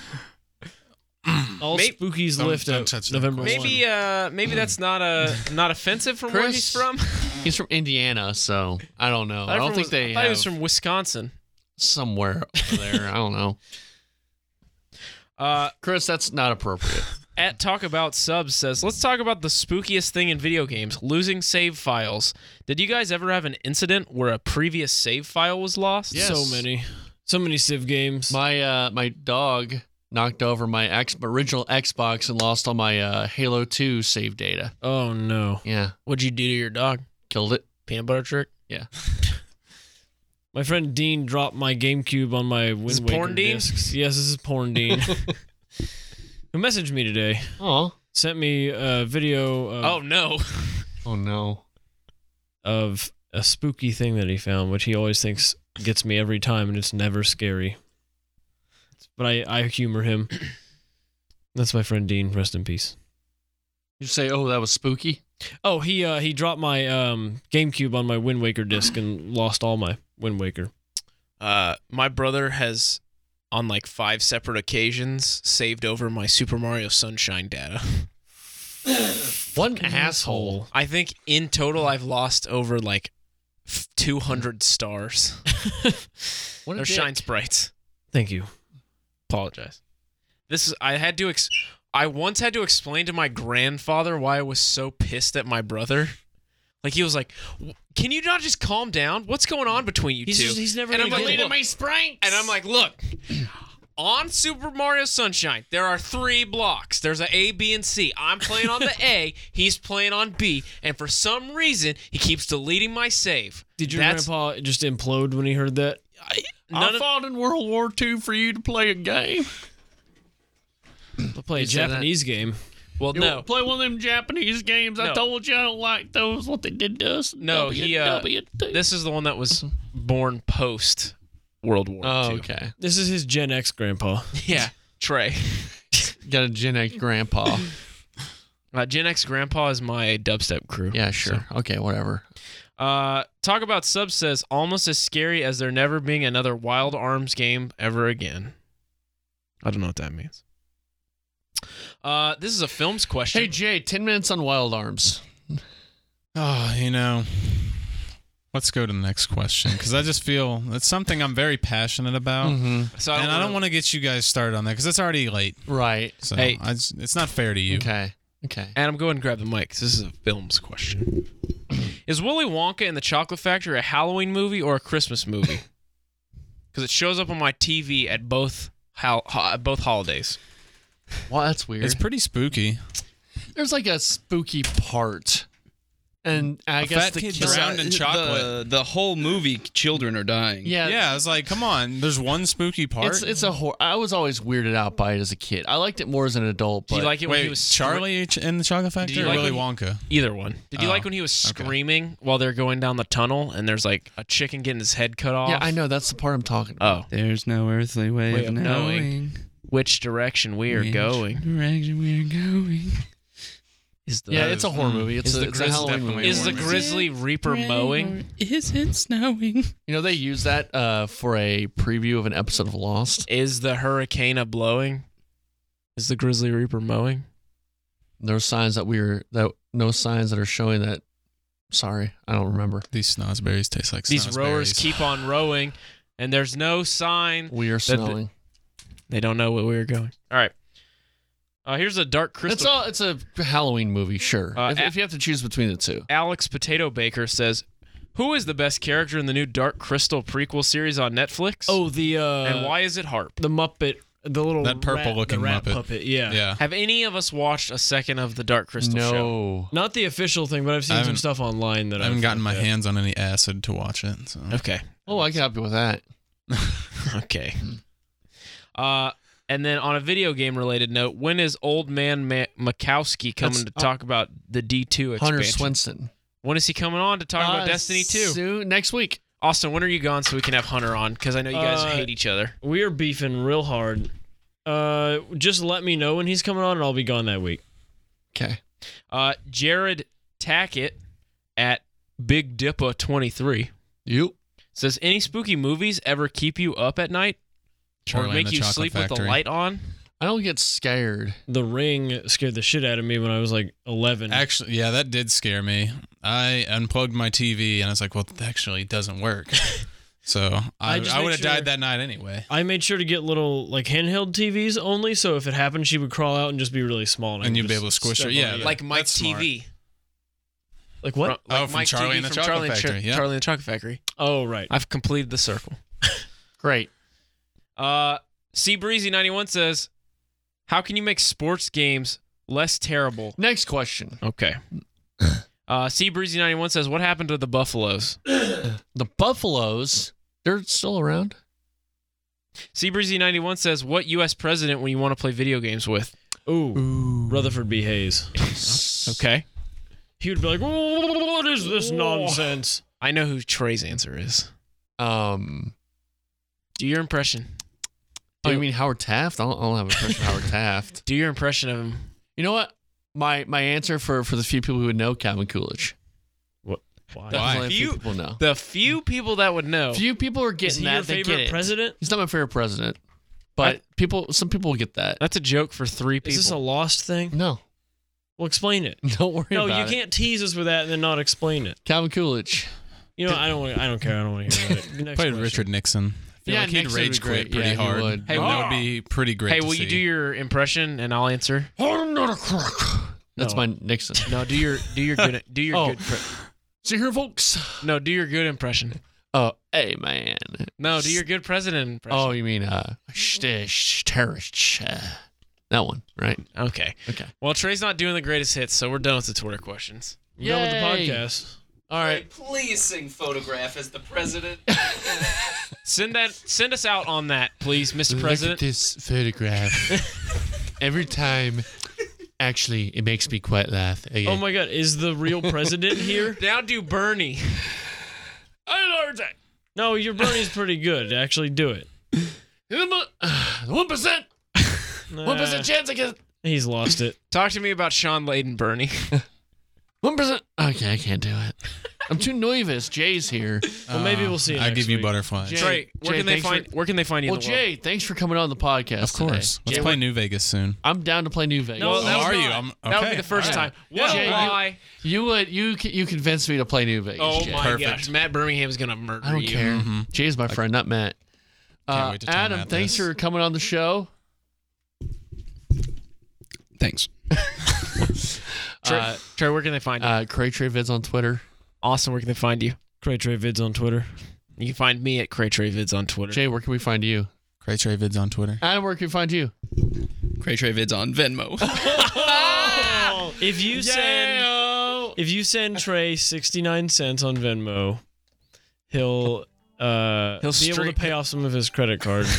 [SPEAKER 3] All
[SPEAKER 5] Maybe-
[SPEAKER 3] spookies
[SPEAKER 4] Don't-
[SPEAKER 3] lift
[SPEAKER 4] don't
[SPEAKER 3] up
[SPEAKER 4] touch that
[SPEAKER 3] November
[SPEAKER 4] question.
[SPEAKER 5] maybe uh, maybe that's not a not offensive from where
[SPEAKER 2] Chris,
[SPEAKER 5] he's from.
[SPEAKER 2] He's from Indiana, so I don't know. I, don't
[SPEAKER 5] Everyone
[SPEAKER 2] think
[SPEAKER 5] was-
[SPEAKER 2] they
[SPEAKER 5] I thought
[SPEAKER 2] have
[SPEAKER 5] he was from Wisconsin.
[SPEAKER 2] somewhere [LAUGHS] over there. I don't know.
[SPEAKER 5] Uh,
[SPEAKER 2] Chris, that's not appropriate.
[SPEAKER 5] [LAUGHS] At Talk About Subs says, let's talk about the spookiest thing in video games losing save files. Did you guys ever have an incident where a previous save file was lost?
[SPEAKER 2] Yes.
[SPEAKER 3] So many, so many Civ games.
[SPEAKER 2] My uh, my dog knocked over my ex- my original Xbox and lost all my uh, Halo 2 save data.
[SPEAKER 3] oh no.
[SPEAKER 2] Yeah,
[SPEAKER 5] What'd you do to your dog?
[SPEAKER 2] killed it.
[SPEAKER 5] Peanut butter trick?
[SPEAKER 3] [LAUGHS] My friend Dean dropped my GameCube on my Wind
[SPEAKER 5] This is
[SPEAKER 3] Waker
[SPEAKER 5] porn Dean?
[SPEAKER 3] discs. Yes, this is porn
[SPEAKER 5] [LAUGHS]
[SPEAKER 3] Dean. Who messaged me today?
[SPEAKER 2] Oh,
[SPEAKER 3] Sent me a video of,
[SPEAKER 5] Oh, no.
[SPEAKER 2] [LAUGHS] oh no.
[SPEAKER 3] of a spooky thing that he found, which he always thinks gets me every time, and it's never scary. But I, I humor
[SPEAKER 5] [CLEARS THROAT]
[SPEAKER 3] him. That's my friend Dean. Rest in peace.
[SPEAKER 2] You say, oh, that was spooky.
[SPEAKER 3] Oh, he uh, he dropped my um, GameCube on my Wind Waker disc and lost all my Wind Waker.
[SPEAKER 5] Uh, my brother has, on like five separate occasions, saved over my Super Mario Sunshine data.
[SPEAKER 2] What an asshole.
[SPEAKER 5] I think in total, I've lost over like f-
[SPEAKER 3] [LAUGHS]
[SPEAKER 5] 200 stars
[SPEAKER 2] What a
[SPEAKER 5] or
[SPEAKER 2] dick.
[SPEAKER 5] shine sprites.
[SPEAKER 3] Thank you.
[SPEAKER 5] apologize. This is I had to ex- I once had to explain to my grandfather why I was so pissed at my brother. Like he was like, "W- "Can you not just calm down? What's going on between you
[SPEAKER 3] He's
[SPEAKER 5] two?
[SPEAKER 3] just- he's never
[SPEAKER 5] and I'm
[SPEAKER 3] gonna
[SPEAKER 5] like,
[SPEAKER 3] get it.
[SPEAKER 5] "Look," and I'm like, "Look, on Super Mario Sunshine, there are three blocks. There's an A, B, and C. I'm playing on the A. He's playing on B. And for some reason, he keeps deleting my save.
[SPEAKER 3] Did your
[SPEAKER 5] That's-
[SPEAKER 3] grandpa just implode when he heard that?
[SPEAKER 5] none
[SPEAKER 2] I
[SPEAKER 5] of-
[SPEAKER 2] fought in World War II for you to play a game.
[SPEAKER 3] I'll play a
[SPEAKER 2] said that-
[SPEAKER 3] Japanese game.
[SPEAKER 5] well,
[SPEAKER 2] You
[SPEAKER 5] no,
[SPEAKER 2] wanna Play one of them Japanese games.
[SPEAKER 5] No.
[SPEAKER 2] I told you I don't like those. What they did to us.
[SPEAKER 5] No, he, uh,
[SPEAKER 2] WW2.
[SPEAKER 5] this is the one that was born post World War
[SPEAKER 2] Oh,
[SPEAKER 5] II.
[SPEAKER 2] okay.
[SPEAKER 3] This is his Gen
[SPEAKER 5] [LAUGHS]
[SPEAKER 3] X grandpa.
[SPEAKER 2] [LAUGHS]
[SPEAKER 5] Yeah, Trey. [LAUGHS]
[SPEAKER 2] Got a Gen X grandpa.
[SPEAKER 5] Uh, Gen X Grandpa is my dubstep crew.
[SPEAKER 2] Yeah, sure. Okay, whatever.
[SPEAKER 5] Uh, talk about sub says almost as scary as there never being another Wild Arms game ever again. I don't know what that means. Uh, this is a film's question.
[SPEAKER 2] Hey Jay, ten minutes on Wild Arms.
[SPEAKER 4] Oh, you know, let's go to the next question because I just feel it's something I'm very passionate about,
[SPEAKER 2] Mhm.
[SPEAKER 5] So I
[SPEAKER 4] and
[SPEAKER 5] don't
[SPEAKER 4] I don't
[SPEAKER 5] wanna-
[SPEAKER 4] want to get you guys started on that because it's already late.
[SPEAKER 2] Right.
[SPEAKER 4] So
[SPEAKER 5] Hey.
[SPEAKER 4] I just- it's not fair to you.
[SPEAKER 2] Okay. Okay.
[SPEAKER 5] Adam, go ahead and grab the mic. 'cause This is a film's question. [CLEARS THROAT] Is Willy Wonka and the Chocolate Factory a Halloween movie or a
[SPEAKER 2] [LAUGHS]
[SPEAKER 5] Christmas movie? Because it shows up on my TV at both hol- ho- at both holidays.
[SPEAKER 2] Well, that's weird.
[SPEAKER 4] It's pretty spooky.
[SPEAKER 2] There's like a spooky part, and I
[SPEAKER 4] A
[SPEAKER 2] guess
[SPEAKER 4] fat
[SPEAKER 2] the
[SPEAKER 4] kid
[SPEAKER 2] killer-
[SPEAKER 4] drowned in chocolate.
[SPEAKER 8] The, the whole movie, children are dying.
[SPEAKER 2] Yeah.
[SPEAKER 4] Yeah, I was like, come on. There's one spooky part.
[SPEAKER 2] It's it's a horror. I was always weirded out by it as a kid. I liked it more as an adult.
[SPEAKER 5] Do
[SPEAKER 2] But
[SPEAKER 5] you like it when
[SPEAKER 4] Wait,
[SPEAKER 5] he was scre-
[SPEAKER 4] Charlie in the Chocolate
[SPEAKER 5] Do
[SPEAKER 4] Factory
[SPEAKER 5] you
[SPEAKER 4] or
[SPEAKER 5] like
[SPEAKER 4] Willy
[SPEAKER 5] when
[SPEAKER 4] Wonka?
[SPEAKER 5] Either one. Did you
[SPEAKER 4] Oh,
[SPEAKER 5] like when he was
[SPEAKER 4] okay.
[SPEAKER 5] screaming while they're going down the tunnel and there's like a chicken getting his head cut off?
[SPEAKER 2] Yeah, I know that's the part I'm talking about.
[SPEAKER 5] Oh,
[SPEAKER 8] There's no earthly way,
[SPEAKER 5] way
[SPEAKER 8] of knowing.
[SPEAKER 5] which direction we are
[SPEAKER 8] which
[SPEAKER 5] going.
[SPEAKER 8] Direction we are going.
[SPEAKER 5] Is the
[SPEAKER 2] Yeah, it's a horror movie. It's,
[SPEAKER 5] Is
[SPEAKER 2] a,
[SPEAKER 5] the
[SPEAKER 2] it's a
[SPEAKER 5] Grizz-
[SPEAKER 2] Halloween
[SPEAKER 4] definitely
[SPEAKER 2] movie.
[SPEAKER 5] is the
[SPEAKER 4] horror movie.
[SPEAKER 5] grizzly reaper mowing?
[SPEAKER 8] Is it snowing?
[SPEAKER 2] You know they use that uh, for a preview of an episode of Lost.
[SPEAKER 5] Is the hurricane a blowing? Is the grizzly reaper mowing?
[SPEAKER 2] There are signs that we are that no signs that are showing that. Sorry, I don't remember.
[SPEAKER 4] These snozberries taste like
[SPEAKER 5] These
[SPEAKER 4] snozberries.
[SPEAKER 5] rowers keep on rowing, and there's no sign.
[SPEAKER 2] We are
[SPEAKER 5] that the-
[SPEAKER 2] smelling.
[SPEAKER 5] they don't know where we are going. All right. Uh, here's a dark
[SPEAKER 2] It's
[SPEAKER 5] crystal.
[SPEAKER 2] all. It's a Halloween movie, sure.
[SPEAKER 5] Uh,
[SPEAKER 2] if,
[SPEAKER 5] a-
[SPEAKER 2] if you have to choose between the two,
[SPEAKER 5] Alex Potato Baker says, "Who is the best character in the new Dark Crystal prequel series on Netflix?
[SPEAKER 3] Oh, the uh,
[SPEAKER 5] and why is it Harp?
[SPEAKER 3] the Muppet, the little
[SPEAKER 4] That purple
[SPEAKER 3] rat- the
[SPEAKER 4] looking
[SPEAKER 3] rat
[SPEAKER 4] Muppet.
[SPEAKER 3] puppet. Yeah.
[SPEAKER 4] Yeah.
[SPEAKER 5] Have any of us watched a second of the Dark Crystal show?
[SPEAKER 2] no.
[SPEAKER 3] Not the official thing, but I've
[SPEAKER 4] I
[SPEAKER 3] seen some
[SPEAKER 4] haven't-
[SPEAKER 3] stuff online that
[SPEAKER 4] I haven't
[SPEAKER 3] I've
[SPEAKER 4] gotten my
[SPEAKER 3] looked at.
[SPEAKER 4] hands on any acid to watch it. So.
[SPEAKER 5] Okay.
[SPEAKER 2] Oh, I can help you with that.
[SPEAKER 5] [LAUGHS] Okay. Uh, and then on a video game related note, when is Old Man Ma- Makowski coming
[SPEAKER 2] That's-
[SPEAKER 5] to talk about the D two expansion?
[SPEAKER 2] Hunter Swinson.
[SPEAKER 5] When is he coming on to talk about
[SPEAKER 2] Uh,
[SPEAKER 5] Destiny two?
[SPEAKER 2] soon- next week.
[SPEAKER 5] Austin, when are you gone so we can have Hunter on? Because I know you guys
[SPEAKER 3] Uh,
[SPEAKER 5] hate each other.
[SPEAKER 3] We're beefing real hard. Uh, just let me know when he's coming on, and I'll be gone that week.
[SPEAKER 2] Okay.
[SPEAKER 5] Uh, Jared Tackett at Big Dippa twenty three
[SPEAKER 2] You.
[SPEAKER 5] says, "Any spooky movies ever keep you up at night
[SPEAKER 4] Charlie
[SPEAKER 5] or
[SPEAKER 4] and
[SPEAKER 5] make
[SPEAKER 4] the
[SPEAKER 5] you
[SPEAKER 4] Chocolate
[SPEAKER 5] sleep with the
[SPEAKER 4] Factory.
[SPEAKER 5] light on?"
[SPEAKER 2] I don't get scared.
[SPEAKER 3] The Ring scared the shit out of me when I was like 11.
[SPEAKER 4] Actually, yeah, that did scare me. I unplugged my TV and I was like, well, that actually doesn't
[SPEAKER 5] [LAUGHS]
[SPEAKER 4] work. so I,
[SPEAKER 3] I
[SPEAKER 4] I,
[SPEAKER 3] just make
[SPEAKER 4] would have
[SPEAKER 3] sure-
[SPEAKER 4] died that night anyway.
[SPEAKER 3] I made sure to get little like handheld TVs only, so if it happened, she would crawl out and just be really small,
[SPEAKER 4] And
[SPEAKER 3] I could
[SPEAKER 4] you'd be
[SPEAKER 3] just
[SPEAKER 4] able to squish
[SPEAKER 3] step
[SPEAKER 4] her.
[SPEAKER 3] on
[SPEAKER 4] Yeah,
[SPEAKER 3] it.
[SPEAKER 4] Yeah.
[SPEAKER 5] Like Mike
[SPEAKER 4] That's smart.
[SPEAKER 5] TV.
[SPEAKER 3] like what?
[SPEAKER 5] From, like
[SPEAKER 4] Oh, from
[SPEAKER 5] Mike
[SPEAKER 4] Charlie
[SPEAKER 5] TV
[SPEAKER 4] and the
[SPEAKER 5] from
[SPEAKER 4] Chocolate
[SPEAKER 5] Charlie and Cho-
[SPEAKER 4] Factory, yeah.
[SPEAKER 5] Charlie and the Chocolate Factory.
[SPEAKER 3] Oh right.
[SPEAKER 5] I've completed
[SPEAKER 3] [LAUGHS]
[SPEAKER 5] the circle.
[SPEAKER 2] Great.
[SPEAKER 5] Uh, Sea Breezy ninety one says, "How can you make sports games less terrible?"
[SPEAKER 2] Next question.
[SPEAKER 5] Okay. Uh, Sea Breezy ninety one says, "What happened to the Buffaloes?"
[SPEAKER 2] The Buffaloes, they're still around.
[SPEAKER 5] Sea Breezy ninety one says, "What U.S. president when you want to play video games with?"
[SPEAKER 3] Ooh, Rutherford B. Hayes.
[SPEAKER 5] [LAUGHS] Okay,
[SPEAKER 3] He would be like, "What is this nonsense?"
[SPEAKER 5] I know who Trey's answer is.
[SPEAKER 2] Um,
[SPEAKER 5] Do your impression.
[SPEAKER 2] oh, you mean Howard Taft? I don't, I don't have a impression of Howard Taft.
[SPEAKER 5] [LAUGHS] Do your impression of him.
[SPEAKER 2] You know what? My my answer for for the few people who would know Calvin Coolidge.
[SPEAKER 3] Why?
[SPEAKER 2] That's
[SPEAKER 4] Why?
[SPEAKER 2] only a few
[SPEAKER 5] Few-
[SPEAKER 2] people know.
[SPEAKER 5] The few people that would know.
[SPEAKER 2] Few people are getting
[SPEAKER 3] Is he
[SPEAKER 2] that.
[SPEAKER 3] your
[SPEAKER 2] they
[SPEAKER 3] favorite
[SPEAKER 2] get it.
[SPEAKER 3] president?
[SPEAKER 2] He's not my favorite president, but people. Some people get that.
[SPEAKER 5] That's a joke for three people.
[SPEAKER 3] Is this a lost thing?
[SPEAKER 2] No,
[SPEAKER 3] Well, explain it.
[SPEAKER 2] don't worry
[SPEAKER 3] No,
[SPEAKER 2] about
[SPEAKER 3] you
[SPEAKER 2] it.
[SPEAKER 3] can't tease us with that and then not explain it.
[SPEAKER 2] Calvin Coolidge.
[SPEAKER 3] You know, I don't. wanna- I don't care. I don't want to hear
[SPEAKER 4] [LAUGHS]
[SPEAKER 3] about it. Next
[SPEAKER 4] Played
[SPEAKER 3] question.
[SPEAKER 4] Richard Nixon. I feel
[SPEAKER 2] Yeah,
[SPEAKER 4] like he'd
[SPEAKER 2] Nixon would be
[SPEAKER 4] rage quit
[SPEAKER 2] great.
[SPEAKER 4] pretty
[SPEAKER 2] Yeah, he
[SPEAKER 4] hard.
[SPEAKER 2] would.
[SPEAKER 4] Hey, that would be pretty great.
[SPEAKER 5] hey,
[SPEAKER 4] to
[SPEAKER 5] will you
[SPEAKER 4] see.
[SPEAKER 5] do your impression and I'll answer?
[SPEAKER 2] I'm not a crook. That's
[SPEAKER 3] No.
[SPEAKER 2] my Nixon.
[SPEAKER 5] No, do your do your
[SPEAKER 2] [LAUGHS]
[SPEAKER 5] good do your
[SPEAKER 2] Oh.
[SPEAKER 5] good. Pre-
[SPEAKER 2] See here, folks.
[SPEAKER 5] no, do your good impression.
[SPEAKER 2] Oh, hey, man.
[SPEAKER 5] No, do your good president impression.
[SPEAKER 2] Oh, you mean uh, sh- sh- terrorist? sh- That one, right?
[SPEAKER 5] Okay.
[SPEAKER 2] Okay.
[SPEAKER 5] Well, Trey's not doing the greatest hits, so we're done with the Twitter questions.
[SPEAKER 3] I'm done with the
[SPEAKER 2] Yay.
[SPEAKER 3] podcast.
[SPEAKER 2] All right.
[SPEAKER 8] Please sing photograph as the president.
[SPEAKER 2] [LAUGHS]
[SPEAKER 5] Send that. Send us out on that, please, Mr. President.
[SPEAKER 2] this photograph.
[SPEAKER 5] [LAUGHS]
[SPEAKER 2] Every time, actually, it makes me quite laugh.
[SPEAKER 3] Oh my God, is the real
[SPEAKER 5] [LAUGHS]
[SPEAKER 3] president here?
[SPEAKER 5] Now do Bernie.
[SPEAKER 3] No, your Bernie's pretty good. Actually, do it.
[SPEAKER 2] [SIGHS] One percent. One percent chance I get
[SPEAKER 3] He's lost
[SPEAKER 5] [LAUGHS]
[SPEAKER 3] it.
[SPEAKER 5] Talk to me about Sean Layden, Bernie.
[SPEAKER 2] One percent. [LAUGHS] Okay, I can't do it. I'm too nervous. Jay's here.
[SPEAKER 5] Well, maybe we'll
[SPEAKER 4] Uh,
[SPEAKER 5] see you I next give you week.
[SPEAKER 4] butterflies.
[SPEAKER 5] Trey, where can they
[SPEAKER 2] thanks
[SPEAKER 5] find- where can they find you in
[SPEAKER 2] Well,
[SPEAKER 5] the
[SPEAKER 2] Jay, thanks for coming on the podcast.
[SPEAKER 4] Of course. Let's
[SPEAKER 2] today. Jay,
[SPEAKER 4] play
[SPEAKER 2] we're-
[SPEAKER 4] New Vegas soon.
[SPEAKER 2] I'm down to play New Vegas.
[SPEAKER 4] Well, that was Are not- you? I'm-
[SPEAKER 2] That would be
[SPEAKER 4] okay,
[SPEAKER 2] the first
[SPEAKER 4] all right.
[SPEAKER 2] time. What?
[SPEAKER 5] Yeah, why?
[SPEAKER 2] You, you would you c- you convinced me to play New Vegas.
[SPEAKER 5] Oh
[SPEAKER 2] Jay.
[SPEAKER 5] my gosh, Matt Birmingham's gonna murder
[SPEAKER 2] I don't
[SPEAKER 5] you.
[SPEAKER 2] care.
[SPEAKER 4] Mm-hmm.
[SPEAKER 2] Jay's my friend, not Matt.
[SPEAKER 5] Can't
[SPEAKER 2] Uh,
[SPEAKER 5] wait to tell
[SPEAKER 2] Adam,
[SPEAKER 5] Matt
[SPEAKER 2] thanks
[SPEAKER 5] this.
[SPEAKER 2] for coming on the show. [LAUGHS]
[SPEAKER 8] Thanks.
[SPEAKER 5] Trey,
[SPEAKER 2] Uh,
[SPEAKER 5] Trey, where can they find you?
[SPEAKER 2] Uh, Cray Trey Vids on Twitter.
[SPEAKER 5] Austin, where can they find you?
[SPEAKER 3] Cray Trey Vids on Twitter.
[SPEAKER 5] You can find me at Cray Trey Vids on Twitter.
[SPEAKER 2] Jay, where can we find you?
[SPEAKER 4] Cray Trey Vids on Twitter.
[SPEAKER 2] Adam, where can we find you?
[SPEAKER 8] Cray Trey Vids on
[SPEAKER 2] [LAUGHS]
[SPEAKER 8] Venmo.
[SPEAKER 3] If you send if you send Trey sixty nine cents on Venmo, he'll uh
[SPEAKER 5] He'll
[SPEAKER 3] he'll be able
[SPEAKER 5] streak-
[SPEAKER 3] to pay off some of his credit card.
[SPEAKER 5] [LAUGHS]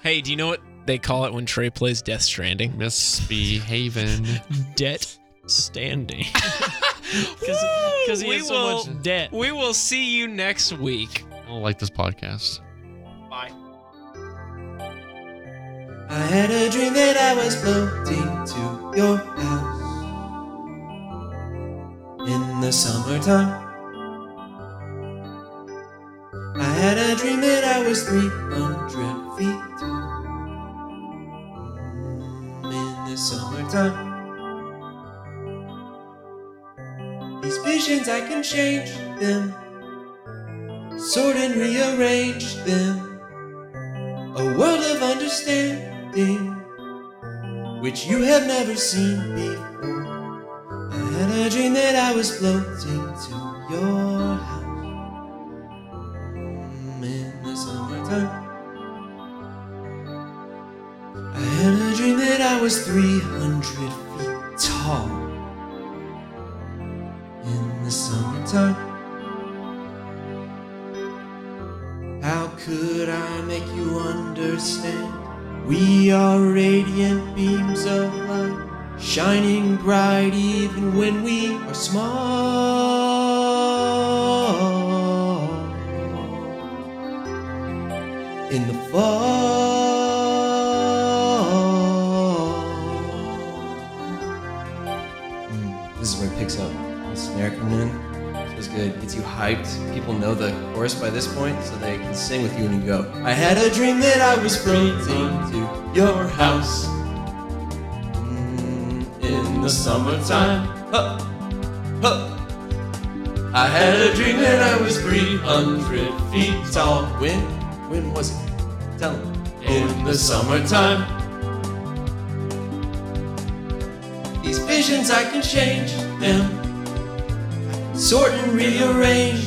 [SPEAKER 5] Hey, do you know what they call it when Trey plays Death Stranding? [LAUGHS]
[SPEAKER 2] Misbehaving.
[SPEAKER 3] debt standing. Because he
[SPEAKER 5] we
[SPEAKER 3] has so
[SPEAKER 5] will-
[SPEAKER 3] much debt.
[SPEAKER 5] We will see you next week.
[SPEAKER 2] I don't like this podcast.
[SPEAKER 5] Bye.
[SPEAKER 13] I had a dream that I was floating to your house in the summertime. I had a dream that I was 300 feet tall Mm, in the summertime. These visions, I can change them, sort and rearrange them. A world of understanding which you have never seen before. I had a dream that I was floating to your house Mm, in the summertime. I had a dream that I was 300 feet tall in the summertime. How could I make you understand? We are radiant beams of light, shining bright even when we are small. In the fall. Mm, This is where it picks up. The snare coming in feels good. Gets you hyped. People know the chorus by this point, so they can sing with you and you go. I had a dream that I was floating to your house Mm, in the summertime. Huh. Huh. I had a dream that I was 300 feet tall. When? When was it? Tell 'em. In the summertime. These visions I can change them, sort and rearrange